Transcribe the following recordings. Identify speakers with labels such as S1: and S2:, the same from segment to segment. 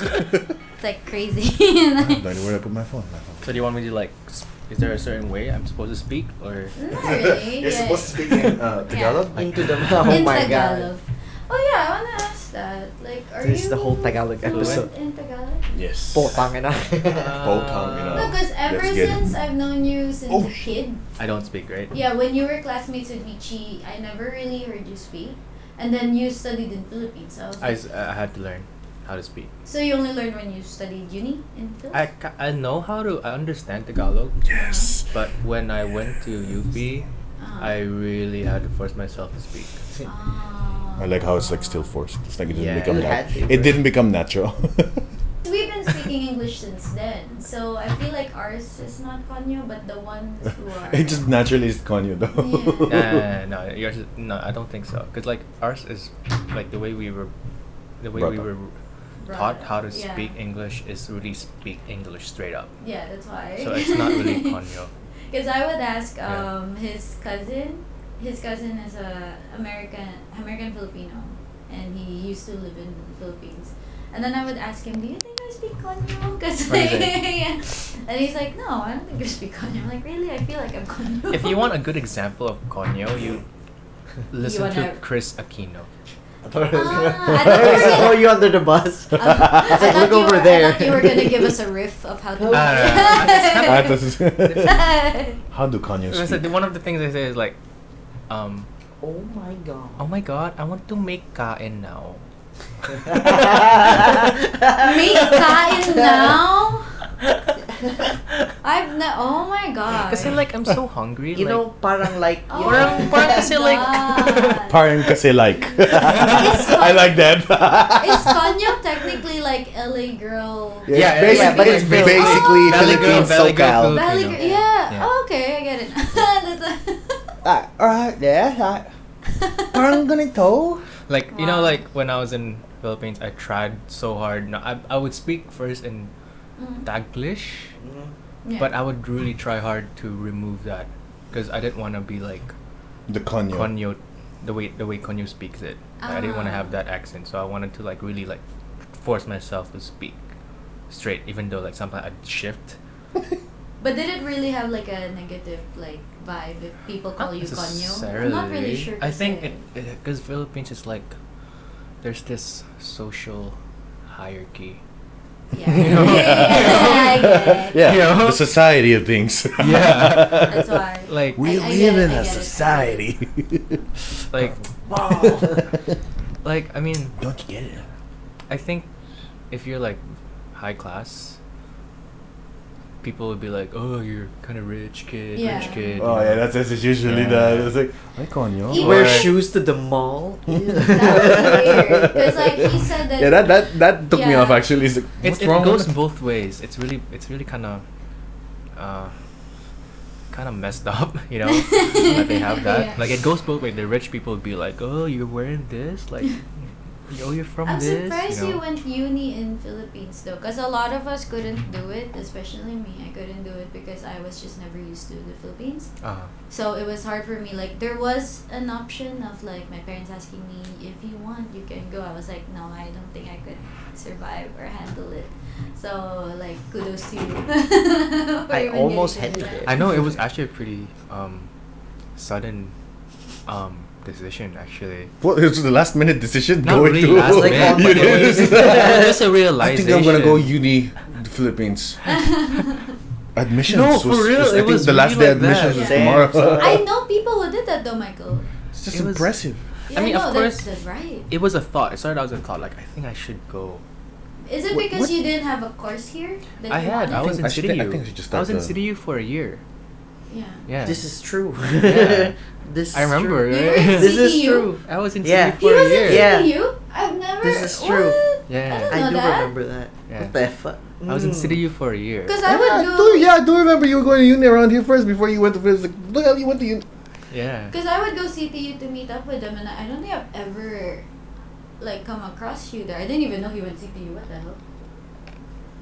S1: It's like crazy.
S2: I
S1: Like-
S2: don't know where I put my phone. My phone.
S3: So do you want me to like? s- Is there a certain way I'm supposed to speak or?
S1: Not really, yeah.
S2: You're supposed to speak in uh,
S1: Yeah.
S2: Tagalog.
S4: Into the oh
S1: in
S4: my
S1: Tagalog.
S4: god.
S1: Oh yeah, I wanna ask that. Like, are
S4: This is
S1: you
S4: the whole Tagalog
S1: fluent
S4: episode.
S1: in Tagalog?
S2: Yes.
S4: Putang ina.
S2: you know.
S1: No, because ever
S2: Let's get it.
S1: since I've known you since
S2: Oh,
S1: a kid,
S3: I don't speak, right?
S1: yeah, when you were classmates with Michi, I never really heard you speak. And then you studied in Philippines, so I was like,
S3: I, s-
S4: uh,
S3: I had to learn how to speak.
S1: so you only learned when you studied uni in
S3: I,
S1: Philippines.
S3: ca- I know how to I understand Tagalog,
S2: Yes.
S3: but when I went to UP,
S1: Uh-huh.
S3: I really had to force myself to speak.
S1: Ah.
S2: I like how it's like still forced. It's like it didn't
S3: Yeah.
S2: become
S3: You
S4: had to,
S2: natural.
S4: right?
S2: It didn't become natural.
S1: We've been speaking English since then, so I feel like ours is not Konyo, but the ones who are.
S2: it just naturally is Konyo though.
S3: Uh, no, yours is, no, I don't think so. Cause like ours is like the way we were, the way we
S2: Brought up.
S3: were
S1: Brought
S3: taught
S1: up,
S3: how to
S1: yeah.
S3: speak English is really speak English straight up.
S1: Yeah, that's why.
S3: So it's not really Konyo.
S1: Because I would ask
S3: Yeah.
S1: um, his cousin. His cousin is a American American Filipino, and he used to live in the Philippines. And then I would ask him, "Do you think I speak Konyo?" Because
S3: What do you
S1: yeah. and he's like, "No, I don't think you speak Konyo." I'm like, "Really? I feel like I'm Konyo."
S3: If you want a good example of Konyo, you listen to
S1: wanna-
S3: Chris Aquino.
S4: I thought I was gonna
S1: Ah, I
S4: I was
S1: thought you
S4: gonna
S1: were-
S4: throw you under the
S1: Um,
S4: bus.
S1: I
S4: It's
S1: thought
S4: like, look
S1: you
S4: over
S1: were, I
S4: there.
S1: thought you were gonna give us a riff of how to.
S3: Oh,
S4: No.
S2: Ah, this is- how do Konyo
S3: Because
S2: speak?
S3: One of the things they say is like, um,
S4: Oh my god.
S3: oh my god, I want to make kain now.
S1: Make kain now. I've no. Oh my god.
S3: Kasi like I'm so hungry.
S4: You
S3: like,
S4: know, parang like.
S1: Oh
S3: Parang-
S1: my
S3: parang kasi like-
S1: God.
S2: Parang kasi like. I like that.
S1: Is Kanya technically like LA girl?
S3: Yeah, yeah,
S2: basically,
S3: yeah, but it's
S2: basically
S1: Filipino.
S3: Valley girl,
S2: Philippine
S3: Valley girl,
S2: SoCal.
S3: Filipino.
S1: Valley girl. Yeah.
S3: Yeah.
S1: Oh, okay, I get it. That's
S4: Ah, alright, yeah. ah,
S1: a-
S4: Parang ganito.
S3: Like you know,
S1: Wow.
S3: like when I was in Philippines, I tried so hard. No, I I would speak first in
S1: Mm,
S3: Taglish,
S1: yeah.
S3: but I would really try hard to remove that because I didn't want to be like
S2: The Konyo.
S3: Konyo, the way the way Konyo speaks it. Like, I didn't want to
S1: Ah.
S3: have that accent, so I wanted to like really like force myself to speak straight, even though like sometimes I'd shift.
S1: But did it really have like a negative like vibe if people call you Konyo? I'm not really
S3: necessarily.
S1: sure.
S3: I think
S1: kasi.
S3: it because Philippines is like there's this social hierarchy.
S1: Yeah.
S3: You know?
S1: yeah, I get it.
S2: Yeah,
S3: You know?
S2: the society of things.
S3: Yeah.
S1: That's why.
S3: Like
S2: We
S1: I- I
S2: live
S1: get it,
S2: in
S1: I
S2: a
S1: get it.
S2: society.
S3: like
S4: Wow.
S3: like I mean
S2: Don't you get it?
S3: I think if you're like high class, people would be like, "Oh, you're kind of rich kid,
S1: Yeah.
S3: rich kid."
S2: Oh
S3: you
S2: yeah,
S3: know.
S2: that's, that's usually
S3: Yeah.
S2: the. It's like I Konyo.
S1: He-
S4: Wear
S3: Or-
S4: shoes to the mall.
S1: That was weird. 'Cause, like, he said that-
S2: Yeah, that that, that took me
S1: Yeah.
S2: off actually. It's like,
S3: It,
S2: what's
S3: it
S2: wrong
S3: goes
S2: with
S3: both ways. It's really it's really kind of uh, kind of messed up, you know, that they have that.
S1: Yeah.
S3: Like it goes both ways. The rich people would be like, "Oh, you're wearing this," like, "Yo, you're from
S1: I'm
S3: this."
S1: surprised
S3: you
S1: you,
S3: know.
S1: went uni in Philippines though, because a lot of us couldn't do it, especially me. I couldn't do it because I was just never used to the Philippines.
S3: Uh,
S1: So it was hard for me. Like there was an option of like my parents asking me if you want, you can go. I was like, no, I don't think I could survive or handle it. So like kudos to you. for
S4: I
S1: even
S4: almost
S1: getting to
S4: handled
S1: do
S4: it.
S3: I know it was actually a pretty um, sudden um, decision, actually.
S2: What? It was the last minute decision
S3: Not
S2: going
S3: really
S2: to.
S3: last
S4: Like, minute. oh my
S2: You
S4: God.
S2: did.
S4: Just
S3: a
S2: I think I'm gonna go
S3: realization.
S2: uni, the Philippines. Admissions.
S3: No, for
S2: was,
S3: real,
S2: was- I
S3: it
S2: think
S3: was
S2: the last
S3: really
S2: day
S3: like that.
S2: admissions was
S1: Yeah.
S2: tomorrow.
S4: Damn,
S1: I know people who did that though, Michael.
S2: It's just
S3: It was-
S2: impressive.
S1: Yeah,
S3: mean, of
S1: no, that's,
S3: course-
S1: that's right.
S3: It was a thought. It started out as a thought. Like I think I should go.
S1: Is it
S2: What-
S1: because
S2: what-
S1: you didn't have a course here? that
S3: I
S1: you
S3: had. I
S1: wanted?
S3: was in
S2: I should- I
S3: CityU.
S2: think I should just
S3: I was in
S2: start the-
S3: CityU for a year.
S1: Yeah.
S3: Yeah.
S4: This is true.
S3: Yeah.
S4: this is
S3: I remember.
S4: True.
S1: You
S3: right?
S1: were in
S4: This is
S1: CDU?
S4: true.
S3: I was in
S4: Yeah.
S3: CityU
S1: He
S3: for a
S1: was
S3: year.
S1: in
S4: Yeah.
S1: CDU? I've never.
S4: This is true.
S1: What? I
S3: Yeah.
S4: I
S1: don't
S4: do
S1: know that.
S4: remember that.
S3: Yeah.
S4: What the fuck?
S3: I was in
S4: Mm.
S3: CityU for a year.
S1: Because I
S2: yeah,
S1: would
S2: I
S1: go.
S2: do, yeah, I do remember you going to uni around here first before you went to Philippines. Like, look how you went to uni.
S3: Yeah.
S1: Because I would go CTU to meet up with him, and I I don't think I've ever, like, come across you there. I didn't even know he went CTU. What the hell?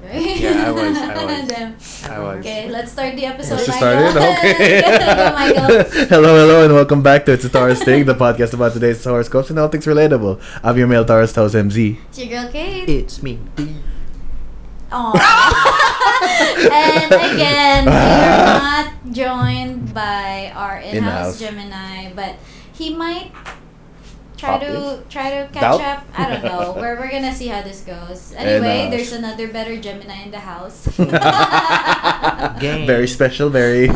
S1: Right?
S3: Yeah, I was, I was.
S1: Damn.
S3: I was.
S1: Okay, let's start the episode.
S2: Let's just start
S1: Michael.
S2: it. Okay.
S1: Go, Michael.
S2: hello, hello, and welcome back to It's a Taurus Thing, the podcast about today's horoscopes and all things relatable. I'm your male Taurus host, MZ.
S1: It's your girl Kate.
S4: It's me.
S1: Aw. and again, we are not joined by our in-house,
S5: In-house.
S1: Gemini, but he might try to
S5: Probably.
S1: try to catch up.
S5: Doubt?
S1: I don't know. we're, we're gonna see how this goes.
S5: And,
S1: Anyway,
S5: uh,
S1: there's another better Gemini in the house.
S4: Gang.
S5: Very special, very.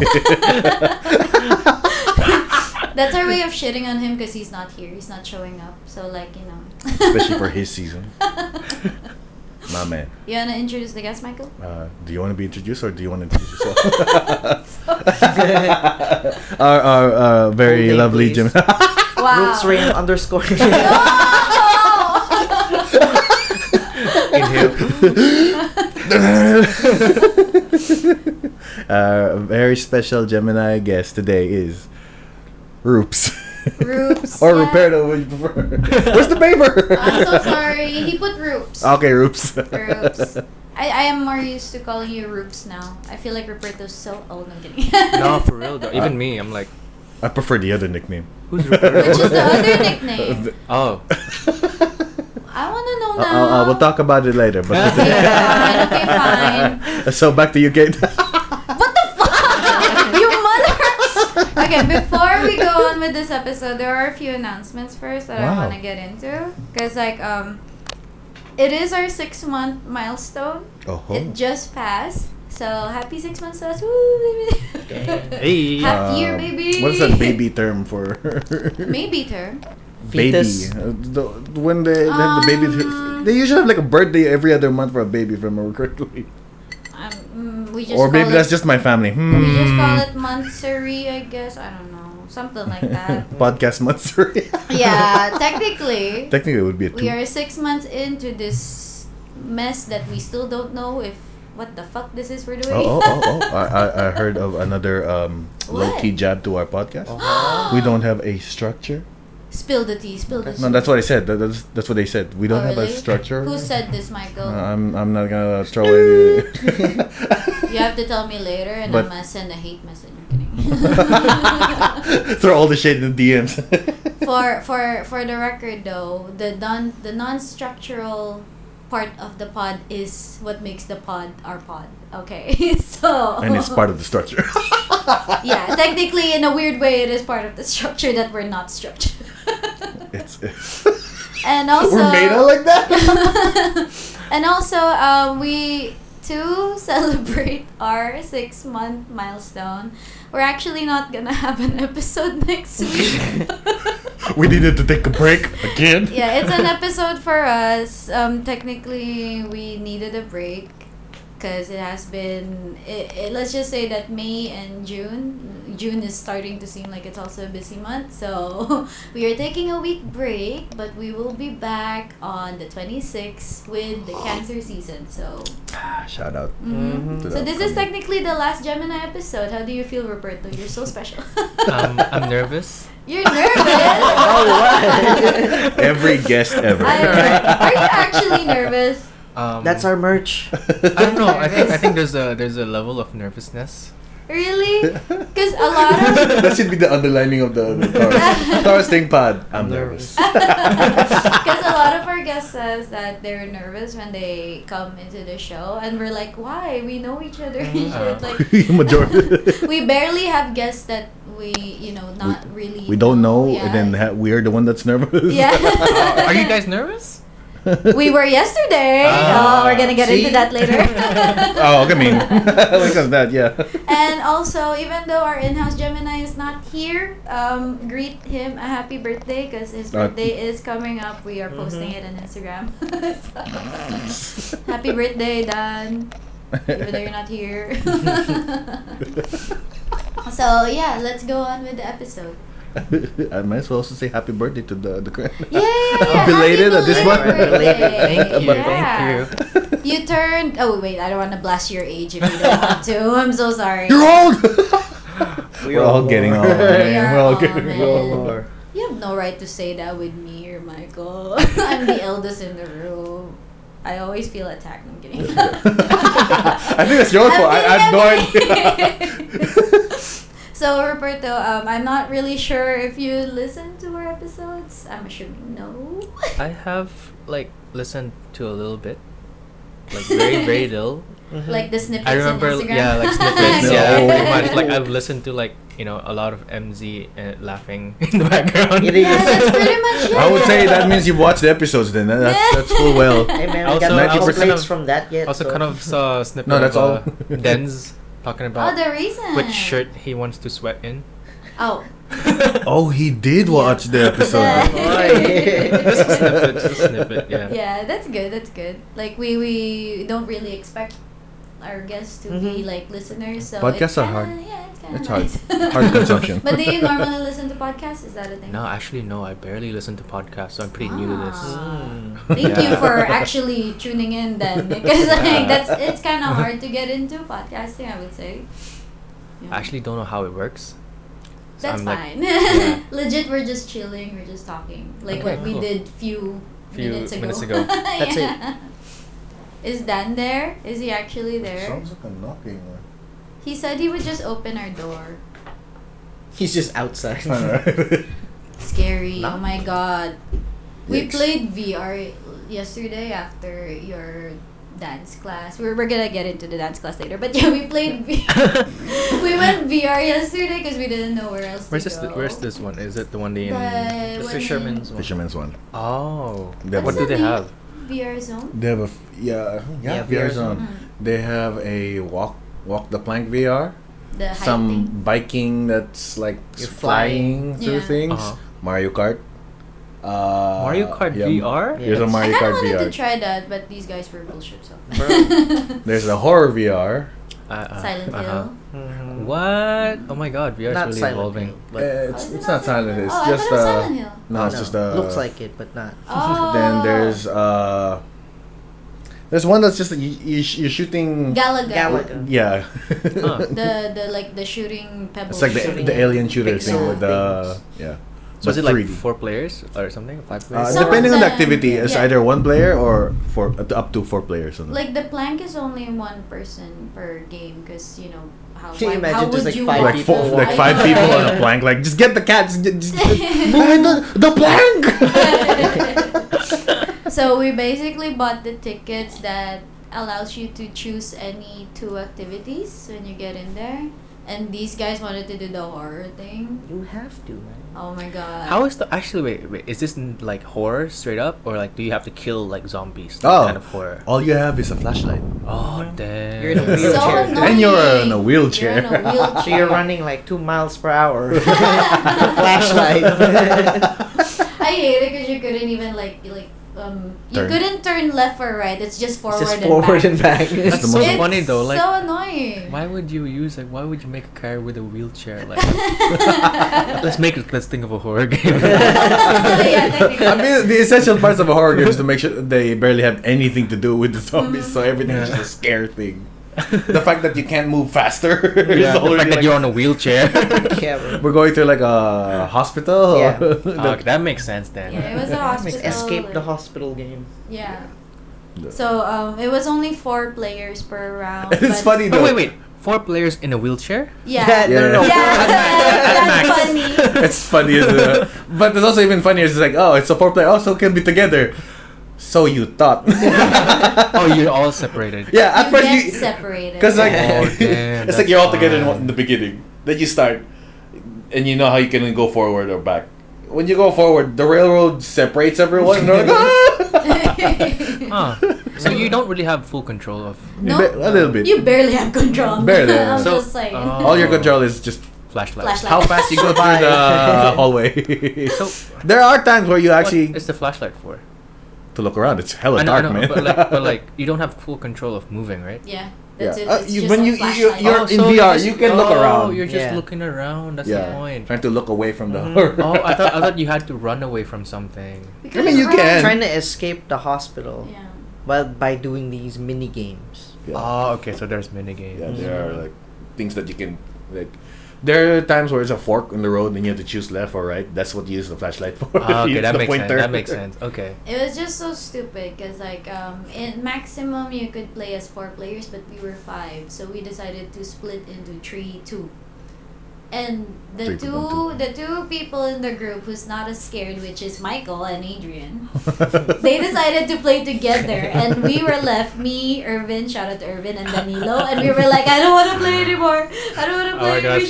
S1: That's our way of shitting on him because he's not here. He's not showing up. So like you know.
S5: Especially for his season. My man.
S1: You wanna introduce the guest, Michael?
S5: Uh, do you want to be introduced or do you want to introduce yourself? our our uh, very
S4: Full name,
S5: lovely
S4: please.
S5: Jim.
S1: Wow.
S4: Roots rain underscore.
S5: Our very special Gemini guest today is Roops.
S1: Roops,
S5: or
S1: yeah.
S5: Ruperto, would you prefer? Where's the paper?
S1: I'm so sorry. He put Roops.
S5: Okay, Roops.
S1: Roops. I, I am more used to calling you Roops now. I feel like Roberto's so old. I'm kidding.
S3: no, for real though. Even
S5: Uh,
S3: me, I'm like,
S5: I prefer the other nickname.
S3: Who's Ruperto?
S1: Which is the other nickname.
S3: oh,
S1: I want to know
S5: Uh,
S1: now.
S5: uh, uh, we'll talk about it later. But
S3: Okay, fine,
S1: okay, fine.
S5: So back to UK.
S1: What the fuck? you mother. Okay, before we go on with this episode, there are a few announcements first that I
S5: Wow.
S1: want to get into. Because, like, um, it is our six month milestone.
S5: Oh,
S1: It just passed. So happy six months to us. Woo!
S3: Hey.
S1: Half year, baby.
S5: Uh, Um, What is that baby term for?
S1: Maybe term.
S5: baby.
S4: Fetus.
S5: Uh, The, when they, they have the baby,
S1: Um,
S5: they usually have like a birthday every other month for a baby, if I remember correctly.
S1: Um, mm, we just
S5: Or
S1: call it,
S5: maybe that's just my family. Hmm.
S1: we just call it monthsary, I guess. I don't know, something like that.
S5: Podcast monthsary.
S1: yeah, technically,
S5: Technically, it would be a two.
S1: we are six months into this mess that we still don't know if what the fuck this is we're doing.
S5: Oh, oh, oh, oh. I, I, I heard of another um,
S1: What? Oh.
S5: low key jab to our podcast.
S4: Uh-huh.
S5: We don't have a structure.
S1: Spill the tea. Spill the.
S5: No,
S1: tea.
S5: that's what I said. That, that's, that's what they said. We don't
S1: Oh,
S5: have
S1: really?
S5: a structure.
S1: Who said this, Michael?
S5: Uh, I'm, I'm not gonna throw away.
S1: you have to tell me later, and
S5: But-
S1: I'm gonna send a hate message. I'm kidding.
S5: throw all the shit in the DMs.
S1: for for for the record though the non the non-structural part of the pod is what makes the pod our pod okay so
S5: and it's part of the structure.
S1: yeah technically in a weird way it is part of the structure that we're not structured
S5: It's,
S1: and also
S5: we're made out like that.
S1: and also um, we to celebrate our six month milestone we're actually not gonna have an episode next week
S5: we needed to take a break again.
S1: yeah, it's an episode for us. Um, technically, we needed a break because it has been. It, it, let's just say that May and June. June is starting to seem like it's also a busy month, so we are taking a week break, but we will be back on the 26th with the Cancer season. So,
S5: Shout out.
S3: Mm-hmm.
S1: mhm.
S5: To
S1: so
S5: the
S1: this is
S5: upcoming.
S1: technically the last Gemini episode. How do you feel, Roberto? You're so special.
S3: um, I'm nervous. Oh,
S1: You're nervous.
S4: Alright.
S5: Every guest ever.
S1: I am nervous. Are you actually nervous?
S3: Um,
S4: That's our merch.
S3: I don't know. I think I think there's a there's a level of nervousness.
S1: Really? Because a lot of.
S5: that should be the underlining of the, the Taurus. Taurus thing pod. I'm nervous.
S1: Because a lot of our guests says that they're nervous when they come into the show, and we're like, "Why? We know each other.
S3: Mm,
S1: You
S3: oh.
S1: should, like,
S5: Majority.
S1: we barely have guests that we, you know, not really.
S5: we don't know,
S1: Yeah.
S5: and then ha- we're the one that's nervous. Uh,
S1: Yeah.
S3: Uh, Are you guys nervous?
S1: we were yesterday.
S3: Ah,
S1: oh, we're gonna get into
S4: see?
S1: that later.
S5: oh, okay, I mean, because that, yeah.
S1: And also, even though our in-house Gemini is not here, um, greet him a happy birthday because his
S5: Uh, Mm-hmm.
S1: birthday is coming up. We are posting it on Instagram. So, happy birthday, Dan. Even though you're not here. so yeah, let's go on with the episode.
S5: I might as well also say happy birthday to the the grand.
S1: Yeah, happy
S5: belated at this one.
S1: belated birthday.
S3: Thank you.
S1: But-
S3: Thank you.
S1: You turned. Oh wait, I don't want to blast your age if you don't want to. I'm so sorry.
S5: You're old.
S4: We
S5: We're
S4: are
S5: all getting
S4: old.
S5: old. man.
S1: We
S5: We're
S1: are
S5: all
S1: old,
S5: getting
S1: man.
S5: old.
S1: You have no right to say that with me or Michael. I'm the eldest in the room. I always feel attacked. I'm kidding.
S5: I think that's your
S1: I'm
S5: fault. I, I have no
S1: kidding, I'm
S5: idea.
S1: kidding. so Roberto, um, I'm not really sure if you listen to our episodes. I'm assuming no.
S3: I have like listened to a little bit. like very very little.
S1: like the snippets
S3: I remember,
S1: on Instagram.
S3: yeah, like snippets, yeah,
S5: No.
S3: pretty much. Like I've listened to like you know a lot of MZ uh, laughing in the background.
S4: It is. Yeah, that's
S1: pretty much
S5: I would say that means you've watched the episodes then. That- That's, that's full well.
S4: Hey man, we
S3: Also,
S4: got no
S5: I also kind
S4: complaints
S3: of-
S4: from that yet.
S3: Also,
S4: so-
S3: kind of saw a snippet.
S5: No, that's
S3: of,
S5: all.
S3: Uh, Denz talking
S1: Oh,
S3: about
S1: the reason.
S3: which shirt he wants to sweat in.
S1: Oh,
S5: Oh, he did watch the episode.
S3: Just a snippet, just a snippet, yeah.
S1: yeah, that's good. That's good. Like we we don't really expect our guests to be
S3: Mm-hmm.
S4: Mhm.
S1: like listeners, so
S5: Podcasts
S1: it's
S5: are
S1: kinda-
S5: hard.
S1: Yeah, it's, kinda
S5: It's hard.
S1: nice.
S5: Hard consumption.
S1: but do you normally listen to podcasts? Is that a thing?
S3: No, actually, no. I barely listen to podcasts, so I'm pretty new to this.
S1: Ah.
S4: Mm.
S1: Thank you
S3: Yeah.
S1: for actually tuning in then, because
S3: Yeah.
S1: like that's it's kind of hard to get into podcasting. I would say. Yeah.
S3: I actually don't know how it works. So
S1: that's
S3: I'm like-
S1: fine.
S3: yeah.
S1: Legit, we're just chilling. We're just talking, like
S3: Okay,
S1: what we
S3: cool.
S1: did few,
S3: Few
S1: minutes ago.
S3: minutes ago.
S4: That's it.
S1: yeah. Is Dan there? Is he actually there?
S5: Sounds like a knocking.
S1: He said he would just open our door.
S4: He's just outside.
S5: Alright.
S1: Scary.
S4: Nah.
S1: Oh my god. We
S5: Yikes.
S1: played VR yesterday after your dance class. We're, we're gonna get into the dance class later, but yeah, we played VR. we went VR yesterday because we didn't know where else
S3: Where's
S1: to
S3: this?
S1: go.
S3: Where's this one? Is it the one in?
S1: The
S4: The
S1: one in
S4: fisherman's one.
S5: Fisherman's one.
S3: Oh,
S5: That
S3: what
S5: one.
S3: do they have?
S1: VR zone.
S5: They have a f- yeah yeah,
S4: Yeah,
S5: VR
S4: VR
S5: zone.
S1: Mm.
S5: They have a walk walk the plank VR.
S1: The
S5: Some
S1: Some
S5: biking that's like
S4: You're
S5: s- flying,
S1: flying.
S5: through
S1: Yeah.
S5: things.
S3: Uh-huh.
S5: Mario Kart. Uh,
S3: Mario Kart
S5: yeah,
S3: VR.
S5: There's a
S4: Yes.
S1: I
S5: Mario
S1: kind of
S5: Kart
S1: wanted to
S5: VR.
S1: try that, but these guys were bullshit. So.
S4: Bro.
S5: There's a horror VR.
S3: Uh, uh,
S1: Silent
S3: uh-huh.
S1: Hill.
S4: Mhm.
S3: What? Oh my God, VR is
S4: Not
S3: really
S4: Silent
S3: evolving.
S4: Hill,
S5: Uh,
S4: but-
S5: it's,
S1: is it
S5: it's not Silent Hill. It's
S1: Oh, I
S5: just
S1: thought it was
S5: uh,
S1: Silent Hill.
S5: no, it's
S4: Oh, No,
S5: just uh,
S4: looks like it, but not.
S1: Oh.
S5: Then there's uh, there's one that's just you, you sh- you're shooting.
S1: Galaga.
S4: Galaga.
S5: yeah.
S3: Huh.
S1: The the like the shooting pebbles.
S5: It's like the,
S4: Shooting
S5: the alien shooter thing
S4: pixel
S5: with the
S4: things.
S5: yeah.
S3: So is
S5: But
S3: it like
S5: 3D.
S3: four players or something? Five
S5: Uh,
S3: players?
S1: Some of
S5: depending on the
S1: them,
S5: activity, it's
S1: yeah.
S5: either one player or four uh, up to four players. on it.
S1: Like the plank is only one person per game because you know how
S4: Can you
S1: why-
S4: imagine
S1: how
S4: there's
S1: would
S4: like
S1: you
S4: five
S1: want to
S5: like
S4: people
S5: four,
S1: walk?
S5: like
S1: I
S5: five
S1: know.
S5: people on a plank. Like just get the cats. Just, just, Behind the, the plank.
S1: so we basically bought the tickets that allows you to choose any two activities when you get in there. And these guys wanted to do the horror thing.
S4: You have to, man.
S1: Oh my god.
S3: How is the actually wait, wait is this n- like horror straight up or like do you have to kill like zombies? That
S5: Oh.
S3: kind of horror.
S5: All you have is a flashlight.
S3: Oh
S4: Mhm.
S3: damn.
S4: You're in a
S1: So
S4: wheelchair.
S1: annoying.
S5: And you're in a wheelchair.
S1: You're in a wheelchair.
S4: So you're running like two miles per hour. with a
S1: Flashlight.
S4: flashlight.
S1: I hate it because you couldn't even like like um you
S5: Turn.
S1: couldn't turn left or right. It's just forward
S4: just
S1: and
S4: forward
S1: back.
S4: and back.
S3: That's
S5: the
S3: so
S5: most-
S3: funny though. Like
S1: so annoying.
S3: why would you use like why would you make a car with a wheelchair? Like
S1: Let's
S3: let's make it let's think of a horror game.
S1: Yeah, technically.
S5: I mean, the essential parts of a horror game is to make sure they barely have anything to do with the zombies, so everything is
S3: Yeah.
S5: just a scare thing. The fact that you can't move faster is
S3: Yeah, the
S5: already
S3: fact that
S5: like-
S3: you're on a wheelchair.
S4: Yeah, bro.
S5: We're going to like a hospital.
S4: Yeah.
S3: Ah, okay, that makes sense then.
S1: Yeah, it was a
S5: That
S1: hospital.
S5: makes
S4: Escape the
S1: like-
S4: hospital game.
S1: Yeah. So um, it was only four players per round.
S5: it's
S1: but-
S5: funny
S3: Oh
S5: though.
S3: wait, wait. Four players in a wheelchair?
S1: Yeah.
S4: That-
S5: Yeah.
S4: No, no, no.
S1: Yeah,
S4: Mad Max.
S1: that's
S4: Mad Max.
S1: funny.
S5: It's funny, isn't it? but it's also even funnier. It's like, oh, it's a four player. Also, can be together. So you thought?
S3: oh, you're all separated.
S5: yeah, at
S1: You
S5: first
S1: get
S5: you,
S1: separated.
S5: because like,
S3: Oh, damn,
S5: it's like you're all
S3: that's
S5: together in,
S3: fine.
S5: one- in the beginning. Then you start, and you know how you can go forward or back. When you go forward, the railroad separates everyone. And they're like,
S3: Huh.
S5: ah!
S3: So you don't really have full control of
S1: No.
S5: Ba- a little bit.
S1: you barely have control.
S5: Barely, yeah.
S1: I'm
S3: So,
S1: just saying.
S3: uh,
S5: all your control is just
S3: flashlight.
S1: Flashlight.
S5: how fast you go through the hallway.
S3: So
S5: there are times where you
S3: what
S5: actually
S3: is the flashlight for?
S5: to look around. It's hella
S3: I know, I
S5: dark,
S3: know,
S5: man.
S3: but like, but like, you don't have full control of moving, right?
S1: yeah. That's
S5: Yeah.
S1: it.
S5: Uh,
S1: It's
S5: you-
S1: just
S5: when
S1: a
S5: you- you-
S1: flashlight.
S5: you're- in VR, you can look
S3: oh,
S5: around.
S3: You're just
S4: Yeah.
S3: looking around. That's
S5: yeah,
S3: the point.
S5: trying to look away from the
S4: Mhm.
S5: horror.
S3: Oh, I thought I thought you had to run away from something.
S1: We
S5: I mean, you
S1: couldn't
S5: can.
S1: run.
S4: Trying to escape the hospital
S1: Yeah.
S4: while by doing these mini games.
S5: Yeah.
S3: Oh, okay. So there's mini games.
S5: Yeah,
S3: Yeah.
S5: there are like things that you can like. There are times where it's a fork in the road and you have to choose left or right. That's what you use the flashlight for. You
S3: Ah, okay,
S5: use
S3: that
S5: the
S3: makes
S5: pointer.
S3: sense. That makes sense. Okay.
S1: It was just so stupid because like um in maximum you could play as four players but we were five so we decided to split into three two. And the
S5: Three
S1: two
S5: people, two.
S1: the two people in the group who's not as scared, which is Michael and Adrian, they decided to play together and we were left, me, Irvin, shout out to Irvin and Danilo, and we were like, I don't wanna play anymore. I don't wanna
S3: Oh
S1: play
S3: my God,
S1: we
S3: that's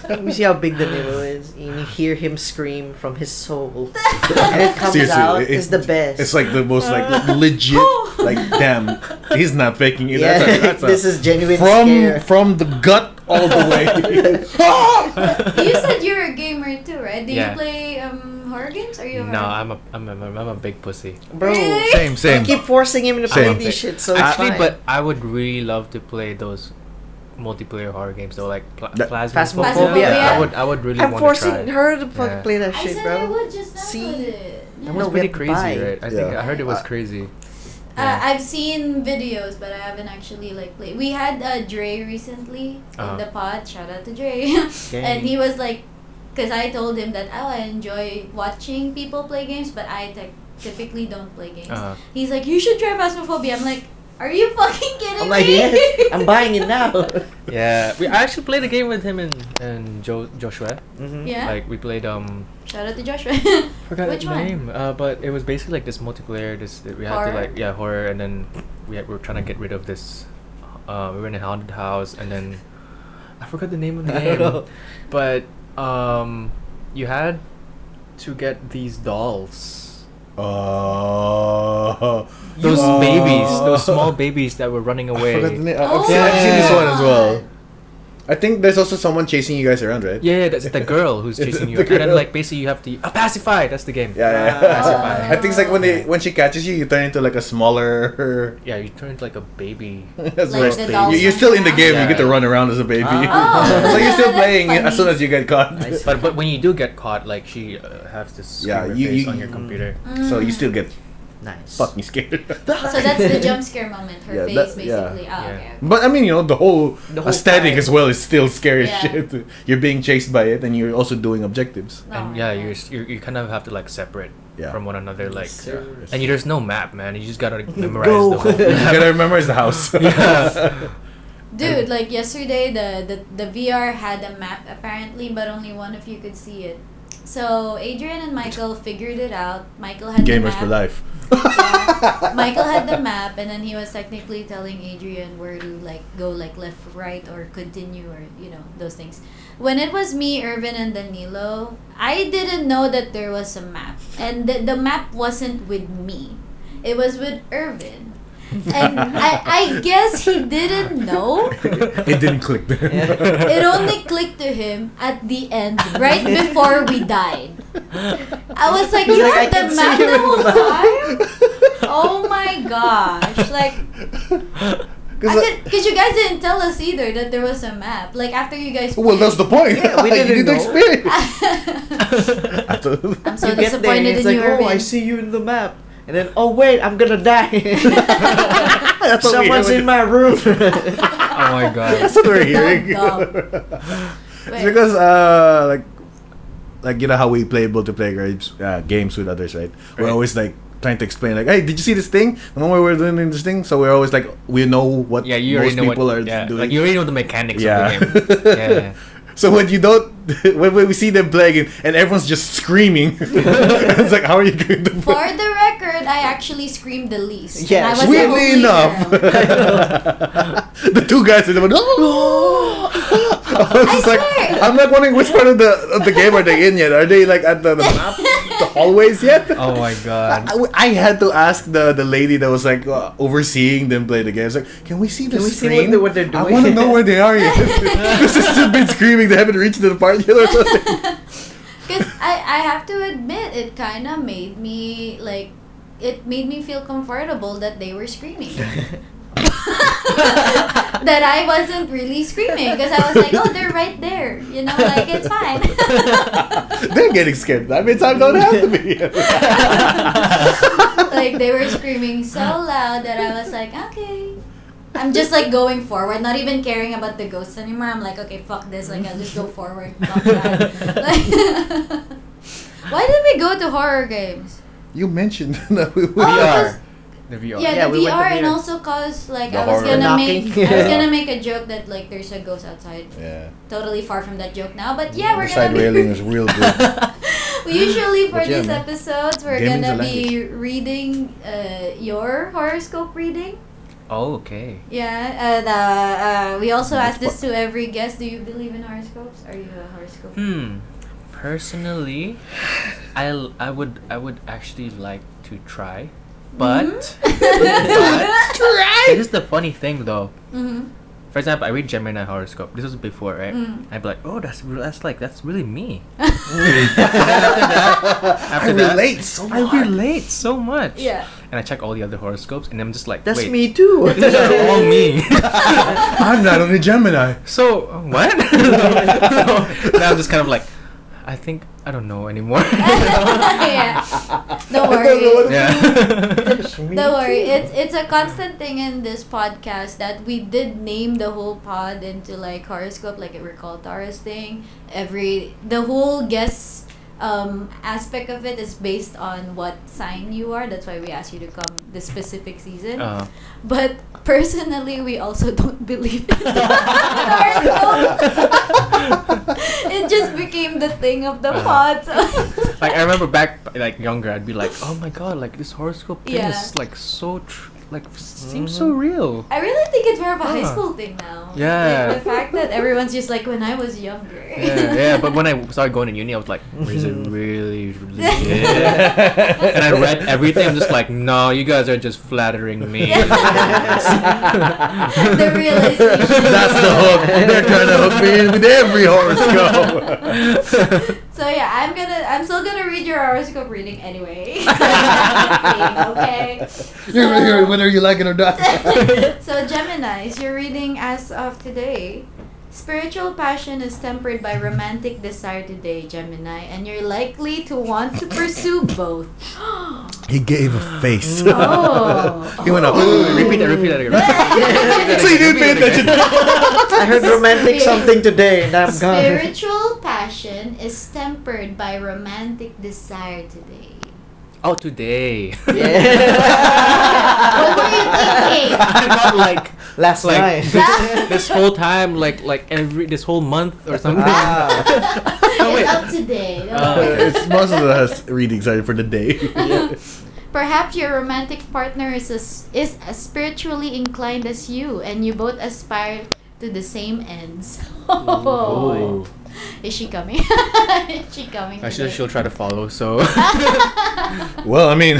S1: should-"
S4: We see how big the nibble is, and you hear him scream from his soul, and it comes out.
S5: it-
S4: It's the best.
S5: It's like the most like legit. Like damn, he's not faking it.
S4: yeah,
S5: That's a, that's a-
S4: this is genuine
S5: from
S4: scare.
S5: from the gut all the way.
S1: you said you're a gamer too, right? Do
S3: Yeah.
S1: you play um, horror games or you?
S3: no, I'm a, I'm a, I'm a big pussy.
S4: Bro,
S1: Really?
S5: same, same.
S4: you keep forcing him to play
S5: Same.
S4: this shit, so
S3: Actually,
S4: it's fine.
S3: but I would really love to play those multiplayer horror games though, like pl-
S5: That-
S3: Plasmophobia.
S1: Phasmophobia.
S3: I would, I would really
S4: I'm
S3: want
S4: forcing
S3: to try.
S4: her to fuck
S3: Yeah.
S4: play that
S1: I
S4: shit,
S1: said I
S4: bro.
S1: would just not
S4: See?
S1: download it.
S3: That
S1: Yeah.
S4: No,
S3: was
S4: we
S3: pretty
S4: have to
S3: crazy,
S4: buy.
S3: right? I think
S5: Yeah.
S3: I heard it was
S5: Uh,
S3: crazy.
S1: Uh,
S3: Yeah.
S1: I've seen videos, but I haven't actually like played. We had uh, Dre recently
S3: Uh-huh.
S1: in the pod. Shout out to Dre, and he was like, because I told him that oh I enjoy watching people play games, but I ty- typically don't play games.
S5: Uh-huh.
S3: Uh,
S1: He's like, you should try Phasmophobia. I'm like, are you fucking kidding
S5: Oh
S4: I'm like,
S1: me?
S4: yes, I'm buying it now.
S3: yeah, we I actually played a game with him and and jo- Joshua.
S4: Mhm.
S1: Yeah.
S3: Like we played um
S1: Shout out to Joshua.
S3: forgot
S1: Which
S3: the
S1: one?
S3: name. Uh, but it was basically like this multiplayer. This that we had to
S1: Horror?
S3: like yeah horror, and then we had, we were trying to get rid of this. Uh, we were in a haunted house, and then I forgot the name of the
S4: I don't know.
S3: game. But um, you had to get these dolls,
S5: Oh.
S3: those
S5: Oh.
S3: babies, those small babies that were running
S5: I
S3: away.
S5: forgot the name. I-
S1: Oh
S5: I've seen, I've seen this
S1: my
S5: one as well.
S1: God.
S5: I think there's also someone chasing you guys around, right?
S3: yeah, yeah, that's the girl who's
S5: It's
S3: chasing you,
S5: the girl.
S3: and then like basically you have to uh, pacify. That's the game.
S5: Yeah,
S1: Ah,
S5: yeah.
S3: Pacify.
S5: I think it's like when they when she catches you, you turn into like a smaller.
S3: Yeah, you turned like a baby.
S5: That's
S1: Like
S5: what
S1: the
S5: I-
S1: dolls
S5: you, you're still in the game. You
S3: Yeah.
S5: get to run around as a baby.
S4: Ah.
S1: Oh.
S5: so you're still
S1: That's
S5: playing
S1: funny.
S5: as soon as you get caught.
S4: I see.
S3: But but when you do get caught, like she uh, has this
S5: Yeah,
S3: screamer
S5: you-
S3: face
S5: you-
S3: on your computer.
S1: Mm.
S5: So you still get
S3: Mm.
S4: Nice.
S5: fucking scared.
S1: So that's the jump scare moment. Her
S5: Yeah,
S1: face,
S5: that- yeah.
S1: basically. Oh,
S3: Yeah.
S1: okay.
S5: But I mean, you know, the whole,
S4: The whole
S5: aesthetic as
S4: vibe.
S5: well is still scary as
S1: Yeah.
S5: shit. You're being chased by it, and you're also doing objectives.
S1: No,
S3: and
S1: my
S3: yeah,
S1: God.
S3: you're, s- you're you kind of have to like separate
S5: Yeah.
S3: from one another, like.
S4: Sir.
S3: And you, there's no map, man. You just gotta memorize
S4: Go.
S3: the whole
S5: you gotta
S3: map.
S5: remember it's the house.
S3: Yeah.
S1: Dude, like yesterday, the, the the VR had a map apparently, but only one of you could see it. So Adrian and Michael figured it out. Michael had the
S5: Gamers
S1: map.
S5: for life.
S1: uh, Yeah. Michael had the map, and then he was technically telling Adrian where to like go, like left, right, or continue, or you know those things. When it was me, Irvin, and Danilo, I didn't know that there was a map, and the, the map wasn't with me. It was with Irvin, and I, I guess he didn't know.
S5: it didn't click there.
S4: Yeah.
S1: It only clicked to him at the end, right before we died. I was like,
S4: He's
S1: you had
S4: like, "I
S1: the
S4: can
S1: map
S4: see you
S1: the
S4: in
S1: whole
S4: the
S1: time? Oh my gosh. Like,
S5: Cause
S1: I
S5: like-
S1: did, cause you guys didn't tell us either that there was a map. Like after you guys.
S5: well, that's the point.
S4: Yeah, we
S5: you
S4: didn't
S5: need to
S4: know.
S5: experience.
S3: That's
S1: I'm so
S4: You get there, and
S1: disappointed in
S4: it's like,
S1: you,
S4: Oh, I
S1: Irvin.
S4: see you in the map, and then oh wait, I'm gonna die.
S5: That's what we
S4: Someone's
S5: hear
S4: in my room.
S3: oh my god.
S5: That's what we're hearing.
S1: Dumb,
S5: It's
S1: Wait.
S5: because uh like like you know how we play multiplayer games uh, games with others, right? We're
S3: Right.
S5: always like trying to explain like, hey, did you see this thing? And when we were doing this thing, so we're always like we know what
S3: Yeah, you already
S5: most
S3: know
S5: people
S3: what.
S5: are
S3: yeah,
S5: doing.
S3: like you already know the mechanics
S5: yeah.
S3: of the game. Yeah.
S5: So when you don't, when when we see them playing it and everyone's just screaming, it's like, how are you going to
S1: For
S5: play?
S1: the record, I actually screamed the least.
S4: Yeah,
S1: And I was the
S5: Weirdly
S1: only
S5: enough,
S1: girl.
S5: the two guys in the middle. I was
S1: I
S5: just like,
S1: swear.
S5: I'm like wondering which part of the of the game are they in yet? Are they like at the, the map, the hallways yet?
S3: Oh my god.
S5: I, I had to ask the, the lady that was like uh, overseeing them play the game. I was like, can we see the
S4: Can we see
S5: screen?
S4: what they- what they're
S5: I
S4: doing?"
S5: want to know where they are yet. this has still been screaming. They haven't reached the part yet or something.
S1: Because I, I have to admit, it kind of made me, like, it made me feel comfortable that they were screaming. that I wasn't really screaming because I was like, oh, they're right there. You know, like, it's fine.
S5: They're getting scared. That means I don't have to be.
S1: like, they were screaming so loud that I was like, okay. I'm just like going forward, not even caring about the ghosts anymore. I'm like, okay, fuck this. Like, I'll just go forward. Fuck that. Like, Why did we go to horror games?
S5: you mentioned that we, we
S1: Oh,
S5: are.
S3: The VR.
S1: Yeah,
S4: Yeah,
S1: the
S4: we went to
S1: VR and
S4: VR.
S1: also cause like
S2: The
S1: I was
S2: horror.
S1: gonna
S4: Knocking.
S1: make I was
S2: Yeah.
S1: gonna make a joke that like there's a ghost outside.
S2: Yeah.
S1: Totally far from that joke now, but yeah, we're
S2: the side
S1: gonna be
S2: railing is real good.
S1: we usually for
S2: But yeah,
S1: these
S2: man.
S1: episodes we're
S2: Gaming's
S1: gonna
S2: a
S1: be reading uh, your horoscope reading.
S3: Oh, okay.
S1: Yeah, and uh, uh, we also
S2: That's
S1: ask this to every guest. Do you believe in horoscopes? Are you a horoscope?
S3: Hmm. Personally, I l- I would I would actually like to try,
S1: Mm-hmm.
S3: but this is the funny thing though.
S1: mm-hmm.
S3: For example, I read Gemini horoscope. This was before, right?
S1: Mm.
S3: I'd be like, oh, that's re- that's like that's really me.
S2: I
S3: after that-
S2: relate so much.
S3: I relate so much.
S1: Yeah.
S3: And I check all the other horoscopes, and I'm just like,
S4: That's
S3: wait,
S4: me too.
S3: These are all me.
S2: I'm not only Gemini.
S3: So uh, what? now I'm just kind of like, I think I don't know anymore.
S1: yeah. Don't
S2: I don't know
S1: worry.
S2: what-
S3: yeah.
S1: Don't worry. It's it's a constant thing in this podcast that we did name the whole pod into like horoscope, like we're called Taurus thing. Every the whole guess um aspect of it is based on what sign you are. That's why we asked you to come this specific season.
S3: Uh,
S1: But personally, we also don't believe in horoscope. it just became the thing of the
S3: Uh-huh.
S1: pod. so-
S3: like I remember back like younger, I'd be like, oh my god, like this horoscope thing
S1: Yeah.
S3: is like so tr- like seems so
S4: Mm-hmm.
S3: real.
S1: I really think it's more of a high
S3: Ah.
S1: school thing now.
S3: Yeah.
S1: Like, the fact that everyone's just like when I was younger.
S3: Yeah, yeah, but when I started going to uni, I was like, is it
S1: Mm-hmm.
S3: really legit? and
S2: and
S3: I read everything. I'm just like, no, you guys are just flattering me.
S1: the realization.
S2: That's the hook. They're trying to hook me in with every horoscope.
S1: So yeah, I'm gonna I'm still gonna read your horoscope reading anyway. okay. So-
S2: You're gonna hear it whether you like it or not.
S1: so Gemini's, your reading as of today. Spiritual passion is tempered by romantic desire today, Gemini, and you're likely to want to pursue both.
S2: He gave a face.
S1: Oh.
S2: he went up.
S3: repeat that. Repeat that again.
S2: So you didn't pay attention.
S4: I heard romantic something today, and I'm gone.
S1: Spiritual passion is tempered by romantic desire today.
S3: Oh, today.
S1: What were you thinking?
S3: I got like
S4: Last
S3: like
S4: night.
S3: this, this whole time, like like every this whole month or something.
S4: Ah.
S3: Oh, wait.
S1: it's up today. don't
S5: Ah.
S3: Uh,
S1: worry.
S2: it's most of us readings are for the day.
S1: Perhaps your romantic partner is as, is as spiritually inclined as you, and you both aspire to the same ends.
S3: Oh.
S1: Is she coming? is she coming? today?
S3: Actually, she'll try to follow. So
S2: Well, I mean.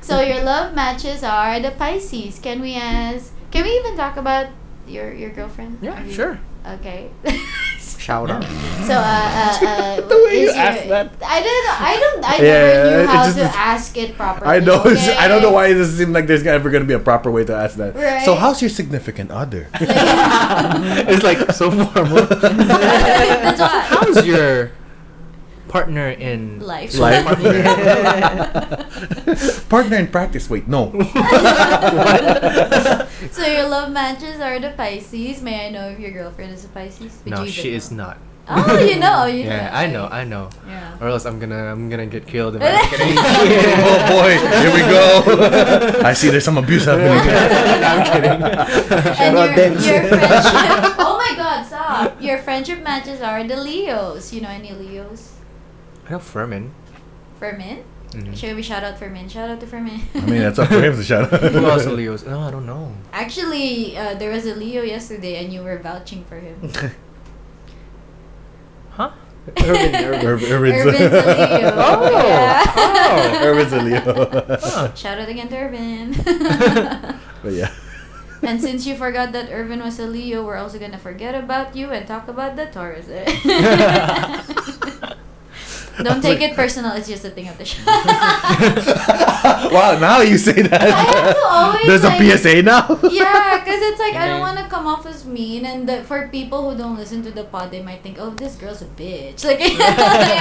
S1: So your love matches are the Pisces. Can we ask? Can we even talk about your your girlfriend? Are you- Okay.
S4: Shout out.
S1: so uh, uh, uh
S2: The way you
S1: is your-
S2: asked that.
S1: I don't. I don't. I
S2: Yeah,
S1: never
S2: yeah,
S1: knew
S2: it
S1: how
S2: just-
S1: to ask it properly.
S2: I know. it's- I don't know
S1: okay?
S2: why it doesn't seem like there's ever going to be a proper way to ask that.
S1: Right.
S2: So, how's your significant other?
S3: it's like so formal.
S1: That's why.
S3: How's your partner in
S1: Life.
S2: Life.
S1: Partner.
S2: Partner in practice. Wait, no.
S3: What?
S1: So your love matches are the Pisces. May I know if your girlfriend is a Pisces? Would
S3: No,
S1: you
S3: she
S1: even
S3: is
S1: know?
S3: not.
S1: Oh, you know, you
S3: yeah,
S1: know.
S3: I know, I know.
S1: Yeah.
S3: Or else I'm gonna I'm gonna get killed. If I'm kidding.
S2: oh boy, here we go. I see there's some abuse happening.
S3: No, I'm kidding.
S1: And your,
S4: Not them.
S1: your friendship. oh my God! Stop. Your friendship matches are the Leos. You know any Leos?
S3: I know Furman.
S1: Fermin.
S3: Mhm.
S1: Should we shout out Fermin? Shout out to Fermin.
S2: I mean, that's up for him to shout out.
S3: Who else? are Leos? No, I don't know.
S1: Actually, uh, there was a Leo yesterday, and you were vouching for him.
S3: Huh?
S4: Urban, urban.
S2: Irv- Irvin's-
S1: Irvin's a Leo.
S3: Oh,
S1: Yeah.
S3: oh.
S2: Irvin's a Leo.
S3: Huh.
S1: Shout out again to Irvin.
S2: But yeah.
S1: and since you forgot that Irvin was a Leo, we're also gonna forget about you and talk about the Taurus. Don't take it personal. It's just a thing of the show.
S2: wow, now you say that.
S1: I have to always,
S2: There's
S1: like-
S2: a PSA now?
S1: yeah, because it's like I don't
S3: Yeah.
S1: want to come off as mean, and the, for people who don't listen to the pod, they might think, "Oh, this girl's a bitch." Like, I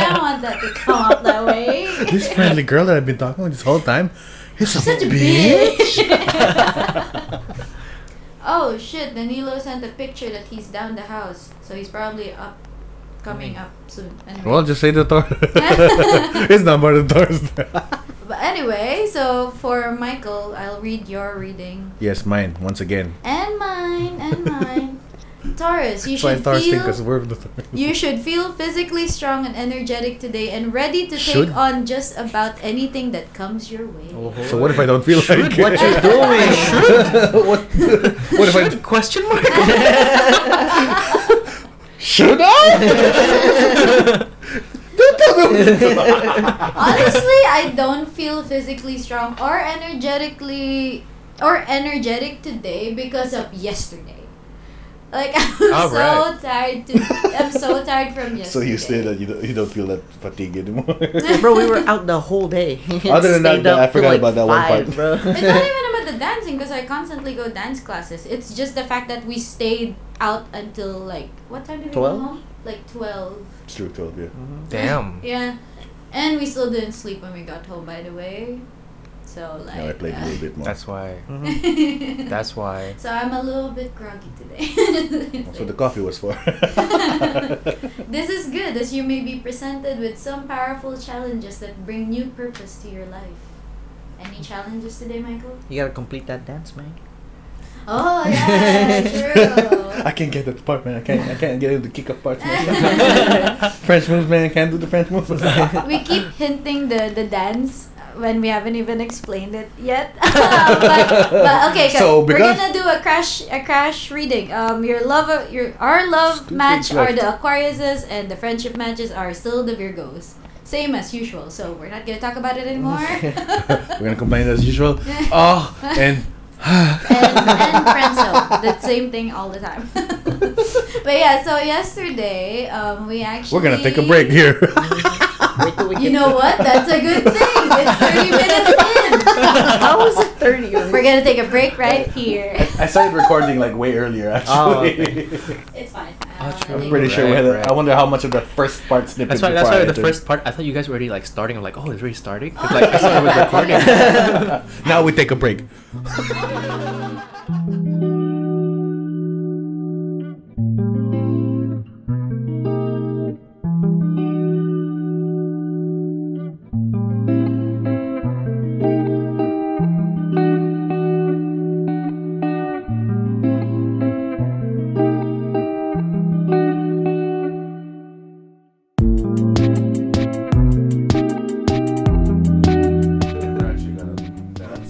S1: don't want that to come off that way.
S2: this friendly girl that I've been talking with this whole time is a
S1: Such a
S2: bitch.
S1: bitch. oh shit! Danilo sent a picture that he's down the house, so he's probably up,
S5: Mm.
S1: coming up soon. Anyway.
S2: Well, just say the Taurus. it's not part of the Taurus.
S1: But anyway, so for Michael, I'll read your reading
S5: Yes, mine once again.
S1: and mine and mine. Taurus, you
S5: That's why
S1: should
S5: Taurus think
S1: feel
S5: 'cause we're the
S1: you should feel physically strong and energetic today and ready to
S5: Should.
S1: take on just about anything that comes your way.
S3: Oh.
S5: So what if I don't feel
S3: Should
S5: like it?
S3: what you're doing. Should.
S5: what, what if I
S3: Should? Question mark.
S5: should I? don't tell me. what to do.
S1: Honestly, I don't feel physically strong or energetically or energetic today because of yesterday. Like I'm
S3: All
S1: so
S3: right.
S1: tired to I'm so tired from yesterday.
S5: so you say that you don't, you don't feel that fatigue anymore.
S4: bro, we were out the whole day.
S5: Other than that,
S4: Stayed
S5: that- I
S4: up till,
S5: forgot about that one
S4: five,
S5: part.
S4: bro.
S1: It's not even about the dancing because I constantly go dance classes. It's just the fact that we stayed out until like what time did we
S4: Twelve?
S1: go home? Like twelve.
S5: it's true, twelve. Yeah.
S3: Damn.
S1: Yeah, and we still didn't sleep when we got home. By the way, so like.
S5: Now I played a little bit more.
S3: That's why.
S4: Mhm.
S1: bit.
S3: That's why.
S1: So I'm a little bit groggy today.
S5: That's what the coffee was for.
S1: this is good as you may be presented with some powerful challenges that bring new purpose to your life. Any challenges today, Michael?
S4: You gotta complete that dance, man.
S1: Oh yeah, true.
S5: I can't get that part, man. I can't. I can't get the kick up part.
S1: man.
S5: French moves, man. I can't do the French moves.
S1: we keep hinting the the dance when we haven't even explained it yet. but, but okay,
S5: So,
S1: so we're
S5: because-
S1: gonna do a crash a crash reading. Um, your love, your our love
S5: Stupid
S1: match are
S5: left.
S1: the Aquariuses, and the friendship matches are still the Virgos. Same as usual. So we're not gonna talk about it anymore.
S5: We're gonna complain as usual. Oh, and
S1: and, and friend zone. The same thing all the time. but yeah, so yesterday, um, we actually
S5: We're gonna take a break here.
S4: Wait till we
S1: You
S4: get-
S1: know what? That's a good thing. It's 30 minutes in.
S4: How is it 30?
S1: We're gonna take a break right here.
S5: I started recording like way earlier, actually.
S4: Oh,
S1: It's fine. Um,
S3: Oh, true.
S5: I'm pretty sure we had. A,
S3: Right,
S5: I wonder how much of the first part snippet.
S3: That's why. That's
S5: before
S3: why
S5: I
S3: the
S5: did.
S3: first part. I thought you guys were already like starting. I'm like, oh, it's already starting. It's like I thought it was recording.
S5: now we take a break. That's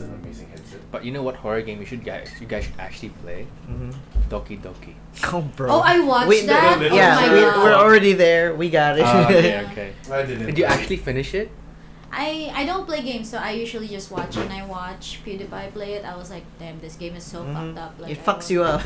S5: an amazing headset.
S3: But you know what horror game you should guys you guys should actually play?
S5: Mm-hmm.
S4: Mhm.
S3: Doki Doki.
S4: Oh, bro.
S1: Oh, I watched
S4: Wait,
S1: that.
S5: wait,
S1: oh
S4: yeah,
S1: my
S4: we,
S1: god.
S4: we're already there. We got it.
S3: Ah, okay, okay.
S5: I didn't.
S3: Did you actually finish it?
S1: I I don't play games, so I usually just watch. And I watch PewDiePie play it. I was like, damn, this game is so
S4: Mhm.
S1: fucked up. Like,
S4: it
S1: I
S4: fucks
S1: won't-
S4: you up.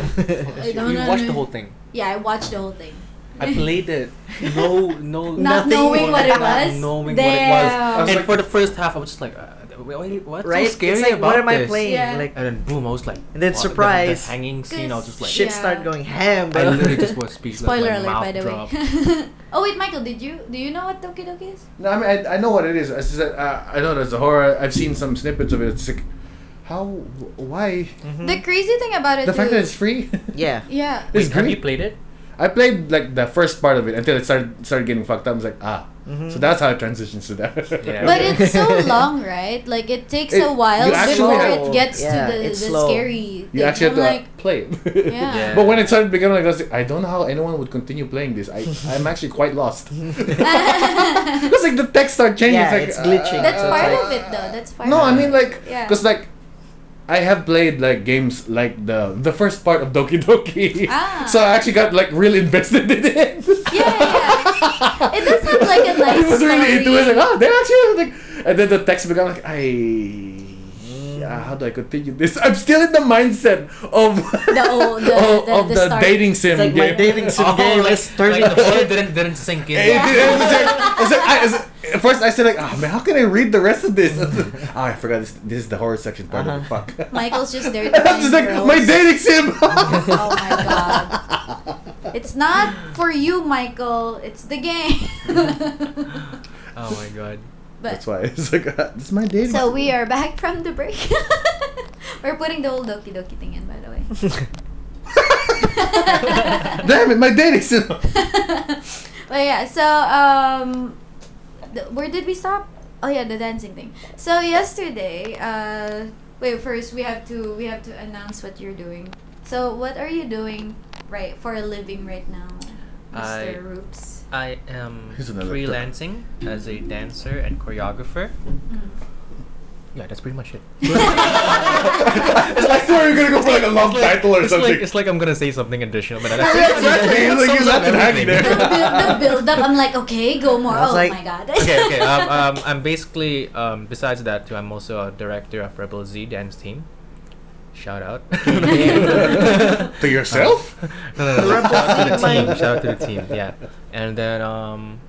S1: I don't
S3: you
S1: know,
S3: watched
S1: no.
S3: the whole thing.
S1: Yeah, I watched the whole thing.
S3: I played it. No, no,
S1: Not
S3: nothing
S1: knowing what it
S3: not
S1: was?
S3: knowing
S1: Damn.
S3: what it
S1: I
S3: was.
S1: was
S3: And
S5: like-
S3: for the first half, I was just like, uh, wait, what's
S4: right?
S3: so scary
S4: it's like,
S3: about
S4: what am I
S3: this?
S4: playing?
S1: Yeah.
S4: Like,
S3: And then boom, I was like,
S4: And then
S3: wow, the- The,
S4: surprise.
S3: hanging scene. I was just like,
S4: shit
S1: Yeah.
S4: started going ham,
S3: I
S4: bro.
S3: literally just was speechless.
S1: Spoiler
S3: my
S1: alert,
S3: mouth
S1: by the
S3: dropped.
S1: way. oh wait, Michael, did you do you know what Doki Doki is?
S5: No, I mean I, I know what it is. I, just, uh, I know there's a horror. I've seen some snippets of it. It's like, how? Why?
S4: Mhm.
S1: The crazy thing about it,
S5: The fact
S1: too-
S5: that it's free.
S4: yeah.
S1: Mm-hmm. yeah,
S5: It's
S3: Wait, have you
S5: great.
S3: played it?
S5: I played like the first part of it until it started started getting fucked up. I was like, ah.
S4: Mhm.
S5: So that's how it transitions to that.
S3: Yeah.
S1: But
S3: Okay.
S1: it's so long, right? Like it takes
S5: It-
S1: a while
S5: you actually
S1: before
S5: have-
S1: it gets
S4: Yeah,
S1: to the,
S4: it's
S1: the
S4: slow.
S1: scary.
S5: You
S1: thing.
S5: actually
S1: I'm
S5: have to uh,
S1: like,
S5: play it.
S1: Yeah. Yeah.
S5: But when it started becoming like, I, was like, I don't know how anyone would continue playing this. I, I'm actually quite lost. it's like the text start changing.
S4: Yeah,
S5: it's,
S4: it's
S5: like,
S4: glitching.
S1: that's
S4: Uh,
S1: part
S4: like-
S1: of it, though. That's part.
S5: No,
S1: of
S5: I mean
S1: it.
S5: like,
S1: Yeah.
S5: cause like, I have played like games like the the first part of Doki Doki,
S1: Ah.
S5: so I actually got like really invested in it.
S1: Yeah, yeah. It does have, like, a nice
S5: I was really into it.
S1: story.
S5: Like, oh, they actually like, and then the text became like, I. Yeah, how do I continue this? I'm still in the mindset of
S1: The old- the-
S5: of,
S1: the-
S5: of
S1: the
S5: the,
S1: start-
S5: dating sim
S4: It's like my
S5: game.
S4: dating
S3: Oh,
S4: sim game
S3: like,
S4: is 30
S3: like the horror didn't didn't sink in.
S5: It- it- it was like- it was like- I- it's like- at first I said like, oh man, how can I read the rest of this? oh, I forgot this. This is the horror section part of it.
S4: Uh-huh.
S5: Fuck.
S1: Michael's just there. To
S5: I'm just like
S1: find
S5: my
S1: girls.
S5: dating sim.
S1: Oh my god! It's not for you, Michael. It's the game.
S3: Oh my god.
S1: but
S5: That's why it's like uh, this is my dating.
S1: so
S5: sim.
S1: we are back from the break. We're putting the old Doki Doki thing in, by the way.
S5: Damn it, my dating sim.
S1: but yeah, so um, th- where did we stop? oh yeah, the dancing thing. So yesterday, uh, wait. First, we have to we have to announce what you're doing. So what are you doing right for a living right now,
S3: I-
S1: Mr. Roops?
S3: I am
S5: Here's another tip.
S3: freelancing as a dancer and choreographer.
S1: Mm.
S3: Yeah, that's pretty much it.
S5: it's like we were gonna go for like a long title or
S3: it's
S5: something.
S3: Like, it's like I'm gonna say something additional, but
S5: Yeah,
S3: that's pretty
S5: exactly.
S3: much it.
S5: It's like you
S3: That sums up
S5: left it hanging
S3: everything.
S1: the, build, the build up. I'm like, okay, go more.
S4: I was
S1: Oh
S4: like-
S1: my god.
S3: okay, okay. Um, um, I'm basically um, besides that too. I'm also a director of Rebel Z dance team. Shout out
S5: to yourself?
S3: No, no, no.
S4: Rebel
S3: Shout out to the
S4: Z,
S3: team.
S4: Mike.
S3: Shout out to the team. Yeah, and then um,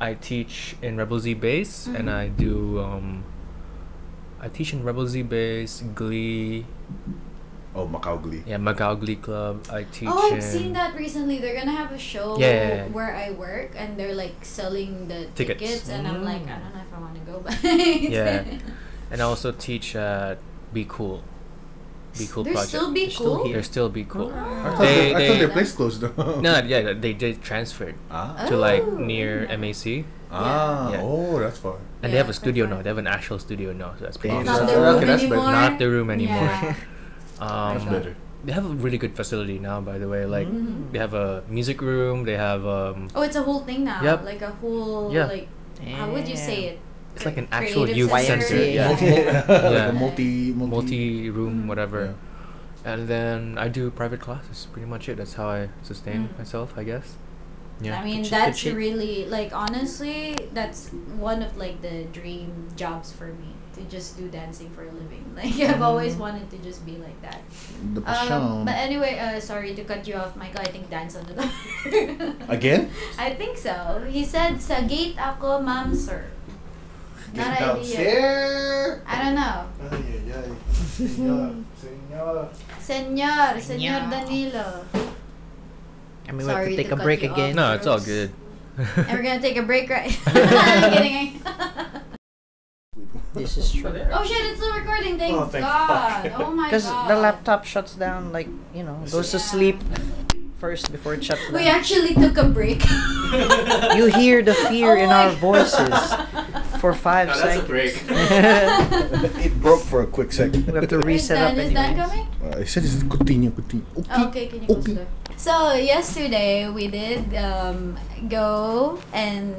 S3: I teach in Rebel Z bass, and
S1: Mhm.
S3: I do um, I teach in Rebel Z bass, Glee,
S5: Oh, Macau Glee.
S3: yeah, Macau Glee Club. I teach.
S1: Oh,
S3: in
S1: I've seen that recently. They're gonna have a show
S3: Yeah, yeah, yeah.
S1: where I work, and they're like selling the
S3: Tickets.
S1: tickets, and I'm like, I
S3: Mm.
S1: don't know if I want to go, but
S3: Yeah. and I also teach at Be Cool. Be Cool
S1: There's
S3: project.
S1: still be
S4: They're still
S1: cool.
S4: here.
S3: They're still Be
S5: I
S3: Cool.
S5: thought,
S3: They-
S5: I
S3: they-
S5: thought their place closed. though.
S3: No, yeah, th- they they transferred
S5: Ah,
S3: to like
S1: Oh.
S3: near MAC,
S5: ah,
S3: Yeah.
S5: oh, that's far.
S3: and they have
S1: Yeah,
S3: a studio
S1: quite
S3: now. They have an actual studio now, so that's pretty.
S5: Damn.
S1: It's not
S3: nice.
S1: the
S5: Okay,
S1: room
S5: that's better.
S1: anymore.
S3: Not the room anymore.
S1: Yeah.
S3: Um,
S5: That's
S1: Okay.
S5: better.
S3: They have a really good facility now, by the way. Like
S4: Mm.
S3: they have a music room. They have um,
S1: Oh, it's a whole thing now.
S3: Yep.
S1: Like a whole
S3: Yeah.
S1: like how would you say it?
S3: It's like an
S1: Cre-
S3: actual
S1: creative
S3: youth
S1: center.
S3: center, Yeah.
S5: Multi,
S3: Yeah.
S5: Like a multi, multi,
S3: multi-room,
S1: Mhm.
S3: whatever. And then I do private classes. Pretty much it. That's how I sustain
S1: Mm.
S3: myself, I guess. Yeah.
S1: I mean,
S4: Good shit, good
S1: that's
S4: shit.
S1: really like honestly, that's one of like the dream jobs for me to just do dancing for a living. Like I've always wanted to just be like that.
S5: The
S1: Um,
S5: Pashon.
S1: but anyway, uh, sorry to cut you off, Michael. I think dance on the door.
S5: Again?
S1: I think so. He said, "Sa gate ako, ma'am, sir." Not idea.
S5: downstairs.
S1: I don't know.
S5: Ay, ay, ay. Señor, señor.
S1: Senor,
S4: Senor.
S1: Senor Danilo.
S4: I mean, we have
S1: Sorry
S4: to
S1: to
S4: take a
S1: cut
S4: break
S1: you off.
S4: again.
S3: No, it's all
S1: Drugs.
S3: good.
S1: and we're gonna take a break, right? I'm kidding.
S4: This is true.
S1: oh shit! It's still recording. Thank,
S6: Oh, thank
S1: God.
S6: fuck.
S1: Oh my God.
S4: Because the laptop shuts down, like, you know, goes to
S1: Yeah.
S4: sleep first before it shuts down.
S1: We actually took a break.
S4: You hear the fear in
S1: Oh
S4: our
S1: my
S4: voices for five
S6: No, that's a
S4: seconds.
S6: break.
S5: It broke for a quick second.
S4: We have to
S1: Is
S4: reset
S1: Dan,
S4: up
S1: is Dan
S4: anyways.
S1: coming?
S5: Uh, I said it's continue, continue. Okay.
S1: Oh, okay, can you close the
S5: Okay.
S1: door? So yesterday we did um, go and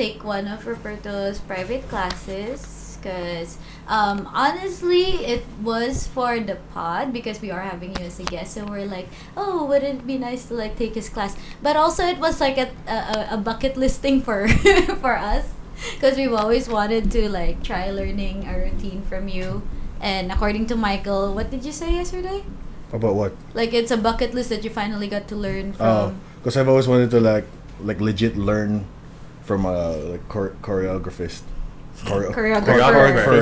S1: take one of Roberto's private classes because um, honestly it was for the pod because we are having you as a guest so we're like oh wouldn't it be nice to like take his class but also it was like a, a, a bucket list thing for for us because we've always wanted to like try learning a routine from you and according to Michael what did you say yesterday
S5: About what?
S1: like it's a bucket list that you finally got to learn
S5: Oh,
S1: from.
S5: because I've always wanted to like, like legit learn from a like chor- choreographist. Choreo-
S1: Choreographer.
S5: Choreographer.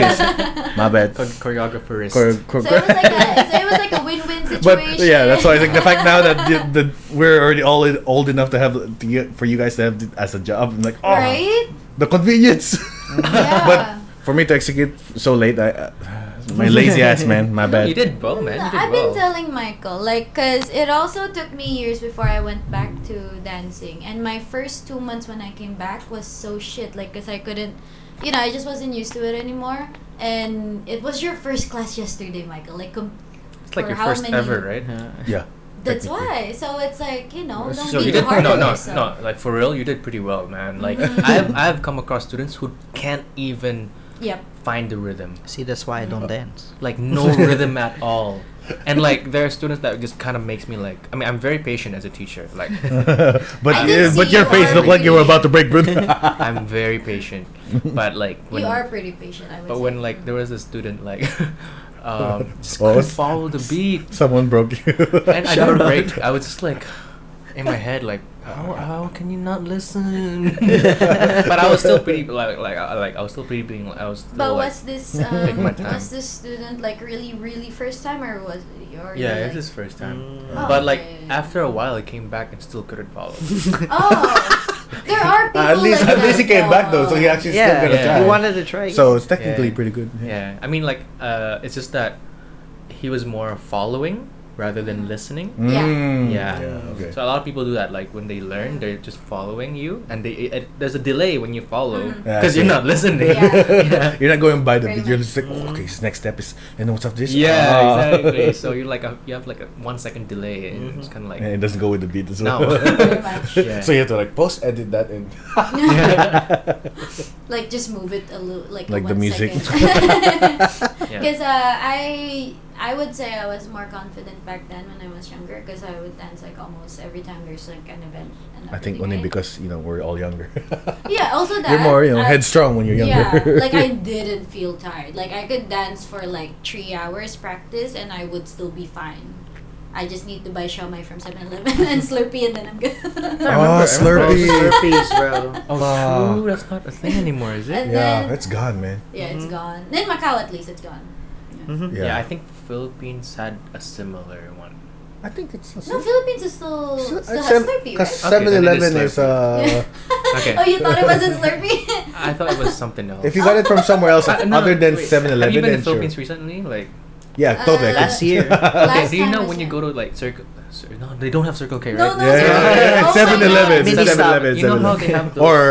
S5: My bad.
S3: Chor- choreographerist.
S5: Chore-
S1: so
S5: chore-
S1: it was like a so it was like a win-win situation.
S5: but yeah, that's why I think the fact now that the, the, we're already all in- old enough to have to get, for you guys to have it as a job, I'm like, oh,
S1: right.
S5: the convenience.
S1: Yeah.
S5: but for me to execute so late, I, uh, my lazy ass, man, my
S3: No,
S5: bad.
S3: you did well, man. You did
S1: I've
S3: well.
S1: been telling Michael, like, because it also took me years before I went back to dancing. And my first two months when I came back was so shit, like, because I couldn't, you know, I just wasn't used to it anymore. And it was your first class yesterday, Michael. Like, com-
S3: it's like
S1: for
S3: your
S1: how
S3: first
S1: many-
S3: ever, right?
S5: Yeah.
S1: that's
S5: Technically.
S1: why. So it's like, you know, don't
S3: So
S1: be
S3: you did
S1: hard
S3: no
S1: on
S3: no
S1: yourself.
S3: no like for real you did pretty well man like
S1: Mm-hmm.
S3: I've I've come across students who can't even
S1: Yep.
S3: find the rhythm
S4: See, that's why I don't
S5: Uh,
S4: dance.
S3: like no rhythm at all and like there are students that just kind of makes me like I mean I'm very patient as a teacher like
S5: but
S1: I
S5: you-
S1: can
S5: but
S1: see
S5: your
S1: you
S5: face
S1: are
S5: looked like you were
S1: really-
S5: about to break, bro.
S3: I'm very patient but like when
S1: you are pretty patient, I would
S3: but
S1: say.
S3: when like there was a student like um just
S5: Oh,
S3: couldn't
S5: it's-
S3: follow the beat
S5: Someone broke you.
S3: and I
S5: Shout
S3: got a
S5: out.
S3: break I was just like in my head like how, how can you not listen but I was still pretty like like I, like I was still pretty being I was still
S1: But
S3: like,
S1: was this
S4: Take
S1: um,
S4: my
S3: time.
S1: was this student like really really first time or was or
S3: yeah
S1: you,
S3: it's
S1: like-
S3: his first time
S1: Oh,
S3: Mm. but like
S1: okay.
S3: after a while it came back and still couldn't follow
S1: oh there are people
S5: at least
S1: like
S5: at least he
S1: that,
S5: came back though, so he
S1: though.
S5: actually
S4: yeah,
S5: still got
S3: gonna
S5: a
S3: yeah.
S5: try.
S4: we wanted to try.
S5: so it's technically
S3: Yeah.
S5: pretty good.
S3: yeah I mean like uh it's just that he was more following rather than listening.
S1: Yeah.
S5: Mm.
S3: Yeah.
S5: Yeah. Okay.
S3: So a lot of people do that. Like when they learn, they're just following you, and they it, it- there's a delay when you follow
S1: Mhm.
S5: Yeah,
S3: because you're
S5: true.
S3: not listening.
S1: Yeah.
S5: You're not going by the
S1: Pretty
S5: video. You're
S1: much.
S5: just like, oh, okay, so next step is, and then what's after this?
S3: Yeah,
S5: Ah.
S3: exactly. So you're like a, you have like a one second delay, and it's
S4: Mhm.
S3: kind of like
S5: and it doesn't go with the beat as well.
S3: No.
S1: Pretty much.
S3: Yeah.
S5: So you have to like post edit that and
S1: like just move it a little like
S5: Like the
S1: one
S5: music.
S3: Yeah.
S1: because uh, i i would say i was more confident back then when i was younger because i would dance like almost every time there's like an event and
S5: I think
S1: everything,
S5: only
S1: right?
S5: because you know we're all younger.
S1: yeah also that
S5: you're more you know
S1: I-
S5: headstrong when you're younger.
S1: yeah like i didn't feel tired like i could dance for like three hours practice and i would still be fine i just need to buy Xiaomai from 7-Eleven and Slurpee and then I'm good.
S5: Oh, Slurpee.
S4: Slurpees, bro.
S3: Oh,
S5: Ah.
S3: true. That's not a thing anymore, is it?
S1: And
S5: yeah,
S1: then-
S5: it's gone, man.
S1: yeah, it's
S4: Mhm.
S1: gone. In Macau at least it's gone. Yeah.
S4: Mhm.
S5: Yeah.
S3: Yeah. I think Philippines had a similar one.
S5: I think it's
S1: No, Philippines is still
S5: So-
S1: still has
S5: uh, sem-
S1: Slurpee, right?
S5: Cause
S3: Okay,
S5: Seven
S3: then it is
S5: Eleven is uh,
S3: Okay.
S1: oh, you thought it wasn't Slurpee?
S3: I thought it was something else.
S5: if you got it from somewhere else
S3: Uh, no,
S5: other
S3: no,
S5: than
S3: wait,
S5: Seven
S3: Have you
S5: Eleven,
S3: been to
S5: then sure.
S3: Philippines recently? Like,
S5: Yeah, totally.
S1: Uh,
S5: I could-
S4: Last year.
S3: okay,
S1: Last
S3: so
S1: time
S3: you know
S1: was
S3: when you
S1: yeah.
S3: go to like Circle, Cir- no, they don't have Circle K, right?
S1: No, no,
S5: yeah,
S1: Circle
S5: yeah,
S1: K. Oh
S5: yeah,
S1: my
S5: 7-Eleven, 7-Eleven,
S3: You
S4: God.
S3: know how they
S5: 7-Eleven.
S3: have those-
S5: or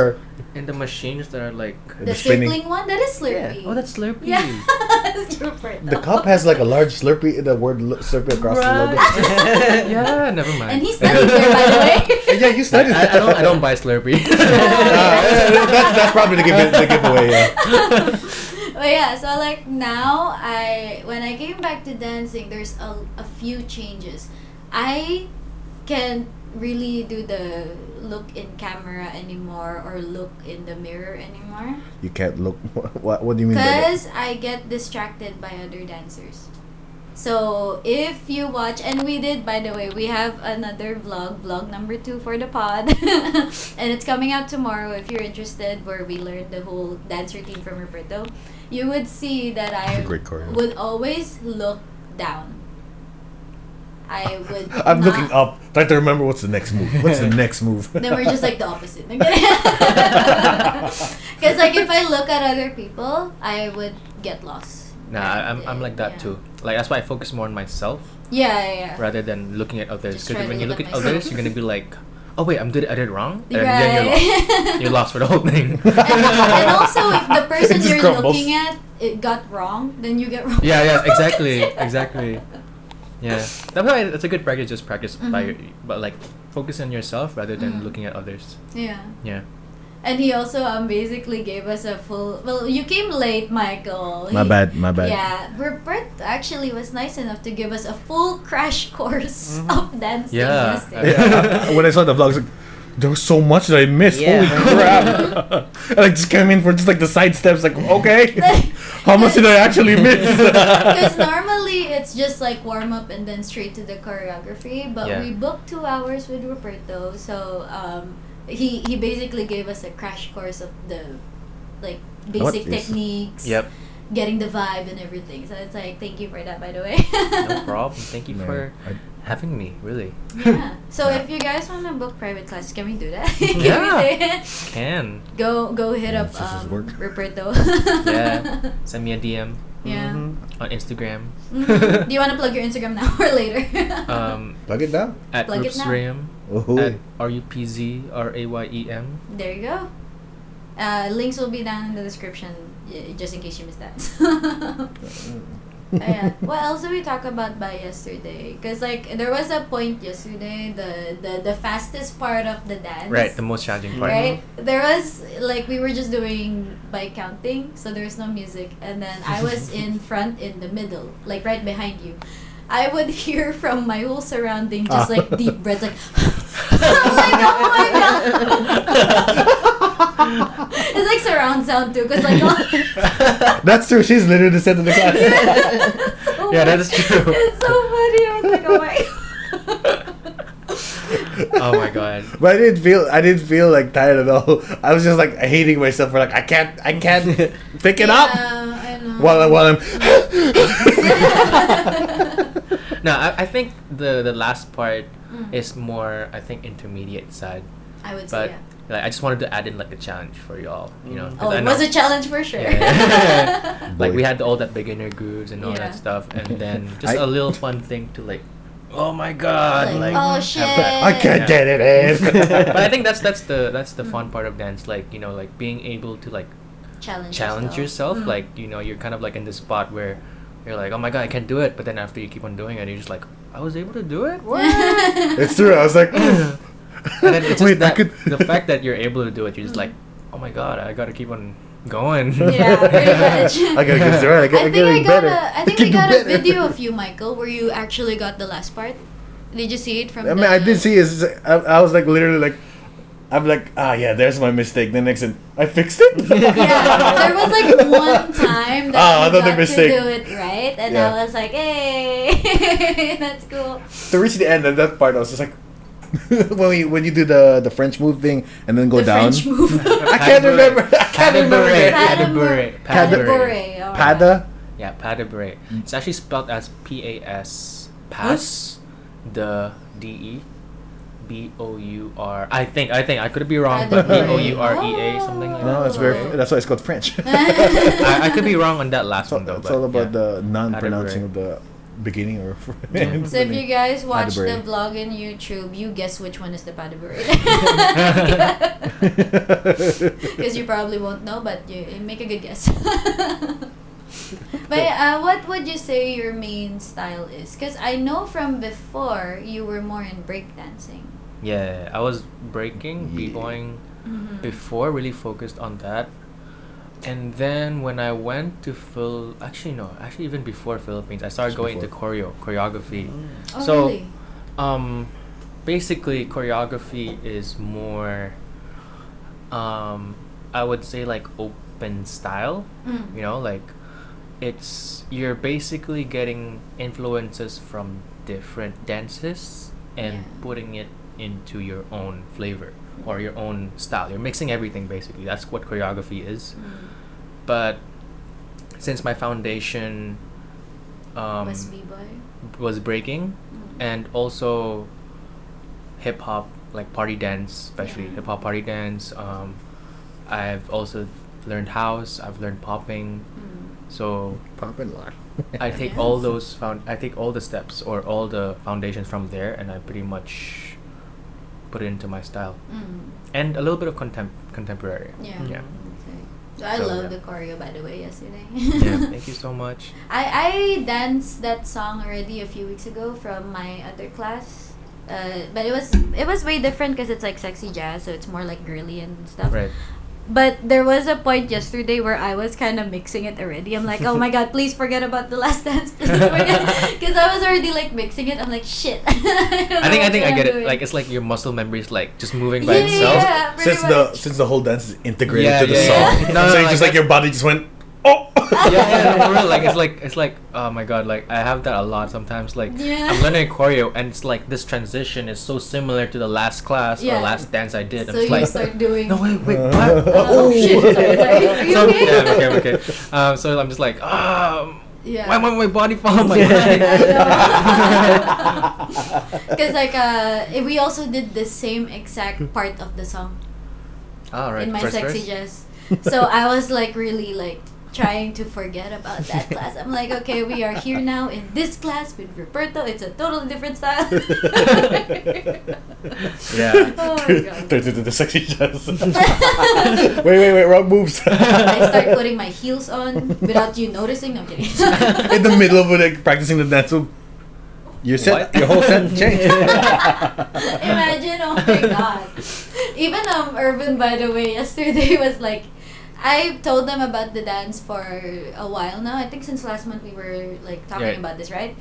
S3: And the machines that are like,
S1: the
S5: The spinning.
S1: circling one that is Slurpee.
S3: oh, that's Slurpee.
S1: yeah. It's Slurpee.
S5: the cup has like a large Slurpee, the word l- Slurpee across the logo.
S3: Right. yeah, never
S1: And
S3: mind.
S1: he studied there, by the way.
S5: yeah, you
S3: I,
S5: studied
S3: I- I don't. I don't buy Slurpee.
S5: Ah, yeah, yeah, that's, that's probably the, give, the giveaway. Yeah.
S1: but yeah, so like now I when I came back to dancing, there's a, a few changes. I can't really do the look in camera anymore or look in the mirror anymore
S5: You can't look. What, what do you mean by that?
S1: because I get distracted by other dancers. So if you watch, and we did by the way, we have another vlog, vlog number two for the pod, and it's coming out tomorrow. If you're interested, where we learned the whole dance routine from Roberto, you would see that I
S5: It's a great choreo.
S1: would always look down. I would.
S5: I'm
S1: not-
S5: looking up, trying to remember what's the next move. What's the next move?
S1: then we're just like the opposite. Because like if I look at other people, I would get lost.
S3: nah, I- I'm, I'm like that
S1: Yeah.
S3: too. Like that's why I focus more on myself
S1: Yeah, yeah, yeah.
S3: rather than looking at others.
S1: Just try
S3: Because
S1: to
S3: when you
S1: look
S3: look
S1: at
S3: at
S1: myself.
S3: others, you're gonna be like, oh wait, I'm did I did it wrong, and then you're lost.
S1: Right.
S3: You're lost for the whole thing.
S1: and, and also, if the person
S5: It just
S1: you're
S5: crumbles.
S1: looking at it got wrong, then you get wrong.
S3: Yeah, yeah, exactly, exactly. Yeah, that's why it's a good practice. Just practice by,
S1: Mm-hmm.
S3: your, but like focus on yourself rather
S1: Mhm.
S3: than looking at others.
S1: Yeah.
S3: Yeah.
S1: And he also um basically gave us a full. Well, you came late, Michael.
S5: my
S1: He-
S5: bad, my bad.
S1: Yeah, Rupert actually was nice enough to give us a full crash course of dancing.
S3: Mm-hmm. Yeah.
S1: yesterday.
S5: Yeah, when I saw the vlogs, like, there was so much that I missed. Holy
S4: Yeah.
S5: crap! and I just came in for just like the side steps. Like, okay, how much did I actually miss?
S1: Because normally it's just like warm up and then straight to the choreography, but
S3: Yeah.
S1: we booked two hours with Roberto, so um, he he basically gave us a crash course of the like
S5: What
S1: basic
S5: is-
S1: techniques,
S3: Yep.
S1: getting the vibe and everything. So it's like thank you for that, by the way.
S3: No problem. Thank you
S5: Man,
S3: for
S5: I-
S3: having me. Really.
S1: Yeah. So
S3: Yeah.
S1: if you guys want to book private class, can we do that? can
S3: Yeah.
S1: we say
S3: Can.
S1: Go go hit
S5: Yeah,
S1: up
S5: this is
S1: um,
S5: work.
S1: Roberto.
S3: Yeah. Send me Mm-hmm. a DM
S1: Yeah.
S3: on Instagram.
S1: Mhm. Do you want to plug your Instagram now or later?
S3: Um,
S5: Plug it down.
S3: at
S1: Plug it now.
S3: Rupsram.
S5: Ooh.
S3: At R U P Z R A Y E M.
S1: There you go. Uh, links will be down in the description, y- just in case you missed that.
S3: Mm,
S1: Ayan. What else did we talk about by yesterday? Cause like there was a point yesterday, the the, the fastest part of the dance.
S3: Right, the most challenging part.
S1: Right? There was like we were just doing by counting, so there was no music, and then I was in front, in the middle, like right behind you. I would hear from my whole surrounding just
S5: Ah.
S1: like deep breaths, like. I'm like, oh my god! it's like surround sound too, cause like.
S5: That's true. She's literally the center of the class.
S1: so
S3: Yeah, that
S1: funny.
S3: is true.
S1: It's so funny. I was like, oh my. God.
S3: Oh my god.
S5: But I didn't feel I didn't feel like tired at all. I was just like hating myself for like I can't I can't pick it up
S1: Yeah, I know.
S5: while I- while I'm.
S3: No, I, I think the the last part
S1: Mm.
S3: is more I think intermediate side.
S1: I would say.
S3: But
S1: yeah.
S3: like I just wanted to add in like a challenge for y'all. You know.
S1: Oh,
S3: 'cause I
S1: it
S3: know-
S1: was a challenge for sure.
S3: Yeah. like we
S5: Boy.
S3: had all that beginner grooves and all
S1: Yeah.
S3: that stuff and then
S5: I-
S3: just a little fun thing to like oh my god,
S1: Like,
S3: like,
S1: oh shit.
S5: I
S3: I
S5: can't get it in.
S3: but I think that's that's the that's the fun part of dance, like you know, like being able to like
S1: Hmm. challenge
S3: challenge yourself.
S1: Mm.
S3: Like you know, you're kind of like in this spot where you're like, oh my god, I can't do it. But then after you keep on doing it, you're just like, I was able to do it.
S5: it's true. I was like,
S3: and then it's just
S5: Wait, I
S3: that,
S5: could-
S3: the fact that you're able to do it, you're just like, oh my god, I gotta keep on going.
S1: Hmm. Yeah, pretty much.
S5: I gotta get right. I
S1: I
S5: gotta
S1: think I
S5: get
S1: got
S5: better.
S1: a, I think
S5: can
S1: I
S5: do
S1: got a
S5: better.
S1: video of you, Michael, where you actually got the last part. Did you see it from?
S2: I
S5: I mean, I did see. It's, I, I was like literally like, I'm like, ah, yeah, there's my mistake. The next, and I fixed it.
S1: Yeah, there was like one time that
S5: Ah,
S1: you
S5: another
S1: got
S5: mistake.
S1: to do it right, and I
S2: Yeah.
S1: was like, "Hey, that's cool."
S2: to reach the end of that part, I was just like, when we when you do the the French move thing and then go
S1: the
S2: down.
S1: French move.
S2: I can't remember. I can't remember.
S3: Patabure.
S2: it.
S1: Patabure.
S3: Patabure.
S1: Patabure. alright.
S2: Pada.
S3: Yeah, pas de bray.
S2: Mm.
S3: It's actually spelled as P A S pass the D E B O U R. I think I think I could be
S1: Pas
S3: wrong,
S1: de
S3: but B
S1: bray.
S3: O U R E A something like
S2: No,
S3: that.
S2: that's very. That's why it's called French.
S3: I, I could be wrong on that last
S2: It's
S3: one
S2: all,
S3: though.
S2: it's
S3: but
S2: all about
S3: yeah.
S2: the non-pronouncing of the beginning or. end.
S1: So if you guys watch
S2: Patabure.
S1: the vlog on YouTube, you guess which one is the Patabure. Because you probably won't know, but you, you make a good guess. but uh, what would you say your main style is? Because I know from before you were more in breakdancing.
S3: Yeah, I was breaking,
S2: Yeah.
S3: b-boying Mm-hmm.
S1: Mhm.
S3: before, really focused on that. And then when I went to Phil, actually no, actually even before Philippines, I started
S2: Just
S3: going into
S2: before.
S3: choreo, choreography.
S1: Oh,
S3: So-
S1: really?
S3: Um, basically, choreography is more, um, I would say like open style.
S1: Mm.
S3: You know, like it's you're basically getting influences from different dances and
S1: Yeah.
S3: putting it into your own flavor or your own style. You're mixing everything basically. That's what choreography is.
S1: Mm.
S3: But since my foundation um,
S1: Was B-boy?
S3: was breaking
S1: Mm.
S3: and also hip hop, like party dance, especially
S1: Yeah.
S3: hip hop party dance. Um, I've also learned house. I've learned popping.
S1: Mm.
S3: So
S4: Poppin' lock.
S3: I take all those found. I take all the steps or all the foundations from there, and I pretty much put it into my style
S1: Mm.
S3: and a little bit of contem- contemporary.
S1: Yeah.
S3: Yeah.
S1: Okay. So I
S3: So,
S1: love
S3: yeah.
S1: the choreo by the way yesterday.
S3: yeah. Thank you so much.
S1: I I danced that song already a few weeks ago from my other class. Uh, but it was it was way different because it's like sexy jazz, so it's more like girly and stuff.
S3: Right.
S1: But there was a point yesterday where I was kind of mixing it already. I'm like, oh my god, please forget about the last dance, please forget, because I was already like mixing it. I'm like, shit.
S3: I think I think I get it. Like it's like your muscle memory is like just moving
S1: Yeah,
S3: by itself.
S1: yeah, pretty
S2: since the
S1: much.
S2: since the whole dance is integrated
S3: Yeah,
S2: to the
S3: yeah,
S1: yeah.
S2: song,
S1: No,
S3: no,
S2: so you
S3: like
S2: just like
S3: that-
S2: your body just went oh.
S3: yeah, yeah, no, for real. Like it's like it's like oh my god, like I have that a lot sometimes. Like
S1: Yeah.
S3: I'm learning choreo, and it's like this transition is so similar to the last class
S1: Yeah.
S3: or last dance I did.
S1: so
S3: I'm
S1: you
S3: just like,
S1: start doing.
S3: no wait, wait, what?
S1: Oh, shit. Sorry, sorry. Are you
S3: so,
S1: okay?
S3: Yeah, I'm okay, I'm okay. Um, so I'm just like, um,
S1: Yeah.
S3: why won't my body follow my
S1: I
S3: mind?
S1: Because like uh, eh, we also did the same exact part of the song
S3: All right,
S1: in my
S3: first
S1: sexy
S3: verse?
S1: jazz. So I was like really like trying to forget about that class. I'm like, okay, we are here now in this class with Roberto. It's a totally different style.
S2: yeah.
S1: Oh my God.
S2: Turns into the sexy jazz. wait, wait, wait! Wrong moves.
S1: I start putting my heels on without you noticing. No, I'm kidding.
S2: in the middle of like practicing the dance move. Your set,
S3: What?
S2: your whole set changed.
S1: Imagine, oh my god. Even um Urban by the way yesterday was like I told them about the dance for a while now. I think since last month we were like talking
S3: Right.
S1: about this, right?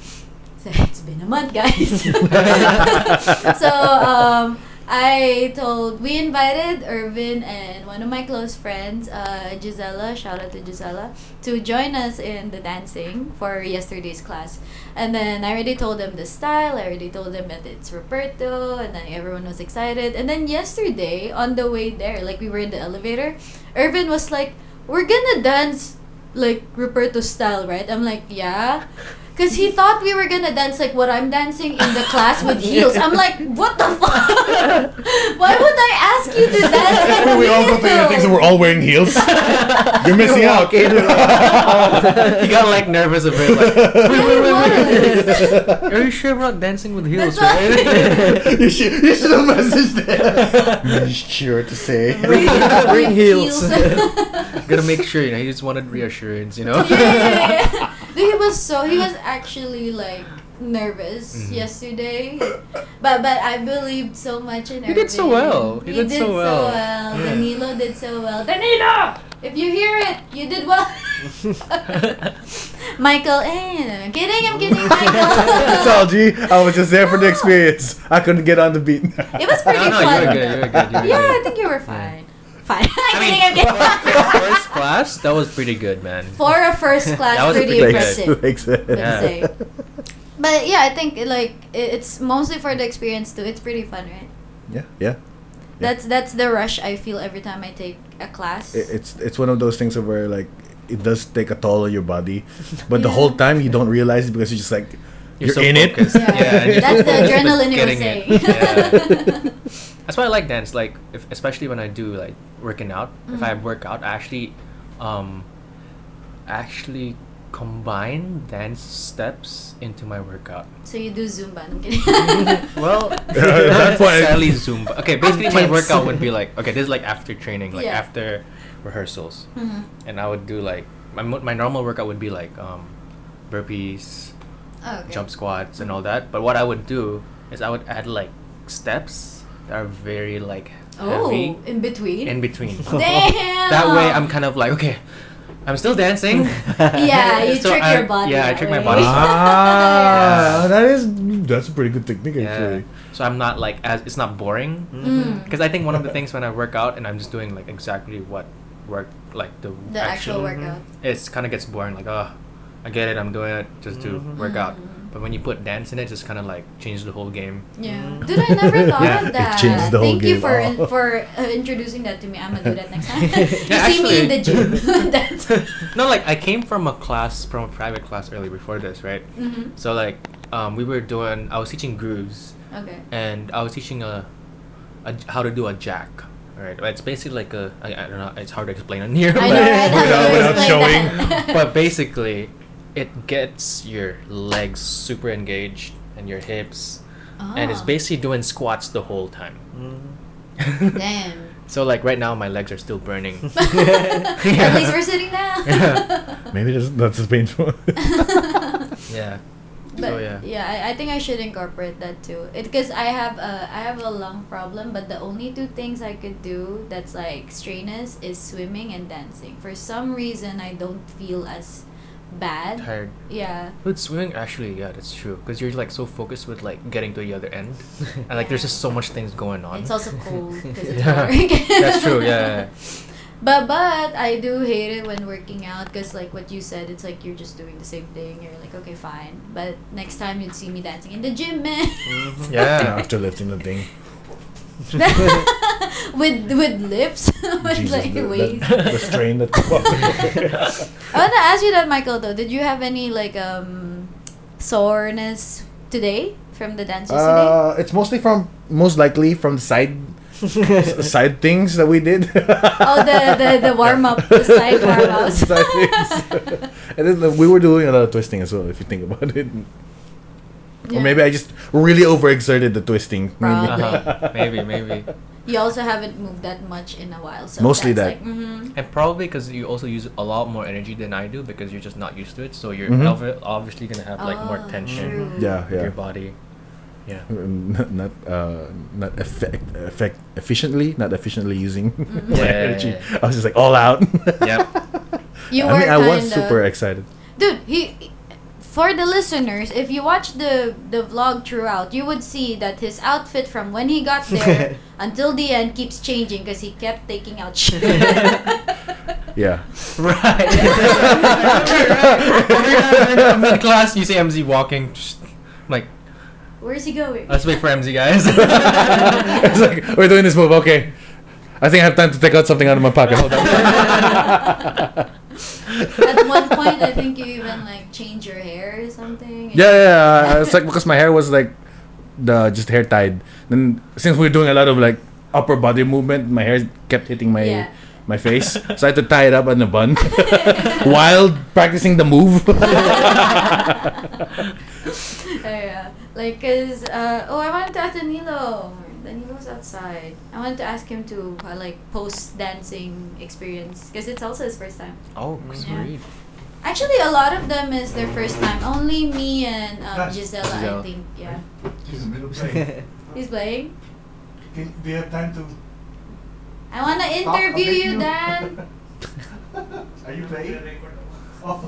S1: So it's been a month, guys. so um I told we invited Irvin and one of my close friends, uh, Gisela. Shout out to Gisela to join us in the dancing for yesterday's class. And then I already told them the style, I already told them that it's Roberto, and then everyone was excited. And then yesterday, on the way there, like we were in the elevator, Irvin was like, We're gonna dance like Roberto style, right? I'm like, Yeah. Cause he thought we were gonna dance like what I'm dancing in the class with heels. I'm like, what the fuck? Why would I ask you to dance? Like a
S2: we all go to
S1: weirdo?"
S2: the things and we're all wearing heels. You're missing out.
S4: walking around.
S3: he got like nervous a bit. Like,
S1: I was.
S3: Are you sure we're not dancing with
S1: That's
S3: heels,
S1: why-
S3: right?
S5: you should you should have messaged them.
S3: them.
S5: sure to say.
S4: Bring- bring heels.
S3: uh, Gotta make sure, you know, he just wanted reassurance, you know?
S1: yeah, yeah, yeah, yeah. Dude, he was so he was actually like nervous
S2: Mm-hmm.
S3: Mhm.
S1: yesterday, but but I believed so much in.
S3: He did so well. He did so well.
S1: well. Danilo did so well. Danilo, if you hear it, you did well. Michael, eh, I'm kidding, I'm kidding,
S5: it's
S1: Michael.
S5: all G. I was just there for the experience. I couldn't get on the beat.
S1: It was pretty
S3: no, no,
S1: fun.
S3: you were good, you were good, you were
S1: yeah, I
S3: good.
S1: think you were fine. Fine. I'm kidding, I'm kidding.
S3: First class, that was pretty good, man.
S1: For a first class,
S3: That was
S1: pretty
S3: pretty
S5: Thanks.
S1: impressive.
S5: Thanks.
S1: Yeah.
S3: say.
S1: But yeah, I think like i- it's mostly for the experience too. It's pretty fun, right?
S5: yeah, yeah.
S1: That's that's the rush I feel every time I take a class.
S5: It, it's it's one of those things of where like it does take a toll on your body, but the
S1: Yeah.
S5: whole time you don't realize it because you're just like
S3: You're
S5: you're,
S3: so
S5: in
S3: focused.
S5: it.
S1: yeah,
S3: Yeah, and you're
S1: that's
S3: just
S1: the adrenaline you're
S3: getting
S1: saying.
S3: it. Yeah. That's why I like dance. Like, if, especially when I do like working out. If I
S1: Mhm.
S3: work out, I actually, um, actually combine dance steps into my workout.
S1: so you do Zumba. I'm kidding.
S3: Well,
S5: At that
S3: not
S5: point-
S3: necessarily Zumba. Okay, basically my
S4: Dance.
S3: workout would be like okay, this is like after training, like
S1: Yeah.
S3: after rehearsals,
S1: Mhm.
S3: and I would do like my mo- my normal workout would be like um, burpees,
S1: Oh, okay.
S3: jump squats, and all that. But what I would do is I would add like steps that are very like
S1: Oh,
S3: heavy
S1: in between.
S3: in between.
S1: Damn.
S3: that way I'm kind of like okay i'm still dancing
S1: Yeah, you
S3: So
S1: trick
S3: I-
S1: your body.
S3: yeah, I
S1: that
S3: trick my
S1: way.
S3: body.
S5: ah,
S3: Yeah.
S5: that is that's a pretty good technique
S3: yeah
S5: actually.
S3: so i'm not like as it's not boring
S1: Mm.
S3: because i think one of the things when i work out and i'm just doing like exactly what work like the,
S1: The actual workout.
S3: it's kind of gets boring like oh i get it i'm doing it just do
S4: Mhm.
S3: workout
S1: Mm.
S3: but when you put dance in it just kind of like change the whole game
S1: Yeah.
S4: Mm.
S1: Dude, I never thought
S3: Yeah,
S1: of
S5: it
S1: that.
S5: changed the whole
S1: Thank you
S5: game.
S1: for
S5: Oh.
S1: in, for uh, introducing that to me. I'm gonna do that next time. you
S3: Yeah,
S1: see me in the
S3: actually-
S1: gym. That's.
S3: no like i came from a class from a private class early before this right
S1: hmm
S3: so like um, we were doing i was teaching grooves
S1: Okay.
S3: and I was teaching a, a j- how to do a jack. Right, it's basically like a I, I don't know. It's hard to explain on here,
S1: I
S3: but,
S1: know, right?
S5: Without-
S1: How do you
S5: without
S1: explain
S5: showing.
S1: that?
S3: but basically, it gets your legs super engaged and your hips, and it's
S1: Ah.
S3: basically doing squats the whole time.
S4: Mm.
S1: Damn.
S3: so like right now, my legs are still burning.
S1: At least we're sitting down.
S3: Yeah.
S5: Maybe that's that's as painful.
S3: yeah,
S1: But
S3: So, Oh, yeah.
S1: I, I think I should incorporate that too. It because I have a I have a lung problem, but the only two things I could do that's like strenuous is swimming and dancing. For some reason, I don't feel as bad.
S3: tired.
S1: Yeah.
S3: With swimming, actually, yeah, that's true. Cause you're like so focused with like getting to the other end, and like there's
S1: Yeah.
S3: just so much things going on.
S1: It's also cold 'cause it's
S3: Yeah.
S1: boring.
S3: that's true. Yeah, yeah,
S1: But but I do hate it when working out because like what you said, it's like you're just doing the same thing. You're like okay, fine. But next time you'd see me dancing in the gym, man.
S3: Mhm.
S5: Yeah,
S3: Yeah.
S5: after lifting the thing.
S1: with with lips, with
S5: Jesus,
S1: like
S5: the,
S1: waist.
S5: that, the strain that comes off.
S1: I want to ask you that, Michael. Though, did you have any like um soreness today from the dances
S5: Uh, it's mostly from most likely from the side s- side things that we did.
S1: Oh, the- the- the warm-up, the side warm-ups.
S5: Side things. and then the- we were doing a lot of twisting as well, if you think about it.
S1: today? Yeah.
S5: Or maybe I just really overexerted the twisting. Maybe.
S1: Probably.
S3: Uh-huh. Maybe, maybe.
S1: you also haven't moved that much in a while. So
S5: Mostly
S1: that's
S5: that.
S1: Like, mhm.
S3: And probably because you also use a lot more energy than I do because you're just not used to it. So you're
S5: Mhm.
S3: obvi- obviously gonna have like more
S1: Oh,
S3: tension
S1: true.
S5: Yeah,
S3: in
S5: yeah.
S3: your body. Yeah.
S5: Not not, uh, not effect, effect efficiently, not efficiently using
S1: Mhm.
S5: my
S3: Yeah, yeah,
S5: energy. I
S3: yeah.
S5: was just like all out.
S3: Yep.
S1: You
S5: I
S1: were
S5: mean, I was
S1: kinda-
S5: super excited.
S1: dude he for the listeners if you watch the the vlog throughout you would see that his outfit from when he got there until the end keeps changing because he kept taking out shit
S5: Yeah.
S3: right. Every time I'm in class, you see MZ walking. psst, I'm like,
S1: where's he going
S3: let's wait for MZ, guys.
S5: it's like we're doing this move. Okay, I think I have time to take out something out of my pocket. Hold on.
S1: at one point i think you even like change your hair or something
S5: Yeah, yeah, yeah. It's like because my hair was like the just hair tied. Then since we were doing a lot of like upper body movement, my hair kept hitting my
S1: Yeah.
S5: my face. so I had to tie it up in a bun while practicing the move.
S1: yeah. Like, cause uh, oh, I wanted to ask Danilo. Danilo's outside. I wanted to ask him to uh, like post dancing experience because it's also his first time.
S3: Oh, sweet.
S1: Actually, a lot of them is their first time. Only me and um, Gisela,
S3: Gisela.
S1: I think. Yeah,
S7: She's in the middle plane.
S1: he's playing.
S7: Can, do you have time to
S1: I wanna
S7: talk a
S1: interview
S7: bit,
S1: you, Dan.
S7: Are you playing? Oh.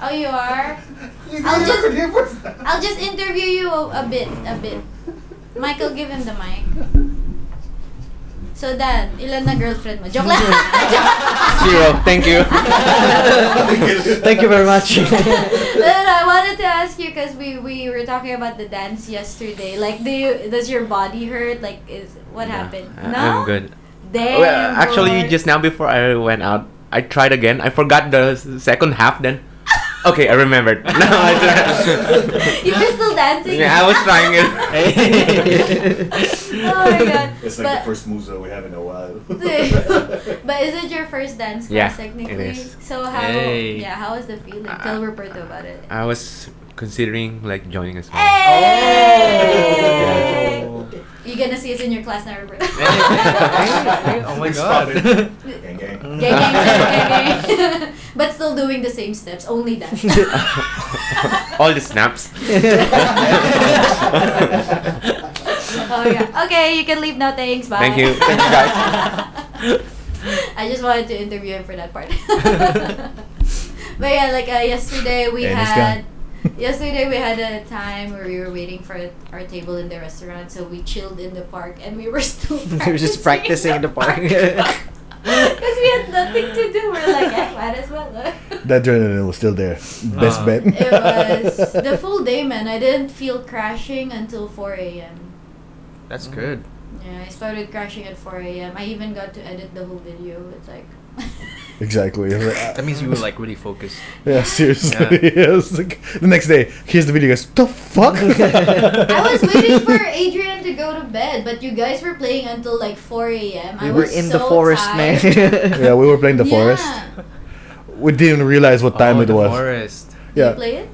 S1: Oh, you are.
S7: you
S1: I'll
S7: didn't
S1: just-
S7: record here first.
S1: I'll just interview you a, a bit, a bit. Michael, give him the mic. So Dan, ilan na girlfriend mo? Joke lang.
S4: Zero. Thank you. Thank you very much.
S1: No, no, no, I wanted to ask you because we, we were talking about the dance yesterday. Like, do you, does your body hurt? Like, is what happened?
S8: I-
S1: no,
S8: Uh, I'm good.
S1: Damn,
S8: well, actually,
S1: boy.
S8: just now before I went out, I tried again. I forgot the s- second half. Then, okay, I remembered. No, I
S1: you were still dancing.
S8: yeah, I was trying it.
S1: oh my god!
S7: It's like
S1: but,
S7: the first moves that we have in a while.
S1: but is it your first dance
S8: Yeah,
S1: class technically?
S8: it is.
S1: So how?
S3: Hey.
S1: Yeah, how was the feeling? Tell Roberto about it.
S8: I was considering like joining as well.
S1: Hey!
S8: Oh.
S1: You gonna see us in your class now, Roberto.
S3: oh my
S7: Stop
S3: god.
S7: it. gang, gang.
S1: Gang, gang, gang, gang, gang. but still doing the same steps, only that.
S8: All the snaps.
S1: oh yeah. Okay, you can leave now. Thanks. Bye.
S8: Thank you. Thank you,
S1: guys. I just wanted to interview him for that part. but yeah, like uh, yesterday we
S5: And he's
S1: had.
S5: gone.
S1: Yesterday we had a time where we were waiting for our table in the restaurant, so we chilled in the park and we were still
S4: We were just practicing in the park.
S1: because we had nothing to do. We're like, eh, might as well.
S5: that adrenaline was still there. Best
S3: Ah.
S5: bet.
S1: it was the full day, man. I didn't feel crashing until 4 a.m.
S3: That's good.
S1: Yeah, I started crashing at 4 a.m. I even got to edit the whole video. It's like.
S5: Exactly. I was like, ah.
S3: That means you were like really focused.
S5: Yeah, seriously. It was like- the next day, here's the video. Guys, the fuck.
S1: I was waiting for Adrian to go to bed, but you guys were playing until like 4 a.m. I
S4: we were
S1: was
S4: in
S1: so
S4: the forest,
S1: tired.
S4: man.
S5: yeah, we were playing the
S1: yeah.
S5: forest. We didn't realize what time
S3: oh,
S5: it
S3: the
S5: was.
S3: Forest.
S1: Yeah. You
S5: Yeah.
S1: play it?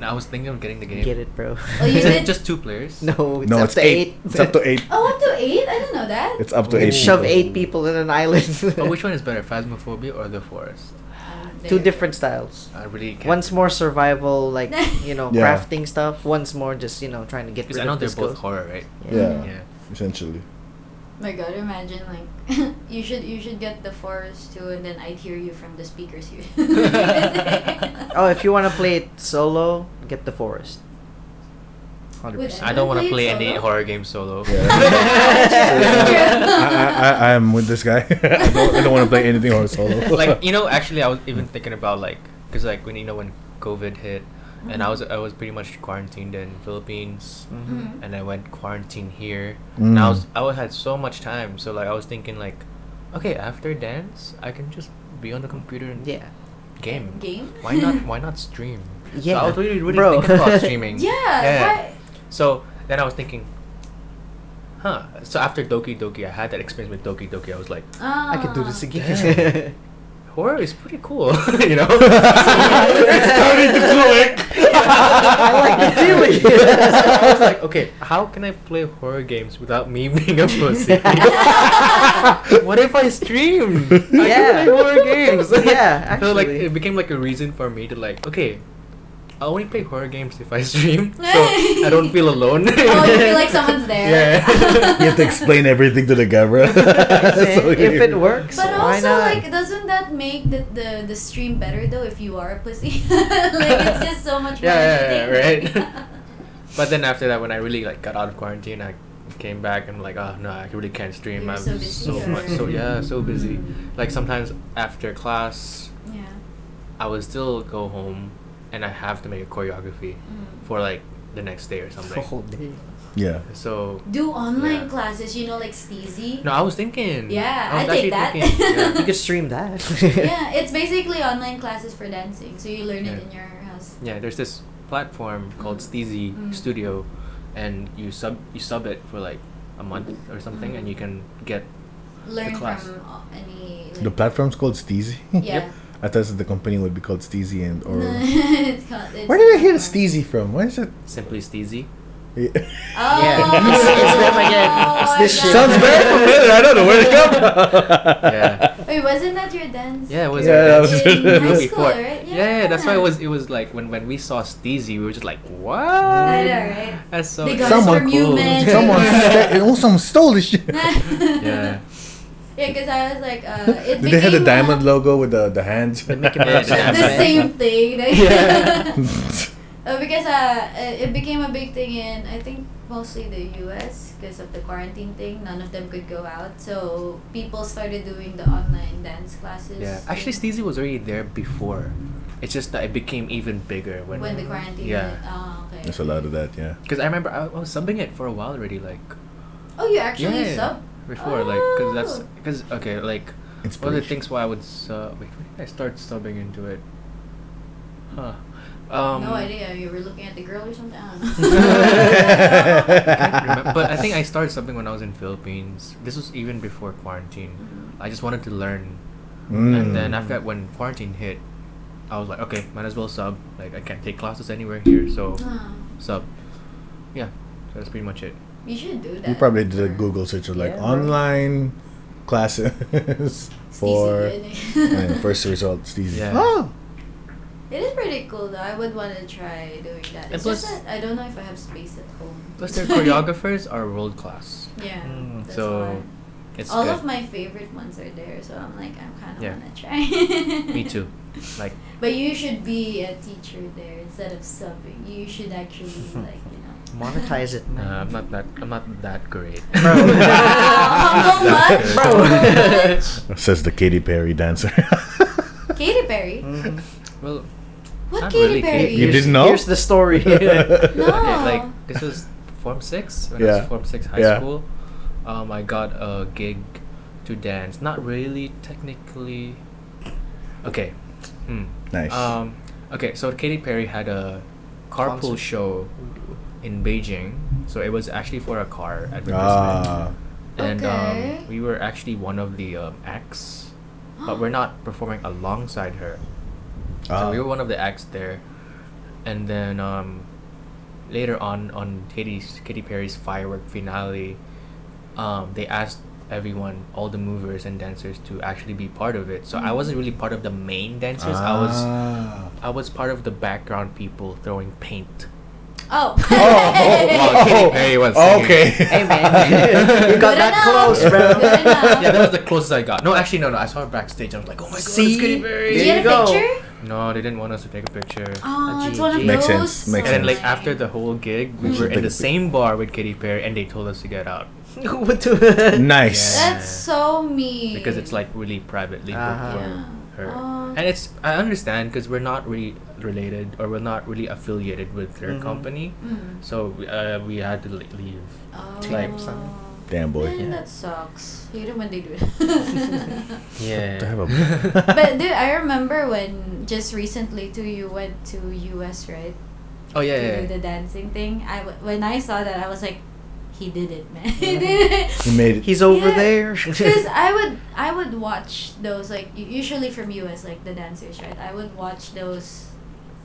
S3: I was thinking of getting the game.
S4: Get it, bro.
S1: Oh, you
S3: Is
S1: did?
S3: it just two players?
S4: No, it's
S5: no,
S4: up
S5: it's
S4: to
S5: eight.
S4: eight.
S5: It's up to eight.
S1: Oh, up to 8? I didn't know that.
S5: It's up to
S3: Oh.
S5: eight.
S4: Shove
S5: people.
S4: eight people in an island.
S3: But Oh, which one is better, Phasmophobia or The Forest?
S1: Um,
S4: Two
S1: there.
S4: different styles.
S3: I really can't.
S4: One's more survival, like you know,
S5: Yeah.
S4: crafting stuff. One's more just you know trying to get
S3: Because
S4: rid
S3: I know
S4: of
S3: they're
S4: this
S3: both
S4: ghost.
S3: horror, right?
S5: Yeah.
S3: Yeah.
S5: Essentially.
S1: My God, imagine like you should you should get the forest too, and then I'd hear you from the speakers here.
S4: Oh, if you want to play it solo, get the forest. Hundred
S1: With
S4: percent.
S3: I don't want to
S1: Play
S3: play
S1: it
S3: any
S1: solo?
S3: horror game solo.
S5: I, I, I am with this guy. I don't, I don't want to play anything horror solo.
S3: like you know, actually, I was even thinking about like, cause like when you know when COVID hit, and I was I was pretty much quarantined in Philippines,
S1: Mhm.
S3: and I went quarantine here. And I was I was- had so much time, so like I was thinking like, okay, after dance, I can just be on the computer and
S4: Yeah.
S3: game.
S1: Game?
S3: Why not? Why not stream? So
S4: Yeah,
S3: I was really really
S4: bro.
S3: thinking about streaming.
S1: Yeah. why-
S3: So then I was thinking, huh. So after Doki Doki, I had that experience with Doki Doki. I was like,
S4: I could do this
S1: Ah.
S4: again.
S3: horror is pretty cool, you know.
S5: it started to click.
S4: I like the feeling.
S3: I was like, okay, how can I play horror games without me being a pussy? what if I stream? I
S4: Yeah.
S3: can play horror games.
S4: Yeah,
S3: So like,
S4: actually.
S3: it became like a reason for me to like, okay, I only play horror games if I stream, so I don't feel
S1: Oh,
S3: alone.
S1: you feel like someone's there.
S3: Yeah.
S5: You have to explain everything to the camera. So
S4: if
S5: weird.
S4: it works,
S1: But
S4: why
S1: also,
S4: not?
S1: like, doesn't that make the, the the stream better though? If you are a pussy, like it's just so much.
S3: Yeah, yeah, yeah,
S1: entertaining.
S3: right. But then after that, when I really like got out of quarantine, I came back and like, oh no, I really can't stream.
S1: You were
S3: I'm
S1: so busy or-
S3: much, so yeah, so busy. Like sometimes after class,
S1: yeah.
S3: I would still go home, and I have to make a choreography
S1: Mm.
S3: for like the next day or something.
S4: whole day.
S5: Yeah.
S3: So
S1: Do online
S3: Yeah.
S1: classes, you know, like Steezy.
S3: no, I was thinking.
S1: Yeah,
S3: I was
S1: I take
S3: actually
S1: that.
S4: You
S3: Thinking,
S4: could stream that.
S1: yeah, it's basically online classes for dancing. So you learn it
S3: Yeah.
S1: in your house.
S3: yeah. yeah, there's this platform called Steezy
S1: Mm.
S3: Studio,
S1: Mm.
S3: and you sub you sub it for like a month or something, and you can get
S1: learn
S3: The class.
S1: from uh, any. Like,
S5: The platform's called Steezy.
S1: Yeah.
S5: I thought that the company would be called Steezy and or.
S1: No, it's called- it's
S5: Where did I hear
S1: platform.
S5: Steezy from? Where is it?
S3: Simply Steezy.
S1: Oh,
S4: Yeah, it's- it's them again. It's
S1: oh,
S4: this
S1: I
S4: shit.
S1: got
S5: Sounds
S1: it.
S5: very familiar. I don't know where it come.
S3: Yeah.
S1: Wait, wasn't that your dance?
S3: Yeah, it was
S5: Yeah,
S3: our
S5: that
S3: dance
S5: was-
S1: in
S5: Ruby
S1: high
S3: Ruby
S1: school,
S3: Court.
S1: right?
S3: Yeah. yeah, that's why it was. It was like when when we saw Steezy, we were just like, what?
S1: I know, right?
S3: That's so.
S1: They got
S5: Someone
S1: us from you,
S3: cool.
S1: man.
S5: Someone, sta- someone stole this shit.
S1: yeah.
S3: Yeah.
S1: Yeah, because I was like, uh, it
S5: Did they have the
S1: became,
S5: diamond
S1: uh,
S5: logo with the, the hands?
S4: Mickey
S3: Mouse
S1: the
S3: Yeah.
S1: same thing. Like,
S3: Yeah.
S1: Uh, because uh, uh, it became a big thing in I think mostly the U.S. because of the quarantine thing. None of them could go out, so people started doing the online dance classes.
S3: Yeah. Actually,
S1: thing
S3: Steezy was already there before. It's just that it became even bigger when.
S1: when, the quarantine.
S3: Yeah.
S1: hit. Oh, okay.
S5: There's a lot of that, yeah.
S3: Because I remember I, I was subbing it for a while already, like
S1: Oh, you Oh. actually
S3: Yeah.
S1: sub?
S3: before, like because that's because okay, like one of the
S5: Inspiration.
S3: things why I would sub. Wait, when did I start subbing into it? Huh. Um,
S1: Oh. no idea. You were looking at the girl or something. I don't know.
S3: can't remember, but I think I started something when I was in Philippines. This was even before quarantine. I just wanted to learn, and then
S5: Mm.
S3: after when quarantine hit, I was like, okay, might as well sub. Like I can't take classes anywhere here, so
S1: Ah,
S3: sub. Yeah, so that's pretty much it.
S1: you should do that.
S5: You probably did a
S1: for
S5: Google search of like
S4: Yeah, bro.
S5: online classes
S1: Steezy
S5: for.
S1: Bid.
S5: and first result, Steezy.
S3: Yeah.
S5: Oh!
S1: It is pretty cool though. I would want to try doing that.
S3: And
S1: It's just
S3: plus-
S1: that I don't know if I have space at home.
S3: Plus, their choreographers are world class.
S1: yeah.
S3: Mm,
S1: that's
S3: so
S1: why.
S3: It's
S1: all
S3: good.
S1: of my favorite ones are there, so I'm like I'm kind of
S3: Yeah.
S1: want to try.
S3: Me too. Like
S1: But you should be a teacher there instead of subbing. You should actually like you know
S4: Monetize it,
S3: nah,
S4: man.
S3: I'm not that. I'm not that great.
S4: Bro.
S1: Humble much?
S4: Bro.
S1: Humble much?
S5: Says the Katy Perry dancer.
S1: Katy Perry.
S4: Mm. Mm-hmm.
S3: well,
S1: What
S3: Not
S1: Katy
S3: really,
S1: Perry?
S5: You didn't know?
S4: Here's the story.
S1: No.
S3: okay, like this was form six when I
S5: Yeah.
S3: was form six high
S5: Yeah.
S3: school. Um, I got a gig to dance. Not really technically. Okay. Hmm.
S5: nice.
S3: Um, okay, so Katy Perry had a carpool
S4: Concert.
S3: show in Beijing. So it was actually for a car advertisement.
S5: ah.
S3: and
S1: Okay.
S3: um, we were actually one of the um, acts, but we're not performing alongside her.
S5: ah.
S3: So we were one of the acts there, and then um, later on on Katy's, Katy Perry's firework finale, um, they asked everyone, all the movers and dancers, to actually be part of it. So I wasn't really part of the main dancers. I was
S5: Ah.
S3: I was part of the background people throwing paint.
S1: Oh.
S5: oh,
S3: Wow, Katy Perry was singing.
S5: okay.
S4: hey, man. you got
S1: Good
S4: that
S1: enough.
S4: close, bro.
S1: Good enough.
S3: Yeah, that was the closest I got. No, actually, no, no. I saw her backstage. I was like, oh my god, it's
S4: See?
S3: Katy
S1: Did
S3: Perry.
S1: you get a
S4: There you go.
S1: picture?
S3: No, they didn't want us to take a picture.
S1: Oh,
S4: A
S1: it's one of
S4: GG.
S5: Makes
S1: those.
S5: sense, makes
S3: And then,
S5: sense.
S3: like after the whole gig, we
S5: Mhm.
S3: were in
S5: Take a
S3: the
S5: pic-
S3: same bar with Katy Perry, and they told us to get out
S4: what the?
S5: Nice.
S3: Yeah.
S1: That's so mean.
S3: because it's like really privately booked
S4: Ah.
S3: for
S1: Yeah.
S3: her.
S1: Oh.
S3: And it's I understand because we're not really related or we're not really affiliated with their
S4: Mm-hmm.
S3: company,
S1: Mm.
S3: so we- uh, we had to like, leave.
S1: Oh.
S3: Like-
S5: Damn boy.
S1: Man,
S3: Yeah.
S1: that sucks. Hate it when they do that.
S3: Yeah.
S5: To have a-
S1: but dude, I remember when just recently too you went to US right
S3: oh yeah,
S1: to
S3: yeah.
S1: do
S3: yeah.
S1: the dancing thing. I w- when I saw that I was like, he did it, man.
S3: Mm-hmm.
S1: he did it.
S5: He made it.
S4: He's over
S1: Yeah.
S4: there.
S1: Because I would I would watch those like u- usually from US like the dancers right I would watch those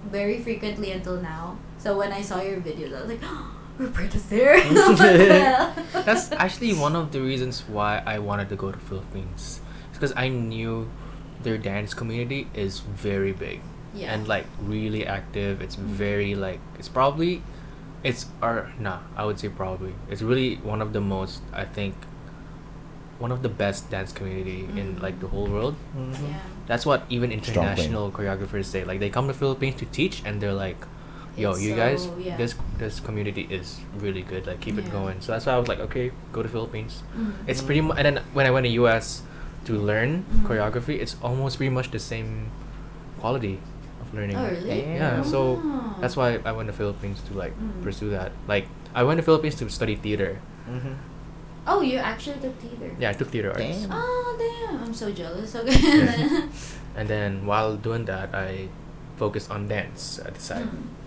S1: very frequently until now so when I saw your videos I was like Roberta's there what the hell?
S3: That's actually one of the reasons why I wanted to go to Philippines, because I knew their dance community is very big.
S1: yeah
S3: and like really active. It's very like it's probably it's or nah, I would say probably. It's really one of the most I think one of the best dance community in
S1: Mhm.
S3: like the whole world.
S1: yeah
S3: That's what
S5: Strong
S3: even
S5: link.
S3: international choreographers say. Like they come to Philippines to teach and they're like Yo,
S1: It's
S3: you guys,
S1: so- yeah.
S3: this this community is really good. Like, keep it
S1: Yeah.
S3: going. So that's why I was like, okay, go to Philippines.
S1: Mhm.
S3: It's pretty much, and then when I went to US to learn
S1: Mhm.
S3: choreography, it's almost pretty much the same quality of learning.
S1: oh really
S3: Yeah, so
S1: Oh.
S3: that's why I went to Philippines to like
S1: Mm.
S3: pursue that. Like I went to Philippines to study theater.
S4: Mhm.
S1: oh you actually took theater
S3: Yeah, I took theater arts.
S4: Damn.
S1: oh damn I'm so jealous okay
S3: And then while doing that, I focused on dance at the side.
S1: Mm.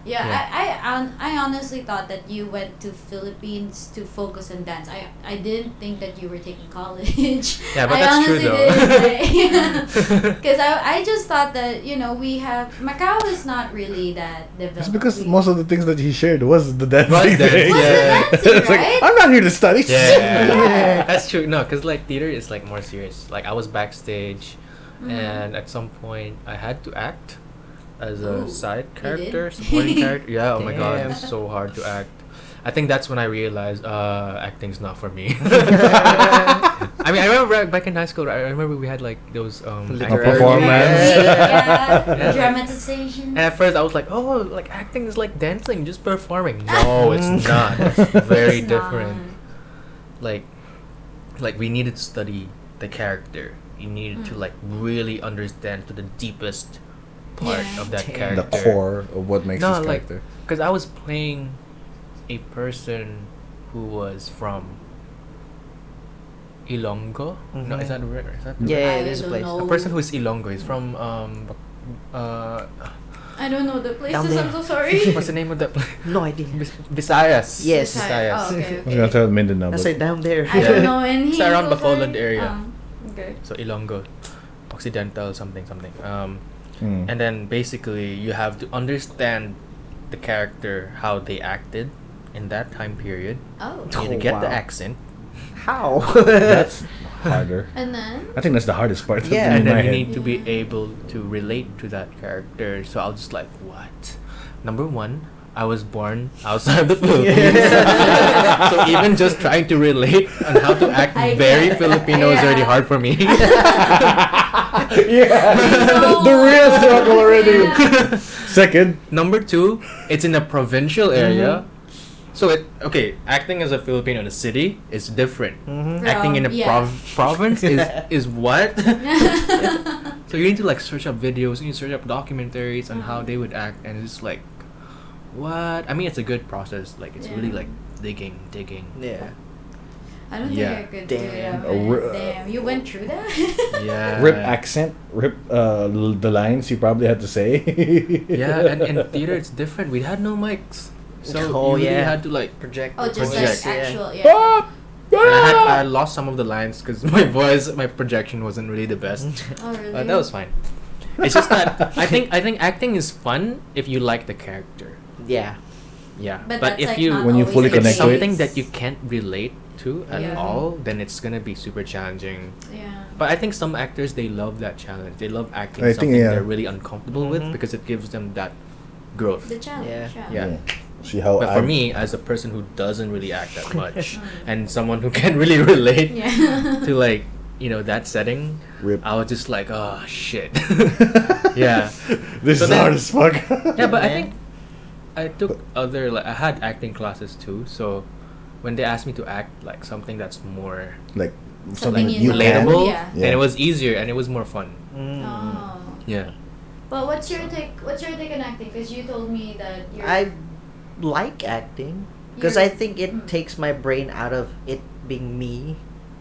S1: Yeah,
S3: Yeah.
S1: I I, hon- I honestly thought that you went to Philippines to focus on dance. I I didn't think that you were taking college.
S3: Yeah,
S1: I
S3: but that's true
S1: honestly
S3: though.
S1: didn't, Because I, I just thought that you know we have Macau is not really that developed.
S5: It's because most of the things that he shared was the dancing
S3: Was dancing,
S5: thing.
S1: Was the yeah. dancing,
S5: It's like,
S1: right?
S5: I'm not here to study.
S3: yeah, that's true. No, because like theater is like more serious. Like I was backstage,
S1: Mm-hmm.
S3: and at some point I had to act as
S1: Ooh,
S3: a
S1: you
S3: side
S1: did?
S3: character, supporting character. Yeah. Oh my god,
S4: Damn.
S3: it's so hard to act. I think that's when I realized uh, acting's not for me. I mean, I remember back- back in high school. I remember we had like those um,
S4: Literary.
S3: acting-
S5: performance.
S1: yeah,
S3: Yeah.
S1: dramatization.
S3: And at first, I was like, "Oh, like acting is like dancing, just performing." No, it's not. It's very
S1: It's
S3: different.
S1: not.
S3: like like we needed to study the character you needed to
S1: Mm.
S3: like really understand to the deepest part
S1: Yeah.
S3: of that
S4: Damn.
S5: The
S3: character
S5: core of what makes
S3: No,
S5: his
S3: like-
S5: character.
S3: because i was playing a person who was from ilongo no
S1: Mm-hmm.
S4: Mhm.
S3: is that the word is that the
S4: Yeah,
S1: I
S4: there's a
S1: don't
S4: place.
S1: know.
S3: word? a person who is ilongo is from um uh
S1: I don't know the places.
S4: Down there.
S1: I'm so sorry.
S3: what's the name of that place
S4: No idea.
S3: Bis- bisayas
S4: Yes.
S1: Sorry.
S3: bisayas
S1: Oh, okay,
S5: I'm gonna
S1: okay.
S5: tell Minden now.
S4: That's
S5: but-
S4: like down there.
S1: I
S3: Yeah.
S1: don't know any.
S3: It's around
S1: so
S3: Bacolod
S1: sorry.
S3: area.
S1: Um, okay.
S3: so ilongo occidental something something um
S5: Mm.
S3: and then basically you have to understand the character how they acted in that time period
S1: Oh.
S3: you need to
S4: Oh,
S3: get the
S4: wow.
S3: accent
S4: How?
S5: That's harder.
S1: And then.
S5: I think that's the hardest part.
S4: Yeah.
S5: in my
S3: and then you
S5: head.
S3: need to be
S1: Yeah.
S3: able to relate to that character so i was just like what number one i was born outside the philippines
S4: Yeah.
S3: so even just trying to relate on how to act
S1: I
S3: very
S1: get it.
S3: filipino is already
S1: Yeah.
S3: hard for me
S5: yeah, the real struggle already. Second,
S3: Number two, it's in a provincial area.
S4: Mm-hmm.
S3: So it okay, acting as a Filipino in a city is different.
S4: Mhm.
S3: Acting in a
S1: From- yeah.
S3: prov- province is is what?
S1: Yeah.
S3: so you need to like search up videos and you search up documentaries on
S1: Uh-huh.
S3: how they would act and it's like what? I mean it's a good process. Like it's really
S1: Yeah.
S3: like digging, digging.
S4: yeah.
S1: I don't think
S3: Yeah.
S1: I could
S4: Damn.
S1: do
S5: A
S1: it.
S5: ri-
S1: Damn, you went through that.
S3: Yeah.
S5: rip accent, rip uh, l- the lines you probably had to say.
S3: Yeah, and in theater it's different. We had no mics. So
S4: Oh,
S3: you really
S4: yeah.
S3: had to like
S4: Project.
S1: Oh, just
S3: Project.
S1: like actual. Yeah.
S5: Ah!
S3: And I, had,
S5: Ah!
S3: I lost some of the lines because my voice, my projection wasn't really the best.
S1: Oh, really?
S3: But that was fine. It's just that I think I think acting is fun if you like the character.
S4: Yeah.
S3: Yeah.
S1: But,
S3: But,
S1: that's
S3: if
S1: like
S3: you
S1: not
S5: When you
S1: always
S5: fully
S1: the
S3: if it's
S5: connect to it.
S3: something that you can't relate to at
S1: Yeah.
S3: all, then it's gonna be super challenging.
S1: Yeah.
S3: But I think some actors they love that challenge. They love acting
S5: I think,
S3: something
S5: yeah.
S3: they're really uncomfortable
S4: Mhm.
S3: with because it gives them that growth.
S1: Mm-hmm. The challenge.
S4: Yeah.
S1: Yeah.
S3: Yeah.
S5: See how
S3: But for
S5: I'm-
S3: me, as a person who doesn't really act that much
S1: Mm.
S3: and someone who can't really relate
S1: Yeah.
S3: to like, you know, that setting,
S5: rip.
S3: I was just like, oh shit. yeah.
S5: This
S3: So
S5: is
S3: then-
S5: hard as fuck.
S3: Yeah, but I
S4: Yeah.
S3: think I took other like I had acting classes too. So when they asked me to act like something that's more
S5: like
S1: Something
S5: something that you
S1: can.
S3: relatable,
S1: Yeah.
S3: then
S5: Yeah.
S3: it was easier and it was more fun.
S4: Mm.
S1: Oh.
S3: Yeah.
S1: But what's your take? What's your take on acting? Because you told me that you're.
S4: I like acting because
S1: you're-
S4: I think it
S1: Mm.
S4: takes my brain out of it being me,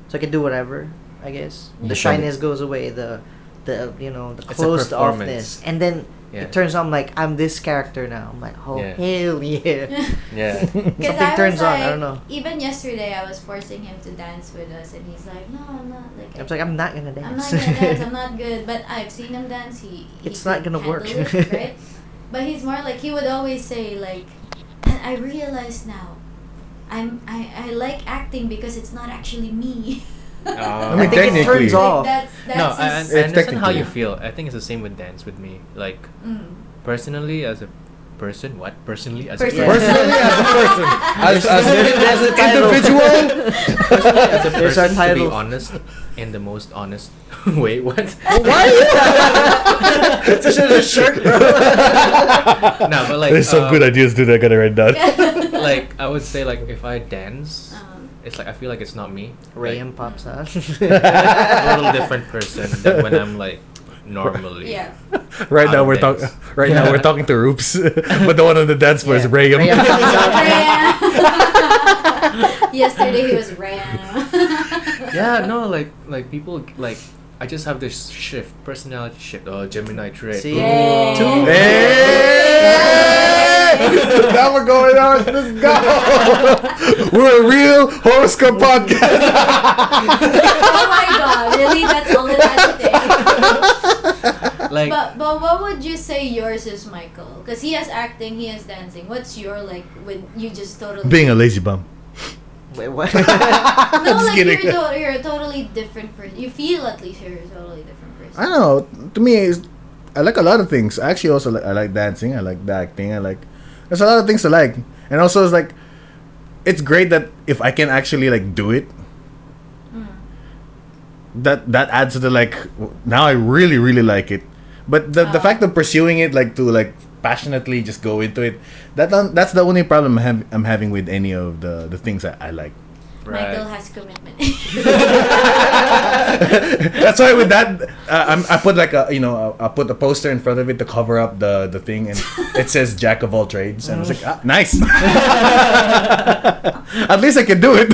S4: so I can do whatever. I guess
S5: Yeah.
S4: the
S5: Sure.
S4: shyness goes away. The the you know the
S3: a
S4: closed
S3: performance.
S4: offness, and then
S3: Yeah.
S4: it turns out I'm like I'm this character now. I'm like oh
S3: Yeah.
S4: hell yeah.
S3: Yeah.
S1: Because
S4: Something
S1: I
S4: turns
S1: was
S4: on, I
S1: like,
S4: don't know.
S1: Even yesterday, I was forcing him to dance with us, and he's like, "No, I'm not like."
S4: I'm like I'm not gonna
S1: I'm not
S4: dance.
S1: gonna dance. I'm not good. But I've seen him dance. He. he
S4: It's not
S1: could
S4: gonna work.
S1: handle it, right? But he's more like he would always say like, and I realize now, I'm I, I like acting because it's not actually me.
S3: Ah.
S5: I mean,
S4: I think it
S5: technically-
S4: turns off.
S1: That's, that's
S3: no, I, I
S1: his-
S5: It's
S3: understand how you
S5: technically-
S3: feel. I think it's the same with dance with me. Like
S1: Mm.
S3: personally, as a person, what personally as
S1: Person.
S3: a person,
S5: Personally, as a person, as, as,
S4: There's a
S5: an
S4: title.
S5: individual,
S3: personally as a
S4: There's our
S3: person, to be
S4: title.
S3: honest, in the most honest way. What?
S4: Why? It's just a shirt, bro.
S3: no, but like
S5: there's some
S3: um,
S5: good ideas, dude. I gotta write down.
S3: like I would say like if I dance,
S1: Um,
S3: it's like I feel like it's not me.
S4: Rayam pops out.
S3: Like, a little different person than when I'm like normally.
S1: yeah.
S5: right now
S3: Out
S5: we're
S3: of
S5: talking.
S3: dance.
S5: Right now we're talking to Roops, but the one on the dance floor is
S4: Yeah.
S5: Rayam.
S4: Rayam comes
S1: Ram. Yesterday he was Ram.
S3: Yeah, no, like like people like I just have this shift, personality shift. Oh, Gemini trait. Ooh.
S4: See?
S1: Yay.
S3: Two.
S5: Hey! now we're going on. Let's go. we're a real horoscope podcast.
S1: oh my god, really? That's all it has today.
S3: like
S1: but but what would you say yours is, Michael? Because he has acting, he has dancing. What's your like when you just totally
S5: Being a lazy bum.
S4: Wait, what?
S1: no,
S5: just
S1: like
S5: kidding.
S1: you're, to- you're a totally different person. You feel at least you're a totally different person.
S5: I don't know. To me, it's, I like a lot of things. I actually also like, I like dancing. I like the acting. I like there's a lot of things I like, and also it's like it's great that if I can actually like do it,
S1: Mm.
S5: that that adds to the like w- now I really really like it. But the, the
S1: Ah.
S5: fact of pursuing it like to like passionately just go into it that don't- that's the only problem I'm, hav- I'm having with any of the the things I, I like.
S1: Michael
S3: right.
S1: has commitment.
S5: That's why with that, uh, I'm, I put like a you know I I put a poster in front of it to cover up the the thing, and it says Jack of all trades, and I was like, ah, nice. At least I can do it.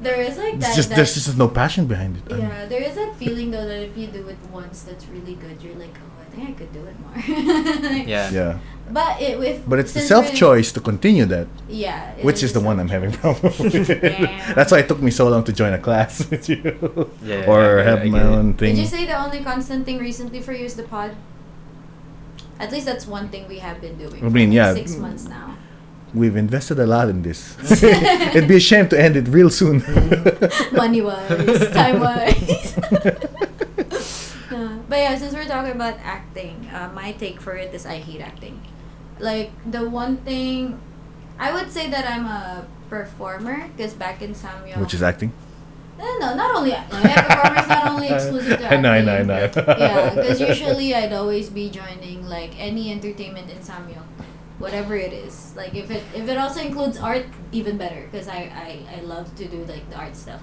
S1: there is like that.
S5: it's just
S1: that
S5: there's just no passion behind it.
S1: yeah, there is that feeling though that if you do it once, that's really good. You're like, oh, I think I could do it more.
S3: yeah.
S5: yeah.
S1: But it with
S5: But it's the
S1: since we're-
S5: self choice to continue that,
S1: Yeah. it
S5: which is the one I'm having problem with.
S1: Yeah.
S5: That's why it took me so long to join a class with you,
S3: Yeah,
S5: or
S3: I get it, I
S5: have my
S3: get it.
S5: own thing.
S1: Did you say the only constant thing recently for you is the pod? At least that's one thing we have been doing.
S5: I mean,
S1: for
S5: yeah.
S1: Six months now.
S5: We've invested a lot in this. It'd be a shame to end it real soon.
S1: Money wise, time wise. Uh, but yeah, since we're talking about acting, uh, my take for it is I hate acting. Like the one thing, I would say that I'm a performer because back in Samuel,
S5: Which is acting.
S1: no, Eh, no, not only yeah, performers not only exclusive to
S5: I
S1: acting.
S5: know, I know, I know.
S1: yeah, because usually I'd always be joining like any entertainment in Samyok, whatever it is. Like if it if it also includes art, even better because I, I I love to do like the art stuff.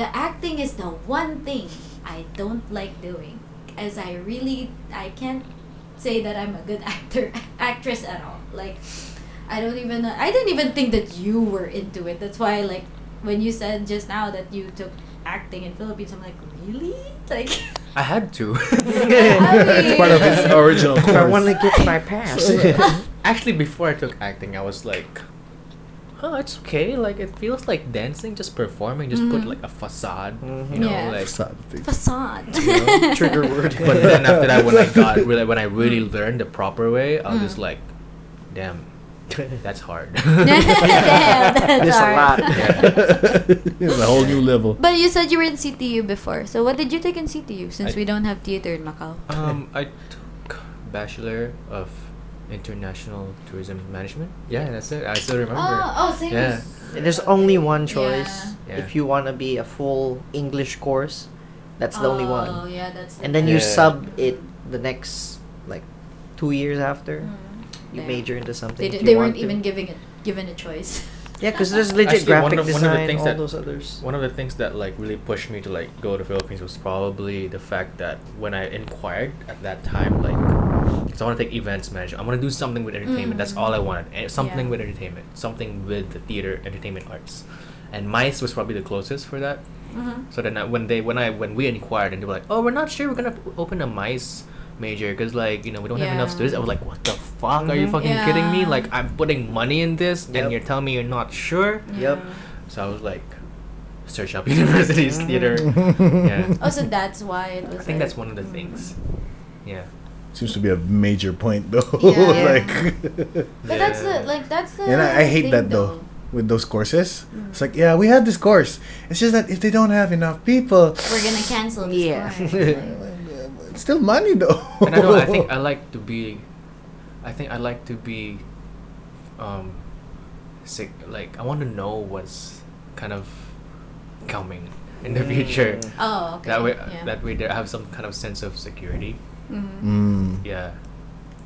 S1: The acting is the one thing I don't like doing, as I really I can't say that I'm a good actor actress at all. Like I don't even know, I didn't even think that you were into it. That's why like when you said just now that you took acting in Philippines, I'm like really like.
S3: I had to.
S5: It's part of his original
S4: I want
S5: course.
S4: to get my pass.
S3: Actually, before I took acting, I was like, "Oh, it's okay. Like it feels like dancing, just performing, just put
S1: Mhm.
S3: like a facade,
S4: Mhm.
S3: you know,
S1: Yeah.
S3: like."
S5: Sad thing.
S1: facade.
S4: Trigger word.
S3: But then after that, when I got really, when I really learned the proper way, I was just
S1: Mm.
S3: like, "Damn, that's hard."
S1: Damn, that's
S4: There's a
S1: hard.
S4: lot.
S5: it's a whole new level.
S1: But you said you were in CTU before. So what did you take in CTU since
S3: I-
S1: we don't have theater in Macau?
S3: um, I took Bachelor of International Tourism Management. Yeah, that's it. I still remember.
S1: Oh, oh, same.
S3: Yeah.
S4: There's only one choice.
S3: Yeah.
S4: If you want to be a full English course, that's the only
S1: Oh,
S4: one.
S1: yeah, that's.
S4: And then you
S3: Yeah.
S4: sub it the next, like, two years after.
S1: Mm.
S4: You
S1: Yeah.
S4: major into something.
S1: They,
S4: if
S1: d-
S4: you
S1: they weren't
S4: want to.
S1: even giving it given a choice.
S4: Yeah, because there's legit
S3: Actually, one
S4: graphic
S3: of- one of the
S4: design,
S3: things
S4: all
S3: that-
S4: those others.
S3: One of the things that like really pushed me to like go to Philippines was probably the fact that when I inquired at that time, like, because I want to take events management, I want to do something with entertainment. That's all I wanted, and something
S1: Mm. Yeah.
S3: with entertainment, something with the theater, entertainment arts, and mice was probably the closest for that.
S1: Mm-hmm.
S3: So then I, when they when I when we inquired and they were like, oh, we're not sure we're gonna p- open a mice major because like you know we don't have enough
S1: Yeah. Mm-hmm.
S3: students. I was like, what the fuck? Are you fucking kidding me?
S1: Yeah.
S3: Like I'm putting money in this,
S4: Yep.
S3: and you're telling me you're not sure.
S4: Yep.
S3: So I was like, search up universities theater. yeah,
S1: Oh, so that's why it was.
S3: I think
S1: like-
S3: that's one of the things. Yeah,
S5: Seems to be a major point though.
S1: Yeah.
S5: like
S1: But that's the
S3: Yeah.
S1: like that's the.
S5: And I, I hate
S1: thing, Mm.
S5: that though. With those courses. It's like, yeah, we had this course. It's just that if they don't have enough people
S1: We're gonna cancel. This
S4: Yeah.
S1: one. Like,
S5: it's still money though.
S3: and I know I think I like to be, I think I like to be, um, sick. Like I want to know what's kind of coming in the future.
S1: oh, okay.
S3: That way, uh,
S1: yeah.
S3: that way, there I have some kind of sense of security.
S1: Mhm.
S5: Mm.
S3: Yeah,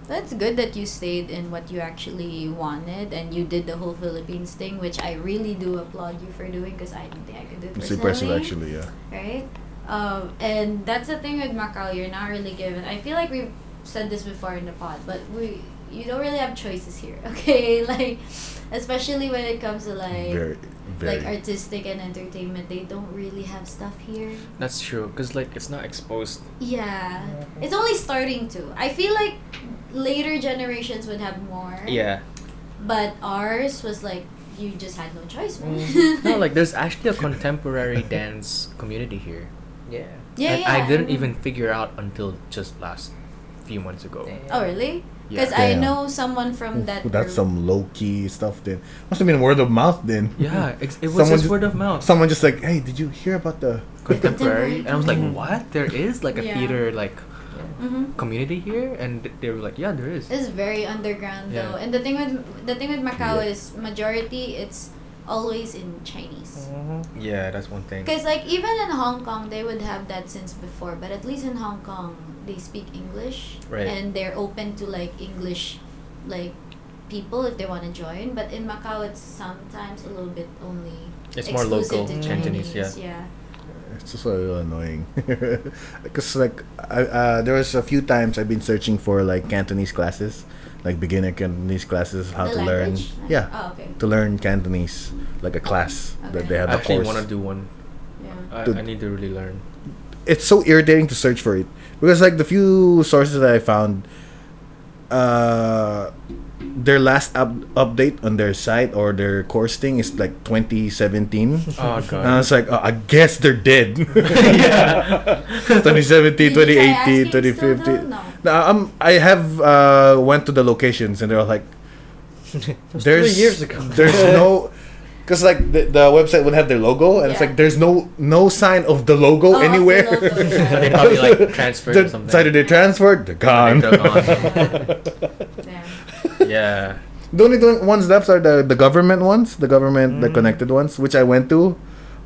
S1: That's good that you stayed in what you actually wanted and you did the whole Philippines thing, which I really do applaud you for doing because I didn't think I could do it
S5: It's
S1: personally.
S5: impressive actually, yeah.
S1: Right? Um, and that's the thing with Macau, you're not really given. I feel like we've said this before in the pod, but we you don't really have choices here, okay? Like, especially when it comes to like
S5: Very very
S1: like artistic and entertainment, they don't really have stuff here.
S3: that's true. Cause like it's not exposed.
S1: Yeah, it's only starting to. I feel like later generations would have more.
S3: Yeah.
S1: But ours was like you just had no choice, man.
S3: Mm. No, like there's actually a contemporary dance community here.
S4: Yeah.
S1: yeah,
S3: that
S1: yeah.
S3: I didn't even figure out until just last few months ago.
S1: Oh really?
S3: Yeah.
S1: Because I
S5: Damn.
S1: know someone from
S5: Ooh,
S1: that.
S5: that's
S1: group.
S5: some low key stuff. Then must have been word of mouth. Then
S3: Yeah, it's, it
S5: Someone
S3: was just
S5: just-
S3: word of mouth.
S5: someone just like, hey, did you hear about the?
S3: contemporary, and I was like,
S5: Mhm.
S3: "What? There is like a
S1: Yeah.
S3: theater like
S1: Mhm.
S3: community here?" And th- they were like, "Yeah, there is."
S1: It's very underground
S3: Yeah.
S1: though, and the thing with the thing with Macau is majority it's always in Chinese.
S5: Mm-hmm.
S3: Yeah, that's one
S5: Mm.
S3: thing.
S1: Because like even in Hong Kong, they would have that since before, but at least in Hong Kong, they speak English
S3: Right.
S1: and they're open to like English, like people if they want to join. But in Macau, it's sometimes a little bit only.
S3: It's more
S1: exclusive
S3: local
S1: to
S3: Cantonese, yeah.
S1: yeah.
S5: It's just so annoying. Because like I, uh, there was a few times I've been searching for like Cantonese classes, like beginner Cantonese classes, how
S1: The
S5: to
S1: language?
S5: learn. Yeah,
S1: Oh, okay.
S5: to learn Cantonese, like a class that
S1: Okay.
S5: they have. a
S3: I actually
S5: course.
S3: want to do one.
S1: Yeah.
S3: I,
S5: Dude.
S3: I need to really learn.
S5: it's so irritating to search for it because like the few sources that I found, uh, their last up- update on their site or their course thing is like 2017. And
S3: Oh
S5: I
S3: god.
S5: was like, oh, I guess they're dead.
S3: yeah.
S1: Did
S5: 2017,
S1: you try asking
S5: 2018,
S1: still though?
S5: 2015.
S1: No.
S5: No, um, I have uh went to the locations and they're like, there's
S4: three years ago.
S5: There's no, because like the, the website would have their logo and it's
S1: Yeah.
S5: like there's no no sign of the logo
S1: Oh, of the
S5: anywhere.
S1: logo, yeah. So
S3: they probably, like, transferred or
S5: The-
S3: something.
S5: It's either they transferred, they're gone.
S3: they're gone.
S1: Yeah.
S3: yeah.
S5: the only one- ones left are the the government ones, the government
S4: Mm.
S5: the connected ones, which I went to,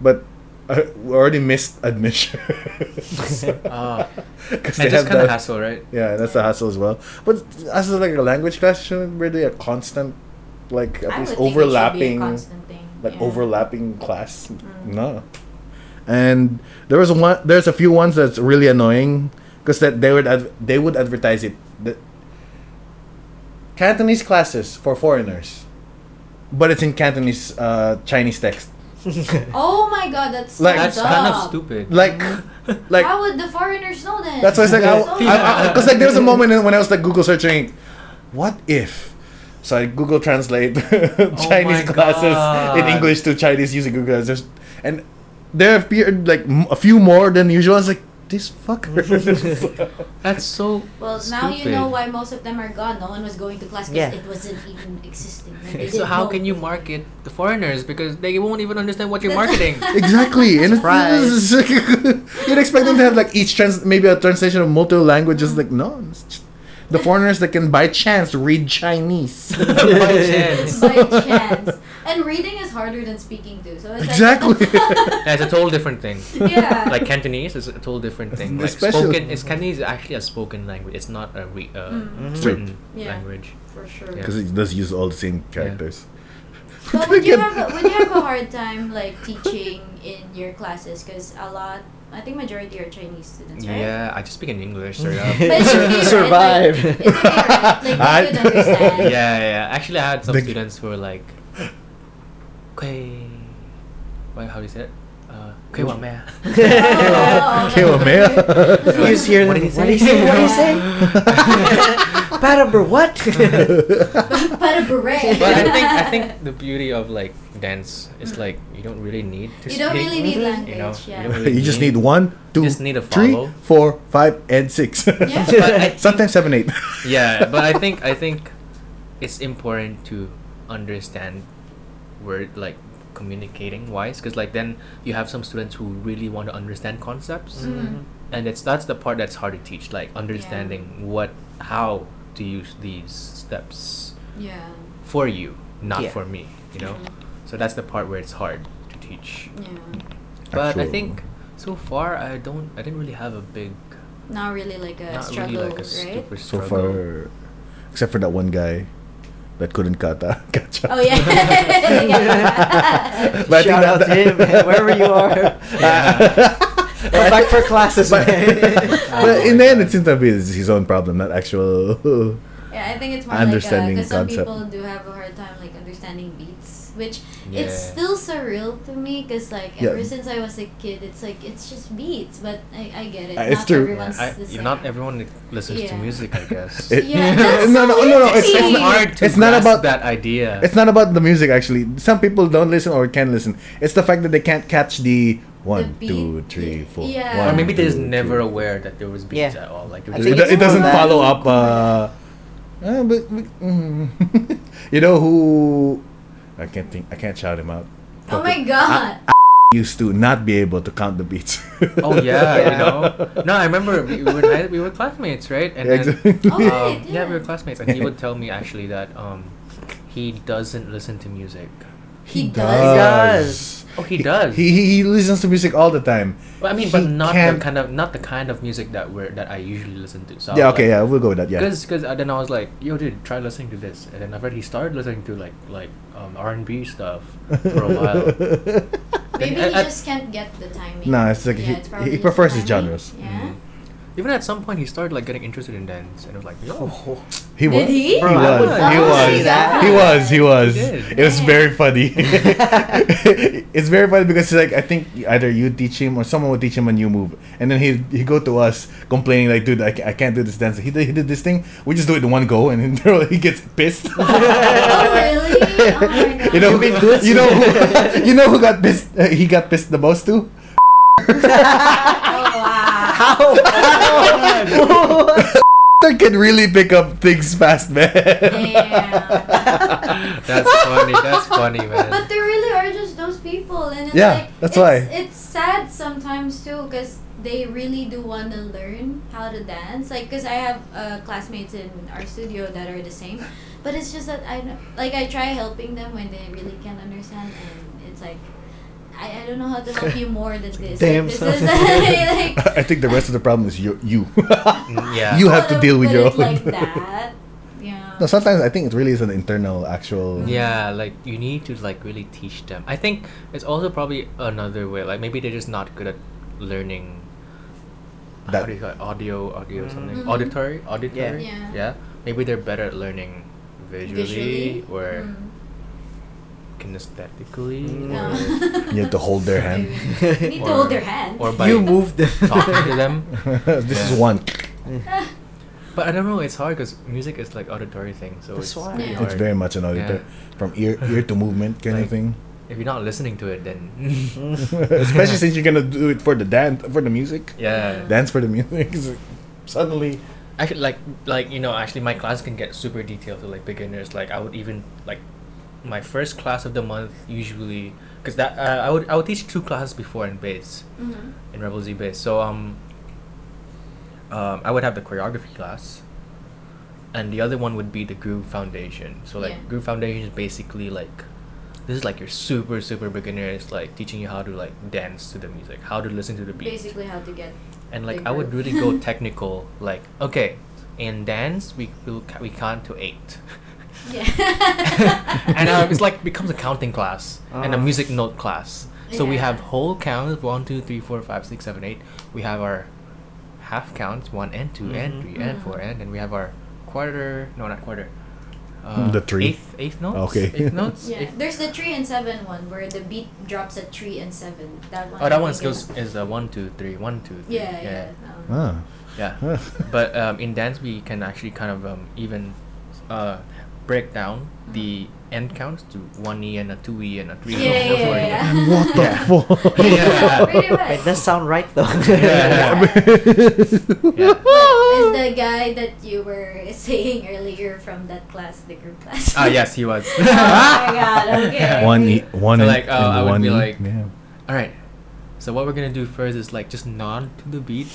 S5: but. I already missed admission.
S3: Oh.
S5: Because
S3: And just kind of hassle, right?
S5: Yeah, that's a hassle as well. But as like a language class, shouldn't really a constant, like at
S1: I would think it should be
S5: least
S1: a
S5: overlapping,
S1: constant thing,
S5: like
S1: yeah. Mm.
S5: overlapping class. No. And there was one. There's a few ones that's really annoying because that they would adv- they would advertise it. The Cantonese classes for foreigners, but it's in Cantonese uh, Chinese text.
S1: Oh my god, that's so
S5: Like-
S3: That's
S1: dumb.
S3: kind of stupid.
S5: Like,
S1: Mm-hmm.
S5: like
S1: How would the foreigners know then?
S5: That's why it's like,
S1: That's so dumb.
S5: because like there was a moment in- when I was like Google searching, what if? So I Google Translate Chinese
S3: Oh my
S5: classes in
S3: God.
S5: English to Chinese using Google Translate, and there appeared like m- a few more than usual. I was like, this fucker.
S3: That's so.
S1: Well, now you
S3: stupid.
S1: know why most of them are gone. No one was going to class because
S4: Yeah.
S1: it wasn't even existing.
S3: So how can you market the foreigners because they won't even understand what you're marketing?
S5: exactly, and
S4: Surprise.
S5: it's, you'd expect them to have like each trans maybe a translation of multiple languages. Like no, it's just the foreigners that can by chance read Chinese.
S3: By chance.
S1: By chance. And reading is harder than speaking too. So it's
S5: exactly.
S3: That's a total different thing.
S1: Like, yeah.
S3: Like Cantonese is a total different thing. Like
S5: Especially-
S3: spoken, it's Cantonese is actually a spoken language. It's not a re, uh,
S1: Mm.
S5: True.
S3: written
S1: Yeah.
S3: language.
S1: for sure.
S3: Yeah.
S5: Because it does use all the same characters.
S1: But would you have a, would you have a hard time like teaching in your classes? Because a lot, I think majority are Chinese students, right?
S3: Yeah, I just speak in English. straight up.
S1: But it's okay, right?
S4: Survive.
S1: Like, it's okay, right? Like,
S5: I-
S1: you could understand.
S3: yeah, yeah. Actually, I had some
S5: The-
S3: students who were like, "Kui, wait, how do you say it? Uh, "Kui wa mea."
S1: Oh, okay.
S5: Kill a man.
S4: You just hear
S3: What
S4: them,
S3: did he
S4: What did he
S3: say?
S4: say? What did he
S5: Yeah.
S4: say? Parabur, what?
S1: But a beret.
S3: But I think I think the beauty of like dance is like you don't really need to.
S1: Mm. you don't
S3: speak,
S1: really need
S4: Mhm.
S1: language.
S3: You know,
S1: yeah.
S3: you don't
S5: you just need one, two,
S3: just need a
S5: three,
S3: follow.
S5: four, five, and six.
S1: Yeah.
S3: But I think-
S5: Sometimes seven, eight.
S3: yeah, but I think I think it's important to understand word like communicating wise because like then you have some students who really want to understand concepts
S1: Mm.
S3: and it's that's the part that's hard to teach like understanding what how to use these steps
S1: Yeah.
S3: for you not
S4: Yeah.
S3: for me you know so that's the part where it's hard to teach
S1: Mm-hmm. Yeah.
S3: but i
S5: Actual-
S3: think so far i don't i didn't really have a big
S1: Not really like a
S3: not
S1: struggle,
S3: really like a
S1: right?
S3: super
S5: So
S3: struggle
S5: far, except for that one guy that couldn't kata, catch
S1: Oh
S5: up.
S1: yeah. yeah.
S5: But I think
S4: Shout out
S5: that-
S4: to him, man, wherever you are.
S3: Yeah.
S4: Come back for classes,
S5: But,
S4: man.
S5: but in the end, it seems to be his own problem, not actual.
S1: Yeah, I think it's more
S5: Understanding
S1: like because some
S5: concept.
S1: people do have a hard time like understanding beats. which it's
S3: Yeah.
S1: still surreal to me because like
S5: Yeah.
S1: ever since I was a kid, it's like it's just beats, but I, I get it.
S5: Uh, it's
S1: not
S5: true.
S1: Everyone's
S3: I,
S1: the same.
S3: not everyone listens to
S1: Yeah.
S3: music, I guess.
S5: It-
S1: Yeah, that's
S5: no, no, no, no.
S1: weird
S5: It's,
S1: to
S5: it's,
S1: me.
S5: not,
S3: hard to
S5: it's not
S3: grasp
S5: about
S3: that idea.
S5: It's not about the music actually. Some people don't listen or can listen. It's the fact that they can't catch the one,
S1: beat.
S5: two, three, four.
S1: Yeah.
S5: one,
S3: or maybe they're just
S5: two, three.
S3: never aware that there was beats
S4: Yeah.
S3: at all. Like
S4: I
S5: It,
S4: think
S5: it,
S4: it's
S5: it doesn't
S4: more that-
S5: follow up. Uh, uh, but, but, mm. you know who? I can't think. I can't shout him out.
S1: Oh my god.
S5: Used to not be able to count the beats.
S3: oh yeah,
S4: Yeah.
S3: you know. No, I remember we were ni- we were classmates, right? And
S5: Yeah, exactly.
S1: Oh, right,
S3: um, yeah, we were classmates, and he would tell me actually that um, he doesn't listen to music.
S1: he
S4: does.
S1: does.
S3: Oh, he does.
S5: He, he, he listens to music all the time.
S3: Well, I mean,
S5: He
S3: but not
S5: can't-
S3: the kind of not the kind of music that we're that I usually listen to. So
S5: Yeah, okay, yeah, we'll go with that. Yeah.
S3: Because uh, then I was like, yo, dude, try listening to this, and then I've already started listening to like like um, R and B stuff for a while.
S1: Maybe he
S3: And I- I-
S1: just can't get the timing.
S5: No, it's like he-
S1: probably
S5: he
S1: just
S5: prefers his
S1: timing.
S5: genres. Mm-hmm.
S1: Yeah.
S3: Even at some point, he started like getting interested in dance, and I was like, yo,
S5: He
S1: Did
S5: was.
S1: he?
S3: Bro,
S5: he
S3: I
S5: was.
S3: would-
S5: He
S3: I would
S5: was.
S4: see that.
S5: He was. He was.
S3: He did.
S5: It was very funny. it's very funny because it's like I think either you teach him or someone would teach him a new move, and then he he go to us complaining like, "Dude, I, ca- I can't do this dance." He did, he did this thing. We just do it in one go, and then he gets
S1: oh
S5: pissed.
S1: really? Oh my god.
S5: you know,
S4: You've been good.
S5: you know, who, you know who got pissed? Uh, he got pissed the most too.
S1: Oh wow. oh
S5: That can really pick up things fast, man.
S1: Damn.
S3: that's funny, that's funny, man.
S1: But there really are just those people, and it's
S5: Yeah,
S1: like it's,
S5: that's why.
S1: it's sad sometimes too, because they really do want to learn how to dance. Like, because I have uh, classmates in our studio that are the same, but it's just that I don't- like I try helping them when they really can't understand, and it's like. I, I don't know how to help you more than this.
S4: Damn,
S1: like, this
S4: son.
S1: is like,
S5: I think the rest of the problem is you. You.
S3: Mm, Yeah.
S5: You have to
S1: Wanna
S5: deal with
S1: put
S5: your
S1: it
S5: own.
S1: like that. Yeah.
S5: No, sometimes I think it really is an internal, actual.
S3: Yeah, like you need to like really teach them. I think it's also probably another way. Like maybe they're just not good at learning.
S5: That-
S3: how do you call it? Audio, audio, something
S1: Mhm.
S3: auditory, auditory.
S1: Yeah.
S3: Maybe they're better at learning visually,
S1: Visually.
S3: or
S1: Mm.
S3: kinesthetically,
S5: Mm.
S1: No.
S3: or,
S5: You have to hold their hand.
S1: You Mm. need to hold their hand.
S3: or by
S4: you moved the
S3: talking to them.
S5: this is
S3: Yeah.
S5: one.
S3: But I don't know. It's hard because music is like auditory thing, so it's
S4: That's why.
S3: really
S1: Yeah.
S5: It's
S3: hard.
S5: very much an auditor from ear ear to movement kind of
S3: Like-
S5: thing.
S3: If you're not listening to it, then
S5: Especially since you're gonna do it for the dance for the music,
S3: yeah.
S5: dance for the music. It's like, Suddenly,
S3: Actually, like like you know, actually my class can get super detailed to like beginners. Like I would even like my first class of the month usually because that uh, I would I would teach two classes before in bass
S1: Mhm.
S3: in Rebel Z bass. So um, um, I would have the choreography class, and the other one would be the groove foundation. So like
S1: Yeah.
S3: groove foundation is basically like this is like your super super beginners like teaching you how to like dance to the music, how to listen to the beat
S1: Basically, how to get.
S3: and
S1: Like
S3: like I would
S1: group.
S3: really go technical. Like okay, in dance we will ca- we count to eight,
S1: Yeah.
S3: and uh, it's like becomes a counting class and a
S4: Ah.
S3: music note class. So we
S1: Yeah.
S3: have whole counts one two three four five six seven eight. We have our half counts one and 2 and
S4: Mhm.
S3: 3 and four and then we have our quarter no not quarter. Uh,
S5: The three.
S3: eighth eighth notes
S5: Okay.
S3: eighth notes
S1: Yeah,
S3: eighth-
S1: there's the three and seven one where the beat drops at three and seven. That one.
S3: oh
S1: I
S3: that one's
S1: think
S3: goes is uh, one two three one two
S1: is-
S3: three
S1: Yeah, yeah. um,
S5: ah,
S3: yeah.
S5: huh.
S3: but um, in dance we can actually kind of um, even uh, break down the end counts to one e and a two e and a three
S1: Yeah,
S3: e and a four e.
S1: yeah, yeah.
S5: what the
S3: Yeah.
S5: fuck?
S3: Yeah.
S1: Pretty much.
S4: It does sound right though.
S3: Yeah. Yeah.
S5: Oh.
S1: But is the guy that you were saying earlier from that class, the group class?
S3: Ah yes, he was.
S1: oh my god. Okay.
S5: One e, one
S3: So,
S5: and-
S3: like, uh,
S5: and
S3: I would
S5: one
S3: be
S5: e.
S3: like-
S5: yeah.
S3: All right. So what we're gonna do first is like just nod to the beat,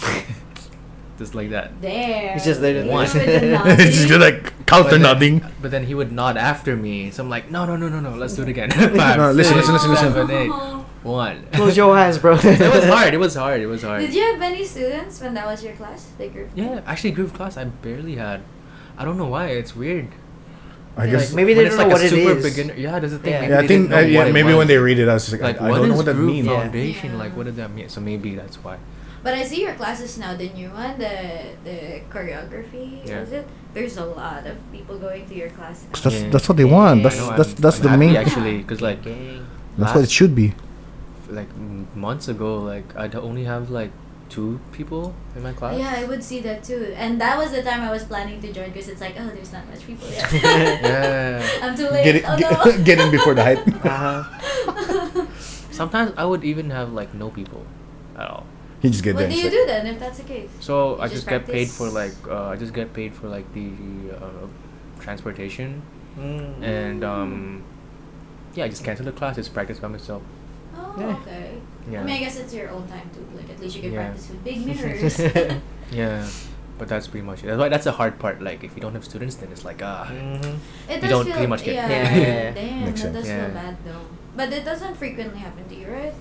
S3: just like that.
S1: There.
S4: He's just there to-
S1: One.
S3: um,
S5: it's just like counter
S3: But then-
S5: nodding.
S3: But then he would nod after me, so I'm like, no, no, no, no, no, let's do it again.
S5: No, listen,
S3: six,
S5: listen, listen, listen.
S3: seven, eight,
S1: Uh-huh.
S3: one.
S4: Close your eyes, bro.
S3: It was hard. It was hard. It was hard.
S1: Did you have many students when that was your class, the group?
S3: Yeah, actually, groove class I barely had. I don't know why. It's weird.
S5: I
S1: Like,
S5: guess.
S4: Maybe they
S3: When
S4: don't know what it is.
S3: beginner. Yeah, that's the thing.
S4: Yeah.
S3: maybe
S5: yeah, I
S3: they
S5: think
S3: didn't
S5: uh,
S3: know
S5: yeah,
S3: what it
S5: maybe when
S3: was.
S5: they read it, I was just like,
S3: like,
S5: I, I
S3: what
S5: don't know
S3: is
S5: what that
S3: groove
S5: means.
S4: Yeah.
S3: foundation? Like,
S1: Yeah.
S3: what does that mean? So maybe that's why.
S1: But I see your classes now, the new one, the the choreography.
S3: Yeah.
S1: Is it? There's a lot of people going to your class. now.
S5: 'Cause that's
S3: Yeah.
S5: that's what they want.
S1: Yeah.
S5: That's
S1: No,
S3: I'm-
S5: that's that's
S3: I'm
S5: the
S3: happy
S5: main.
S3: actually because like
S4: Gang.
S5: That's what it
S3: last-
S5: should be.
S3: like m- months ago like I'd only have like two people in my class.
S1: Yeah, I would see that too. And that was the time I was planning to join because it's like, oh, there's not much people yet.
S3: Yeah.
S1: I'm too late.
S5: Get it,
S1: oh, no.
S5: get, get in before the hype.
S4: Uh-huh.
S3: Sometimes I would even have like no people at all.
S5: You just get
S1: what
S5: there.
S1: do
S5: and
S1: you
S5: sit.
S1: do then if that's the case?
S3: So
S1: You
S3: I
S1: just
S3: just, get paid for like
S1: practice.
S3: uh, I just get paid for like the uh, transportation
S4: Mm.
S3: and um yeah I just cancel the classes practice by myself.
S1: Oh,
S4: Yeah.
S1: okay.
S3: uh, Yeah.
S1: I mean, I guess it's your own time too. Like at least you can
S3: Yeah.
S1: practice with big mirrors.
S3: Yeah, but that's pretty much it. That's why that's the hard part. Like if you don't have students, then it's like ah.
S4: Mhm.
S1: It
S3: You
S1: does
S3: don't
S1: feel,
S3: pretty much get-
S1: Mm-hmm. yeah,
S4: Yeah, yeah, yeah.
S1: Damn,
S5: Makes
S1: that
S5: sense.
S1: does feel
S3: Yeah.
S1: bad though. But it doesn't frequently happen to you, right?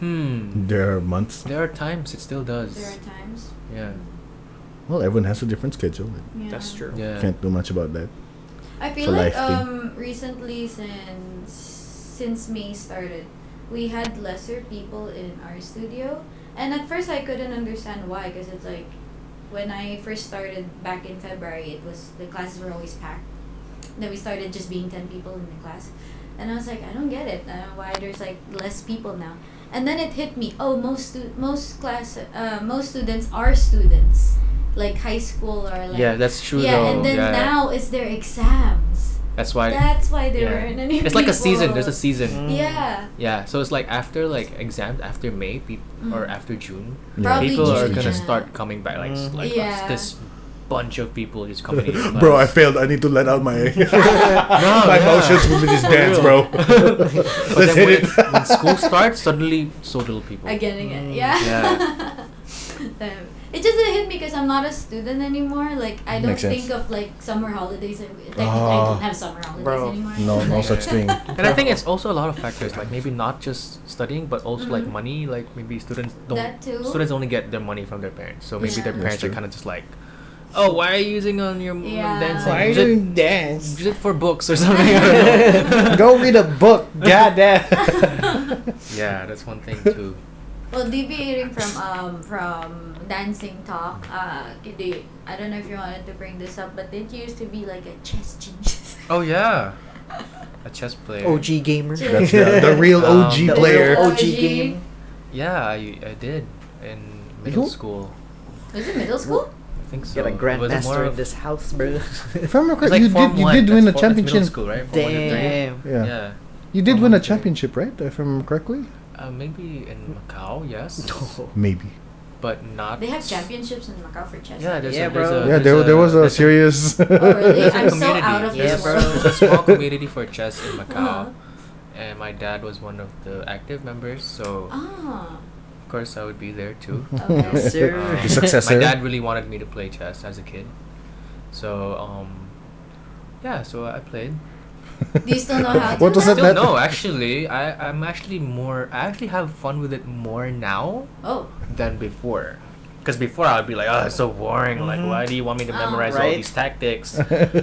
S3: Hmm.
S5: There are months.
S3: There are times it still
S1: There are
S3: does.
S1: times.
S3: Yeah.
S5: Well, everyone has a different schedule.
S1: Mm. Yeah.
S4: That's true.
S3: Yeah.
S5: Can't do much about that.
S1: I
S5: It's a
S1: feel like
S5: life thing.
S1: um recently since since May started, we had lesser people in our studio, and at first I couldn't understand why because it's like when I first started back in February, it was the classes were always packed. Then we started just being ten people in the class, and I was like, I don't get it. I don't know why there's like less people now. And then it hit me. Oh, most stu- most class uh, most students are students, like high school or like
S3: Yeah, that's true
S1: yeah,
S3: though.
S1: and then
S3: yeah.
S1: now it's their exams.
S3: that's why.
S1: That's why there
S3: yeah.
S1: weren't any.
S3: It's like a
S1: people.
S3: season. There's a season.
S4: Mm.
S1: Yeah,
S3: Yeah. So it's like after like exams after May peop or
S1: Mm.
S3: after June,
S5: Yeah.
S1: Probably
S3: people are
S1: June,
S3: gonna
S1: yeah.
S3: start coming back. Like s- like
S1: Yeah.
S3: this bunch of people just coming. into your
S5: Bro, I
S3: class.
S5: failed. I need to let out my my
S3: yeah.
S5: emotions with this dance, bro.
S3: But
S5: Let's
S3: then when,
S5: hit it.
S3: when school starts, suddenly so little people.
S1: I'm getting it.
S4: Mm,
S1: Yeah.
S3: yeah.
S1: Damn. it just didn't hit me because I'm not a student anymore. Like I don't
S5: Makes sense.
S1: think of like summer holidays. and- Technically, I
S5: Ah.
S1: don't have summer holidays
S4: Bro.
S1: anymore.
S5: No, no
S1: Like-
S5: such thing.
S3: And I think it's also a lot of factors, like maybe not just studying, but also like
S1: Mhm.
S3: money. Like maybe students don't.
S1: That too.
S3: Students only get their money from their parents, so maybe
S1: Yeah.
S3: their
S1: That's
S3: parents are
S5: true.
S3: kind of just like, "Oh, why are you using on your m-
S1: Yeah.
S3: dancing?
S1: Why are
S3: Use it-
S4: dance?
S3: use it for books or something." I don't know.
S4: Go read a book. God damn.
S3: Yeah, that's one thing too.
S1: Well, deviating from um from dancing talk, uh, do you- I don't know if you wanted to bring this up, but did you used to be like a chess genius?
S3: Oh yeah, a chess player.
S4: OG gamer.
S5: That's the, the real
S3: Um,
S5: OG
S4: The real
S5: player.
S4: OG
S1: OG.
S4: game.
S3: Yeah, I I did in middle
S5: You-
S3: school.
S1: Was it middle school?
S3: I think so.
S4: Get a
S3: It was more
S4: grandmaster in
S3: of-
S4: this house, bro.
S5: If I remember
S3: it was
S5: correctly,
S3: like
S5: you
S3: Form
S5: did you
S3: one.
S5: did win a
S3: That's form- that's middle
S5: championship.
S3: School, right? Form one to three.
S4: Damn.
S5: Yeah.
S3: yeah.
S5: you did win a
S3: Form one, two.
S5: championship, right? If I remember correctly,
S3: Uh, maybe in Macau, yes,
S5: maybe.
S3: but not.
S1: They have championships in Macau for chess.
S3: Yeah, there's
S4: Yeah,
S3: a, there's
S4: bro.
S3: a-
S5: yeah,
S3: Uh, there's
S5: there,
S3: a,
S5: there was a
S3: there's
S5: serious.
S1: Oh, really?
S3: There's a
S1: I'm so
S3: community.
S1: out of
S4: Yeah,
S1: this
S4: bro.
S1: world.
S3: There's a small community for chess in
S1: Uh-huh.
S3: Macau, and my dad was one of the active members, so
S1: Ah,
S3: of course I would be there too.
S1: okay.
S4: Yes, sir.
S3: Um,
S5: The successor.
S3: My dad really wanted me to play chess as a kid, so um, yeah, so I played.
S1: Do you still know how to
S5: What was
S1: play?
S5: it
S3: Still,
S5: that?
S3: no, actually, I I'm actually more. I actually have fun with it more now
S1: Oh,
S3: than before. Because before I'd be like, oh, it's so boring. Like,
S4: Mhm.
S3: why do you want me to
S1: Oh.
S3: memorize all
S4: Ah, Right.
S3: these tactics?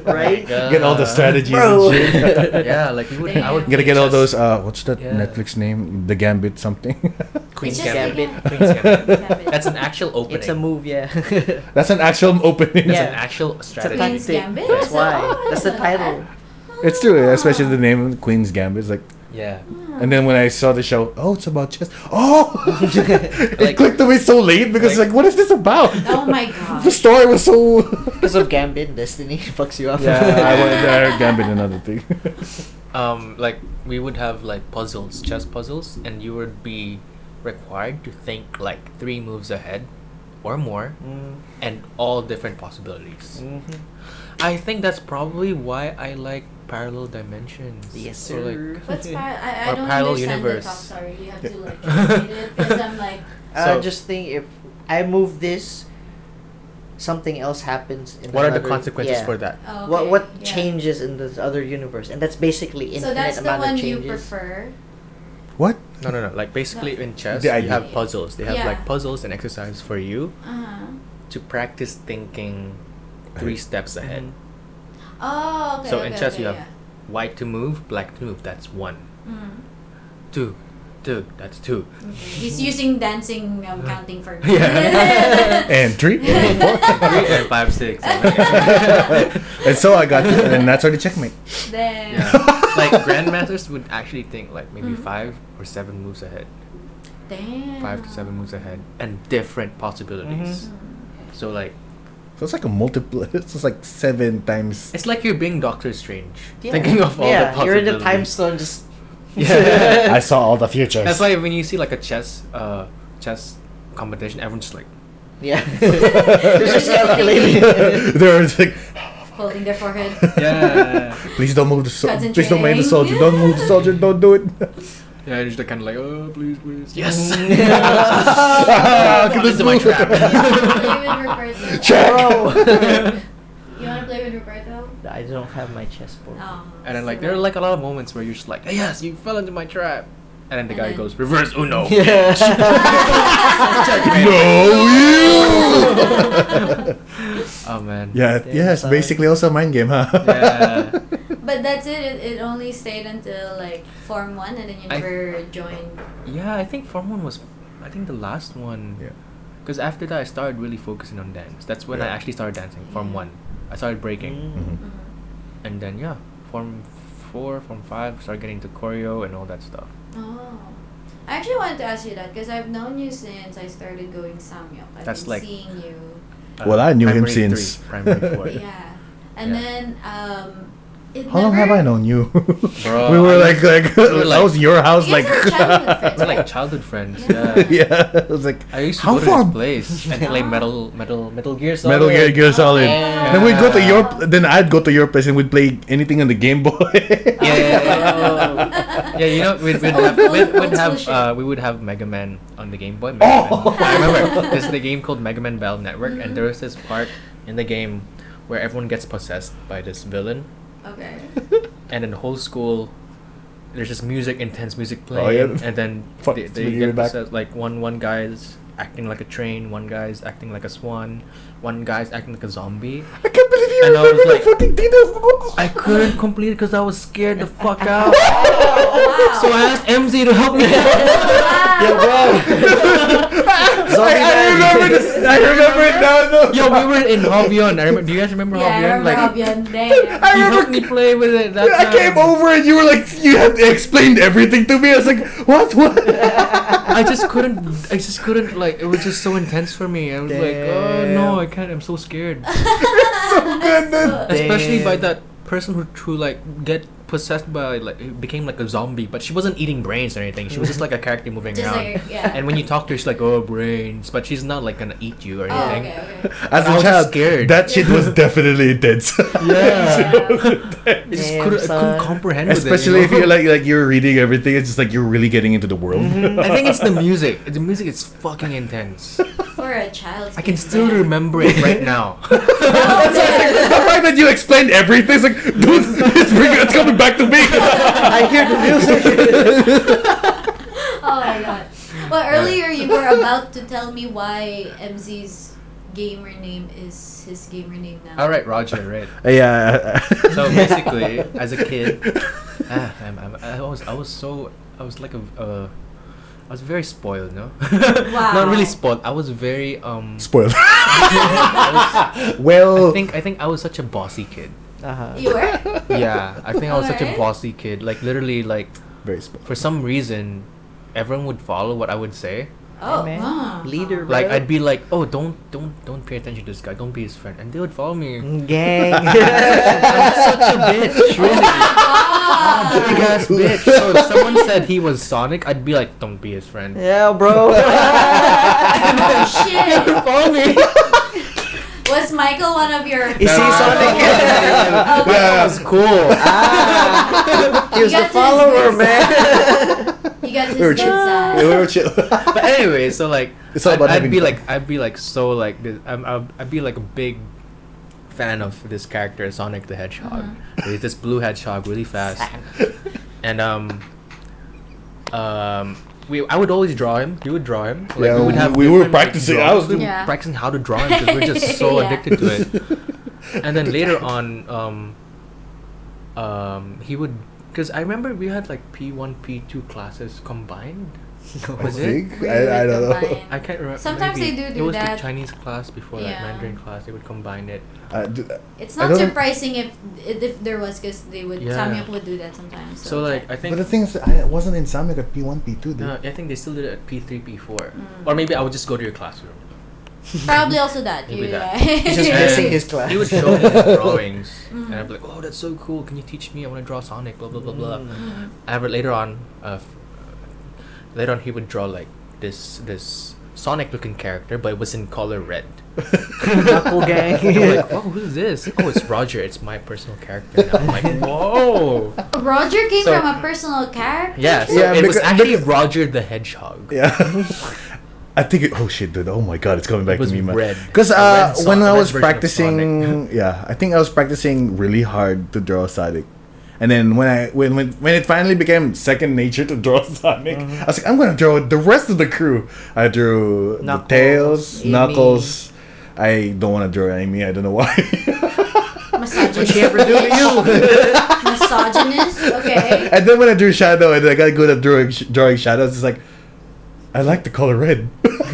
S4: Right?
S5: Get all the
S3: Uh,
S5: strategies and
S4: Bro.
S5: shit.
S3: yeah, like we would. I would
S1: Damn.
S5: Gotta
S3: play
S5: get all
S3: chess-
S5: those. Uh, what's that
S3: Yeah.
S5: Netflix name? The Gambit something.
S3: Queen's
S1: just
S3: Gambit.
S1: like
S3: Queen's Gambit.
S1: Gambit.
S3: That's an actual opening.
S4: It's a move, yeah.
S5: That's an actual opening.
S3: That's
S4: Yeah.
S3: an actual
S4: it's a
S3: strategy.
S1: Queen's
S4: tactic.
S1: Gambit?
S4: That's
S1: So-
S4: why.
S1: oh, I
S4: That's the
S1: didn't know
S4: title.
S1: Ah.
S5: It's true, yeah, especially the name Queen's Gambit. It's like,
S3: yeah.
S4: Hmm.
S5: and then when I saw the show, oh, it's about chess. Oh, it
S3: Like-
S5: clicked to me so late because it's
S3: like-
S5: like, what is this about?
S1: oh my
S5: The
S1: gosh.
S5: story was so.
S4: Because of Gambit, Destiny fucks you up.
S5: yeah, I wanted I heard Gambit another thing.
S3: Um, like we would have like puzzles, chess puzzles, and you would be required to think like three moves ahead, or more,
S4: Mm-hmm.
S3: and all different possibilities.
S4: Mhm.
S3: I think that's probably why I like parallel dimensions.
S4: Yes,
S3: Or, like,
S4: sir.
S1: What's par- I, I
S3: Or
S1: don't
S3: parallel
S1: understand
S3: universe.
S1: the talk. Sorry, you have to like translate it because I'm like,
S4: I
S3: So-
S4: just think if I move this, something else happens. In
S3: what are the
S4: another-
S3: consequences
S4: yeah.
S3: for that?
S1: oh, okay,
S4: What what
S1: yeah.
S4: changes in this other universe, and that's basically infinite
S1: So that's the
S4: amount
S1: one
S4: of
S1: you
S4: changes.
S1: prefer.
S5: What?
S3: No, no, no. Like basically in chess,
S5: The
S3: you
S5: idea.
S3: have puzzles. They have
S1: Yeah.
S3: like puzzles and exercise for you
S1: Uh-huh.
S3: to practice thinking three steps ahead.
S4: Mhm.
S1: Oh, okay.
S3: So
S1: okay,
S3: in chess,
S1: okay,
S3: you have
S1: yeah.
S3: white to move, black to move. That's one,
S1: Mm.
S3: two, two. That's two.
S1: Mm-hmm. He's using dancing um, counting for.
S3: Uh-huh. Yeah.
S5: And three, and four.
S3: Three and five, six. "Oh."
S5: and so I got, and that's already checkmate.
S1: Damn.
S3: Yeah. like grandmasters would actually think like maybe
S4: Mm-hmm.
S1: Mhm.
S3: five or seven moves ahead,
S4: Mm.
S1: Damn. Mm,
S3: five to seven moves ahead, and different possibilities.
S1: Mm-hmm.
S3: So like
S5: So it's like a multiple. It's just like seven times.
S3: it's like you're being Doctor Strange,
S4: Yeah.
S3: thinking of all the
S4: yeah,
S3: possibilities.
S4: you're in the time zone. Just
S5: I
S3: Yeah.
S5: saw all the futures.
S3: That's why when you see like a chess, uh, chess competition, everyone's just like,
S4: yeah, there's just calculating.
S5: there was like,
S1: Holding their forehead.
S3: yeah,
S5: please don't move the soldier.
S1: Cousin
S5: Please don't move the
S1: Jane.
S5: soldier. Don't move the soldier. Don't do it.
S3: yeah, you're just kind of like, oh, please, please, yes.
S5: Ah,
S3: Fall into my
S5: move.
S1: play with Roberto.
S5: Check.
S4: Bro.
S1: You want to play with Roberto?
S4: I don't have my chessboard.
S1: Oh,
S3: And then
S1: so
S3: like there are like a lot of moments where you're just like, yes, you fell into my trap, and then the
S1: And
S3: guy
S1: then-
S3: goes reverse Uno.
S5: no, you.
S3: Oh man.
S5: yeah.
S4: Damn,
S5: Yes.
S4: son.
S5: Basically, also a mind game, huh?
S3: Yeah.
S1: But that's it. it. It only stayed until like form one, and then you
S3: I-
S1: never joined.
S3: Yeah, I think form one was, I think the last one.
S5: Yeah.
S3: Because after that, I started really focusing on dance. That's when I
S5: Yeah.
S3: actually started dancing. Form
S1: Yeah.
S3: one, I started breaking,
S4: Mm.
S5: Mhm.
S1: Mhm.
S3: and then yeah, form four, form five, started getting to choreo and all that stuff.
S1: Oh, I actually wanted to ask you that because I've known you since I started going samyok. I've
S3: That's
S1: been
S3: like-
S1: seeing you.
S5: Well, I knew him
S3: Uh, primary
S5: since-
S3: three, primary four.
S1: Yeah, and
S3: Yeah.
S1: then um, it
S5: How long have
S1: never-
S5: I known you?
S3: Bro,
S5: we were
S3: I-
S5: like, like,
S3: we were
S5: I was
S3: like-
S5: your house,
S1: You guys
S5: like,
S1: were childhood friends,
S3: It's like childhood friends.
S1: Yeah.
S3: Yeah.
S5: yeah. I was like,
S3: I used to
S5: how
S3: go
S5: far?
S3: to his place and play
S1: Ah.
S3: metal, metal, metal Gear Solid.
S5: Metal Gear, Gear Solid.
S1: Yeah.
S5: Then we'd go to your,
S1: Yeah.
S5: then I'd go to your place and we'd play anything on the Game Boy.
S3: Yeah, yeah, yeah. Yeah, you know, we'd, we'd have, we'd,
S1: Old
S3: we'd have
S1: school
S3: uh,
S1: shit.
S3: we would have Mega Man on the Game Boy. Mega
S5: Oh!
S3: Man. I remember there's the game called Mega Man Battle Network, and there was this part in the game where everyone gets possessed by this villain,
S1: Okay.
S3: and in the whole school, there's just music, intense music
S5: Oh,
S3: playing,
S5: yeah.
S3: and then
S5: Fuck,
S3: they,
S5: it's
S3: they
S5: been a year
S3: get
S5: back.
S3: possessed. Like one one guy's acting like a train, one guy's acting like a swan, one guy's acting like a zombie.
S5: I can't believe you
S3: And I was
S5: remember
S3: like-
S5: the fucking details.
S3: I couldn't complete it because I was scared the fuck out.
S1: Oh, wow.
S3: So I asked MZ to help me.
S1: Wow.
S5: I, I remember this. I remember it now. No.
S3: Yo, we were in Hobion. I remember, do you guys remember
S1: Yeah, I
S3: Hobion?
S1: remember
S3: Like,
S1: Albion. Damn.
S5: I
S3: you
S5: remember.
S3: helped me play with it. That
S5: I came
S3: time.
S5: over and you were like, you had explained everything to me. I was like, what, what?
S3: I just couldn't. I just couldn't. Like, it was just so intense for me. I was like, oh no,
S4: Damn.
S3: I can't. I'm so scared.
S5: so good. Then.
S3: Especially by
S4: Damn.
S3: that person who, who like get possessed by like who became like a zombie, but she wasn't eating brains or anything. She was just like a character moving
S1: Just
S3: around.
S1: like yeah.
S3: and when you talk to her, she's like, oh brains, but she's not like gonna eat you or
S1: oh,
S3: anything.
S1: okay, okay.
S5: As
S3: I
S5: a
S3: was
S5: child,
S3: scared.
S5: that shit was definitely intense.
S3: I just
S4: Damn,
S3: couldn't, I couldn't
S4: son.
S3: comprehend. with it, you
S5: Especially if
S3: know?
S5: you're like like you're reading everything, it's just like you're really getting into the world.
S4: Mm-hmm.
S3: I think it's the music. The music is fucking intense.
S1: For a child.
S3: I can still remember it right now.
S5: That's why I was like, the fact that you explained everything, it's like, dude, it's, bringing, it's coming back to me.
S4: I hear the music.
S1: Oh my god. Well, earlier you were about to tell me why MZ's gamer name is his gamer name now.
S3: All right, Roger. Right.
S5: Uh, yeah.
S3: So basically, as a kid, ah, I'm, I'm, I was I was so I was like a uh, I was very spoiled, no? Not really spoiled. I was very um.
S5: Spoiler.
S3: I, was,
S5: well,
S3: I think I think I was such a bossy kid.
S4: Uh-huh.
S1: You were?
S3: Yeah, I think I was such a
S1: Alright.
S3: bossy kid. Like literally, like
S5: very spoiler.
S3: for some reason, everyone would follow what I would say.
S1: Oh,
S4: man.
S1: wow.
S4: Leader.
S3: Like
S4: bro.
S3: I'd be like, oh, don't don't don't pay attention to this guy. Don't be his friend, and they would follow me. I'm
S4: gang.
S3: such a bitch, really.
S1: Wow.
S3: Big ass bitch. So if someone said he was Sonic, I'd be like, don't be his friend.
S4: yeah, bro.
S1: Shit.
S3: Follow me.
S1: Was Michael one of your.
S4: Is he Sonic?
S3: That was cool.
S5: Ah.
S4: he was
S1: You
S4: the
S1: got to
S4: follower,
S1: dismiss
S4: man.
S1: You got his
S5: We were
S1: good
S5: chill.
S1: side.
S5: We were chill.
S3: But anyway, so like,
S5: It's all
S3: I'd,
S5: about
S3: I'd
S5: having
S3: be
S5: fun.
S3: like, I'd be like so like, this, I'm, I'd, I'd be like a big fan of this character, Sonic the Hedgehog.
S1: Uh-huh.
S3: He's this blue hedgehog, really fast, and um, um, we I would always draw him. You would draw him. Like,
S5: yeah,
S3: we would have.
S5: we were
S3: different, like,
S5: practicing.
S3: draw-
S5: I was
S1: Yeah.
S3: practicing how to draw him because we're just so
S1: Yeah.
S3: addicted to it. And then later on, um, um, he would Because I remember we had like P one, P two classes combined. was
S5: I
S3: it?
S5: think?
S1: We
S5: I, I
S1: would
S5: don't know.
S1: combine.
S3: I can't remember.
S1: Sometimes they
S3: maybe.
S1: do
S3: It
S1: do
S3: was
S1: that.
S3: the Chinese class before like
S1: Yeah.
S3: Mandarin class. They would combine it.
S5: Uh, do-
S1: It's
S5: I
S1: not
S5: don't-
S1: surprising if if there was because they would
S3: Yeah.
S1: Samyang would do that sometimes.
S3: So
S1: it's
S3: like I think.
S5: but the thing is, I wasn't in Samyuk at P1, P2, dude.
S3: No, I think they still did it at P three, P four,
S1: Mm.
S3: or maybe I would just go to your classroom.
S1: probably also that. you-
S3: Maybe that.
S1: yeah.
S4: He's just
S3: And
S4: missing his class.
S3: He would show me the drawings,
S1: Mm.
S3: and I'd be like, "Oh, that's so cool! Can you teach me? I want to draw Sonic." Blah blah blah blah.
S1: Mm.
S4: Mm.
S3: Ever later on, uh, f- later on, he would draw like this this Sonic-looking character, but it was in color red.
S4: Knuckle gang.
S3: And I'm like, "Whoa, who's this? Oh, it's Roger. It's my personal character." Now. I'm like, "Whoa!"
S1: Roger came
S3: So-
S1: from a personal character.
S3: Yeah, so
S5: Yeah,
S3: it was
S5: because-
S3: actually Roger the Hedgehog.
S5: Yeah. I think it, oh shit, dude. Oh my god, it's coming back
S3: It was
S5: to me, man.
S3: red.
S5: Because uh,
S3: A red so-
S5: when I
S3: red
S5: was
S3: version of
S5: practicing, yeah, I think I was practicing really hard to draw Sonic, and then when I when when, when it finally became second nature to draw Sonic,
S3: Mm-hmm.
S5: I was like, I'm gonna draw the rest of the crew. I drew
S4: Knuckles,
S5: the tails,
S4: Amy.
S5: knuckles. I don't want to draw Amy. I don't know why.
S4: What'd
S1: Misogynist.
S4: she ever do to you?
S1: Misogynist. Okay.
S5: and then when I drew shadow, and I got good at drawing drawing shadows, it's like, I like the color red.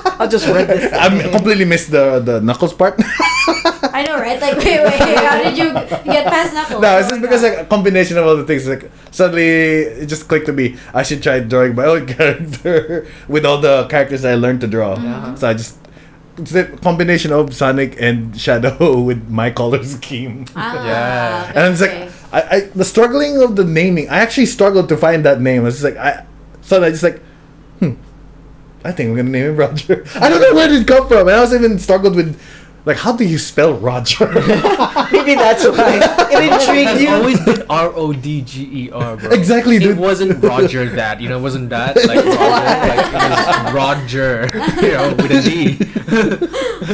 S1: Wow.
S4: I'll just read this.
S5: I completely missed the the knuckles part.
S1: I know, right? Like, wait, wait, wait. How did you get past knuckles?
S5: No,
S1: Oh
S5: it's just
S1: my
S5: because
S1: God.
S5: like a combination of all the things. Like suddenly, it just clicked to me. I should try drawing my own character with all the characters I learned to draw.
S4: Mhm.
S5: So I just it's the combination of Sonic and Shadow with my color scheme.
S1: Ah,
S3: Yeah.
S1: okay.
S5: and I'm just like, I, I the struggling of the naming. I actually struggled to find that name. I was just like, I suddenly I just like, hmm, I think I'm gonna name him Roger. I don't know where did it come from, and I was even struggled with. Like, how do you spell Roger?
S4: Maybe that's why it intrigued
S3: It's
S4: you.
S3: always been R O D G E R, bro.
S5: Exactly,
S3: It
S5: dude.
S3: wasn't Roger that, you know, it wasn't that like Roger, like it was Roger, you know, with a D.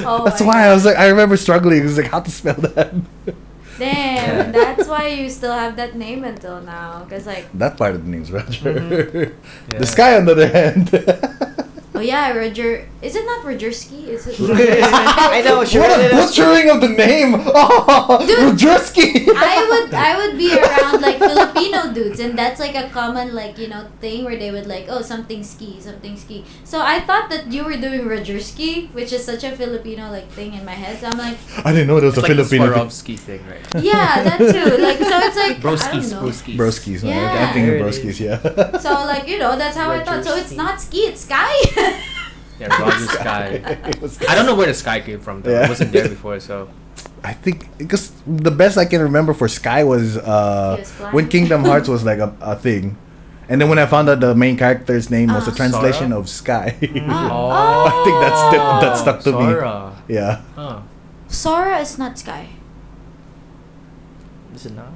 S1: oh
S5: That's
S1: my
S5: why
S1: God.
S5: I was like, I remember struggling. It was like, how to spell that?
S1: Damn, that's why you still have that name until now. Because, like,
S5: That part of the name's Roger.
S3: Yeah.
S5: The sky, on the other hand.
S1: oh yeah, Roger. Is it not Rogerski? Is it?
S4: I know she
S5: what a
S4: read it as-
S5: butchering of the name! Oh,
S1: Dude.
S5: Rogerski!
S1: I would I would be around like Filipino dudes and that's like a common like you know thing where they would like oh something ski something ski so I thought that you were doing Roger ski which is such a Filipino like thing in my head so I'm like
S5: I didn't know there was a
S3: It's like the
S5: Filipino thing.
S3: Swarovski thing, right?
S1: yeah that too like so it's like I
S3: Broskis,
S1: don't know
S3: broskis.
S5: Broskis. no,
S1: Yeah.
S5: I'm thinking
S4: There it
S5: broskis,
S4: is.
S5: yeah.
S1: so like you know that's how I thought so it's
S4: Rogerski.
S1: not ski it's sky
S3: Yeah, Roger Sky.
S5: It was-
S3: I don't know where the sky came from though.
S5: Yeah.
S3: It wasn't there before, so
S5: I think because the best I can remember for Sky was uh
S1: He was blind.
S5: when Kingdom Hearts was like a, a thing, and then when I found out the main character's name was a
S1: Ah.
S5: translation
S3: Sora?
S5: of Sky.
S3: Oh.
S5: I think that's the- that stuck to me.
S3: Sora.
S5: yeah,
S3: Huh.
S1: Sora is not sky
S4: Is it not?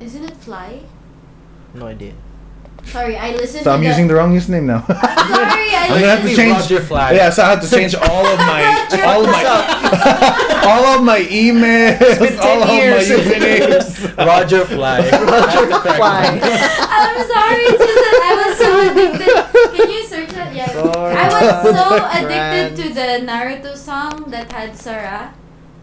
S1: isn't it fly
S4: No idea.
S1: sorry I listened
S5: so I'm
S1: to
S5: using the wrong username now.
S1: sorry I
S5: I'm gonna have
S1: listened
S5: to change.
S3: Be Roger Flag.
S5: Yeah, so I have to change all of my
S1: Roger
S5: all of my all of my emails, all of my
S4: years.
S5: usernames.
S3: Roger Flag. Roger
S4: Why?
S1: I'm sorry, Susan. I was so addicted. Can you search that? Yeah.
S4: Sora,
S1: I was so
S4: friends.
S1: addicted to the Naruto song that had Sora,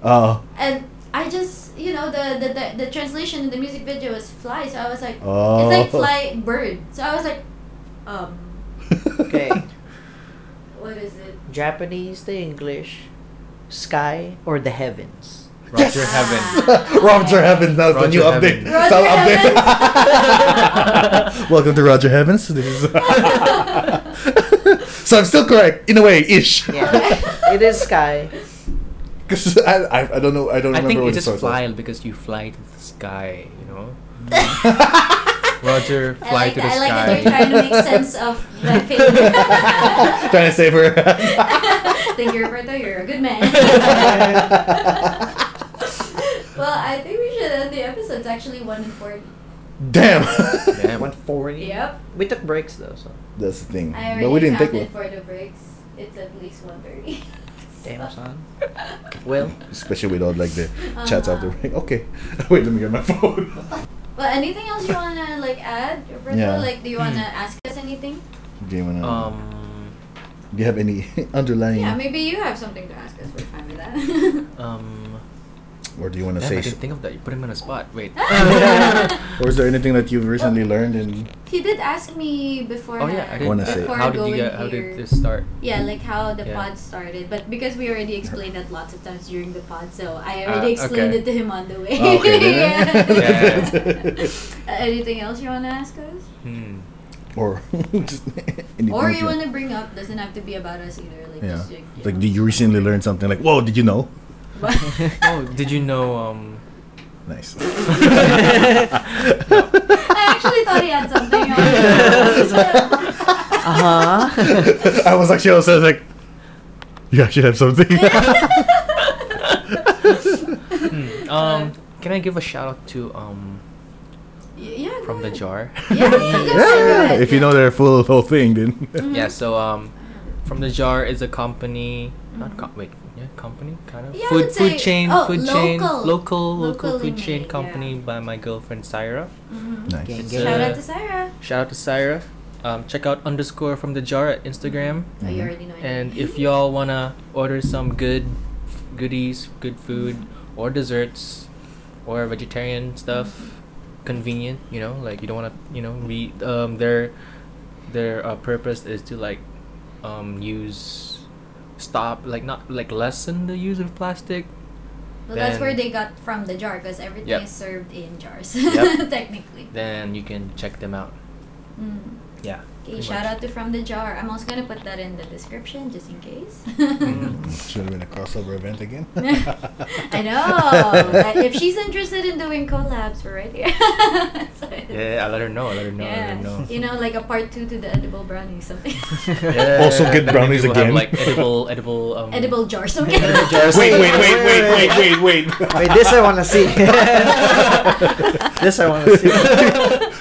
S5: Oh,
S1: and I just, you know, the the, the, the translation in the music video was fly, so I was like,
S5: oh.
S1: it's like fly bird. So I was like, um,
S4: Okay.
S1: what is it?
S4: Japanese to English, sky or the heavens.
S3: Roger
S1: Yes.
S3: Heaven.
S5: Roger Heavens. Now it's a
S3: Roger
S5: new update.
S3: Heavens.
S5: So I'll
S1: Roger
S5: update. Welcome to Roger Heavens. This is so I'm still correct in a way, ish.
S4: Yeah. it is sky.
S5: Because I, I, I don't know. I don't
S3: I
S5: remember what
S3: think it's
S5: the
S3: just
S5: source was.
S3: fly because you fly to the sky, you know? Roger,
S1: I
S3: fly
S1: like
S3: to the
S1: that. I like
S3: sky.
S1: that you're trying to make sense of my failure.
S5: Trying to save her.
S1: Thank you, Roberto. You're a good man. well, I think we should end the episode. It's actually 1 and 40.
S5: Damn.
S3: Damn.
S4: 140.
S1: Yep.
S4: We took breaks though, so.
S5: That's the thing.
S1: I
S5: But we
S1: already
S5: didn't take
S1: counted
S5: one.
S1: for the breaks. It's at least 130.
S4: Damn son. Well,
S5: Especially with all like the chats
S1: Uh-huh.
S5: after. Okay. Wait, let me get my
S7: Oh,
S5: phone.
S1: Well, anything else you want to like add, Roberto?
S5: Yeah.
S1: Like, do you want to
S3: Hmm.
S1: ask us anything?
S5: Do you, wanna,
S3: Um,
S5: do you have any underlying?
S1: Yeah, maybe you have something to ask us. We're fine with that.
S3: um,
S5: or do you want to
S3: Damn,
S5: say?
S3: I
S5: s-
S3: didn't think of that. You put him on a spot. Wait.
S5: Or is there anything that you've recently learned? And
S1: he did ask me before.
S3: oh yeah, I
S5: Wanna
S3: didn't.
S5: say-
S1: Before
S3: How did you
S1: going
S3: get? How
S1: here.
S3: did this start?
S1: Yeah, like how the
S3: Yeah.
S1: pod started, but because we already explained that lots of times during the pod, so I already
S3: Ah,
S1: explained
S3: okay.
S1: it to him on the way.
S5: Oh, okay, then.
S1: yeah. Uh, Anything else you want to ask us?
S3: Hmm.
S5: or just anything
S1: Or
S5: that
S1: you want to bring up doesn't have to be about us either. Like,
S5: Yeah.
S1: just, like, you
S5: Like,
S1: know.
S5: did you recently learn something? Like, whoa, did you know?
S3: Oh, did you know? Um.
S5: Nice.
S1: I actually thought he had something. else.
S4: Uh huh.
S5: I was actually also like, you actually have something.
S3: hmm,
S1: Uh,
S3: Um. Can I give a shout out to um
S1: Y- yeah.
S3: from
S1: go
S3: the
S1: ahead.
S3: jar?
S1: Yeah. yeah, yeah,
S5: yeah,
S1: yeah,
S5: if you know their full whole thing, then
S1: Mhm.
S3: Yeah, so um, From the Jar is a company, not com- wait, yeah, company kind of
S1: Mm-hmm. Yeah, I
S3: food
S1: would
S3: food
S1: say-
S3: chain,
S1: oh,
S3: food chain,
S1: local.
S3: local local
S1: Locally
S3: food chain
S1: made,
S3: company
S1: yeah.
S3: by my girlfriend Syra.
S1: Mhm.
S5: nice.
S4: Gang, gang.
S1: Shout
S3: Uh,
S1: out to Sarah.
S3: Shout out to Syra. Um, check out underscore from the jar at Instagram.
S1: Oh, you already know. it.
S3: Mm-hmm. And if y'all wanna order some good f- goodies, good food, or desserts, or vegetarian stuff, convenient, you know, like you don't wanna, you know, re- um, their their uh, purpose is to like um, use stop like not like lessen the use of plastic.
S1: Well, that's
S3: then-
S1: where they got from the jar because everything
S3: Yep.
S1: is served in jars,
S3: Yep.
S1: technically.
S3: Then you can check them out.
S1: Mm.
S3: Yeah.
S1: Okay,
S3: pretty
S1: shout
S3: much.
S1: out to From the Jar. I'm also gonna put that in the description just in case.
S3: Mm-hmm.
S5: Should have been a crossover event again.
S1: Mm-hmm. I know. But if she's interested in doing collabs, we're right here. So it's-
S3: Yeah, I let her know. I let her know. I let
S1: yeah.
S3: her know.
S1: You know, like a part two to the edible brownie something.
S3: Yeah,
S5: Also get
S3: then
S5: brownies
S3: maybe we'll
S5: again.
S3: Have, like edible, edible, um,
S1: edible jars. Okay.
S3: Edible jars.
S5: wait, wait, wait, wait, wait, wait, wait.
S4: Wait, this I want to see. this I want to see.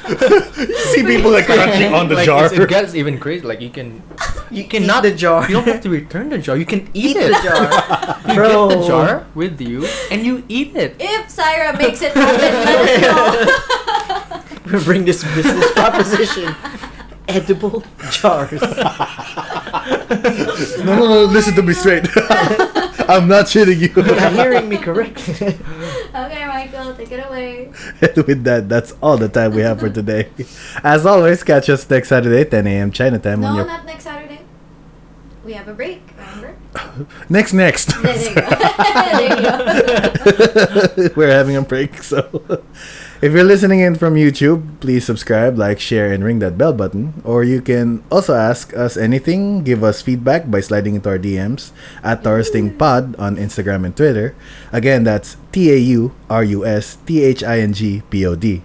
S5: you see people like crunching on the
S3: like,
S5: jar.
S3: it's- It gets even crazy. Like you can, you cannot.
S4: the jar.
S3: You don't have to return the jar. You can eat, it.
S4: the jar.
S3: You
S4: Bro.
S3: get the jar with you, and you eat it.
S1: If Syra makes it happen, let us know.
S4: We bring this business proposition. Edible jars.
S5: no, no, no. Listen to me straight. I'm not shitting you.
S4: You're hearing me correctly.
S1: Okay, Michael, take it away.
S5: And with that, that's all the time we have for today. As always, catch us next Saturday, 10 a.m. China time on
S1: No,
S5: your
S1: not next Saturday. We have a break, remember?
S5: next next.
S1: There you go. there you go.
S5: We're having a break, so if you're listening in from YouTube, please subscribe, like, share, and ring that bell button. Or you can also ask us anything, give us feedback by sliding into our DMs
S1: Mm-hmm.
S5: at Taurusting Pod on Instagram and Twitter. Again, that's T A U R U S T H I N G P O D.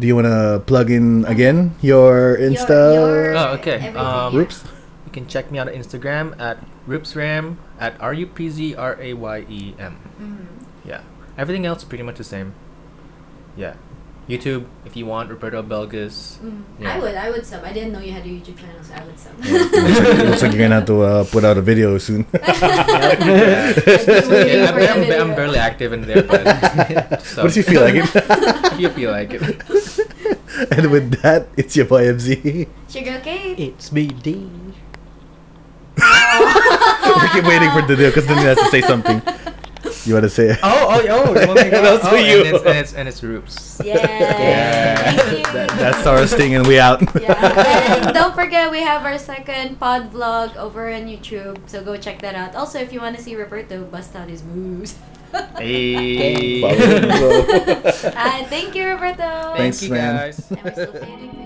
S5: Do you wanna plug in again your Insta?
S1: your-
S3: Oh, okay.
S1: Everything.
S3: Um,
S5: Whoops.
S3: You can check me out on Instagram at ripsram at r u p z r a y e m.
S1: Mhm.
S3: Yeah. Everything else pretty much the same. Yeah. YouTube, if you want Roberto Belgas.
S1: Mhm.
S3: Yeah.
S1: I would, I would sub. I didn't know you had a YouTube channel, so I would sub.
S5: looks, like, looks like you're gonna have to uh, put out a video soon.
S1: waiting
S3: Yeah, I'm,
S1: for the
S3: I'm,
S1: video.
S3: I'm barely active in there, but so,
S5: what if you feel like it?
S3: if you feel like it.
S5: and with that, it's your boy MZ.
S1: Sugar cake.
S4: It's me, Dean.
S5: we keep waiting for the deal because then he has to say something. You want to say it?
S3: Oh, oh, oh! you want me to go-
S5: That's for
S3: oh, and
S5: you.
S3: it's- and it's and it's Roops.
S1: Yeah. Thank you.
S5: That- that's our thing, and we out.
S1: Yeah. And don't forget, we have our second pod vlog over on YouTube, so go check that out. Also, if you want to see Roberto bust out his moves.
S3: Hey.
S5: Follow.
S1: Hi, thank you, Roberto.
S5: Thanks,
S3: Thank you
S5: man.
S3: guys.
S1: And we're still fading.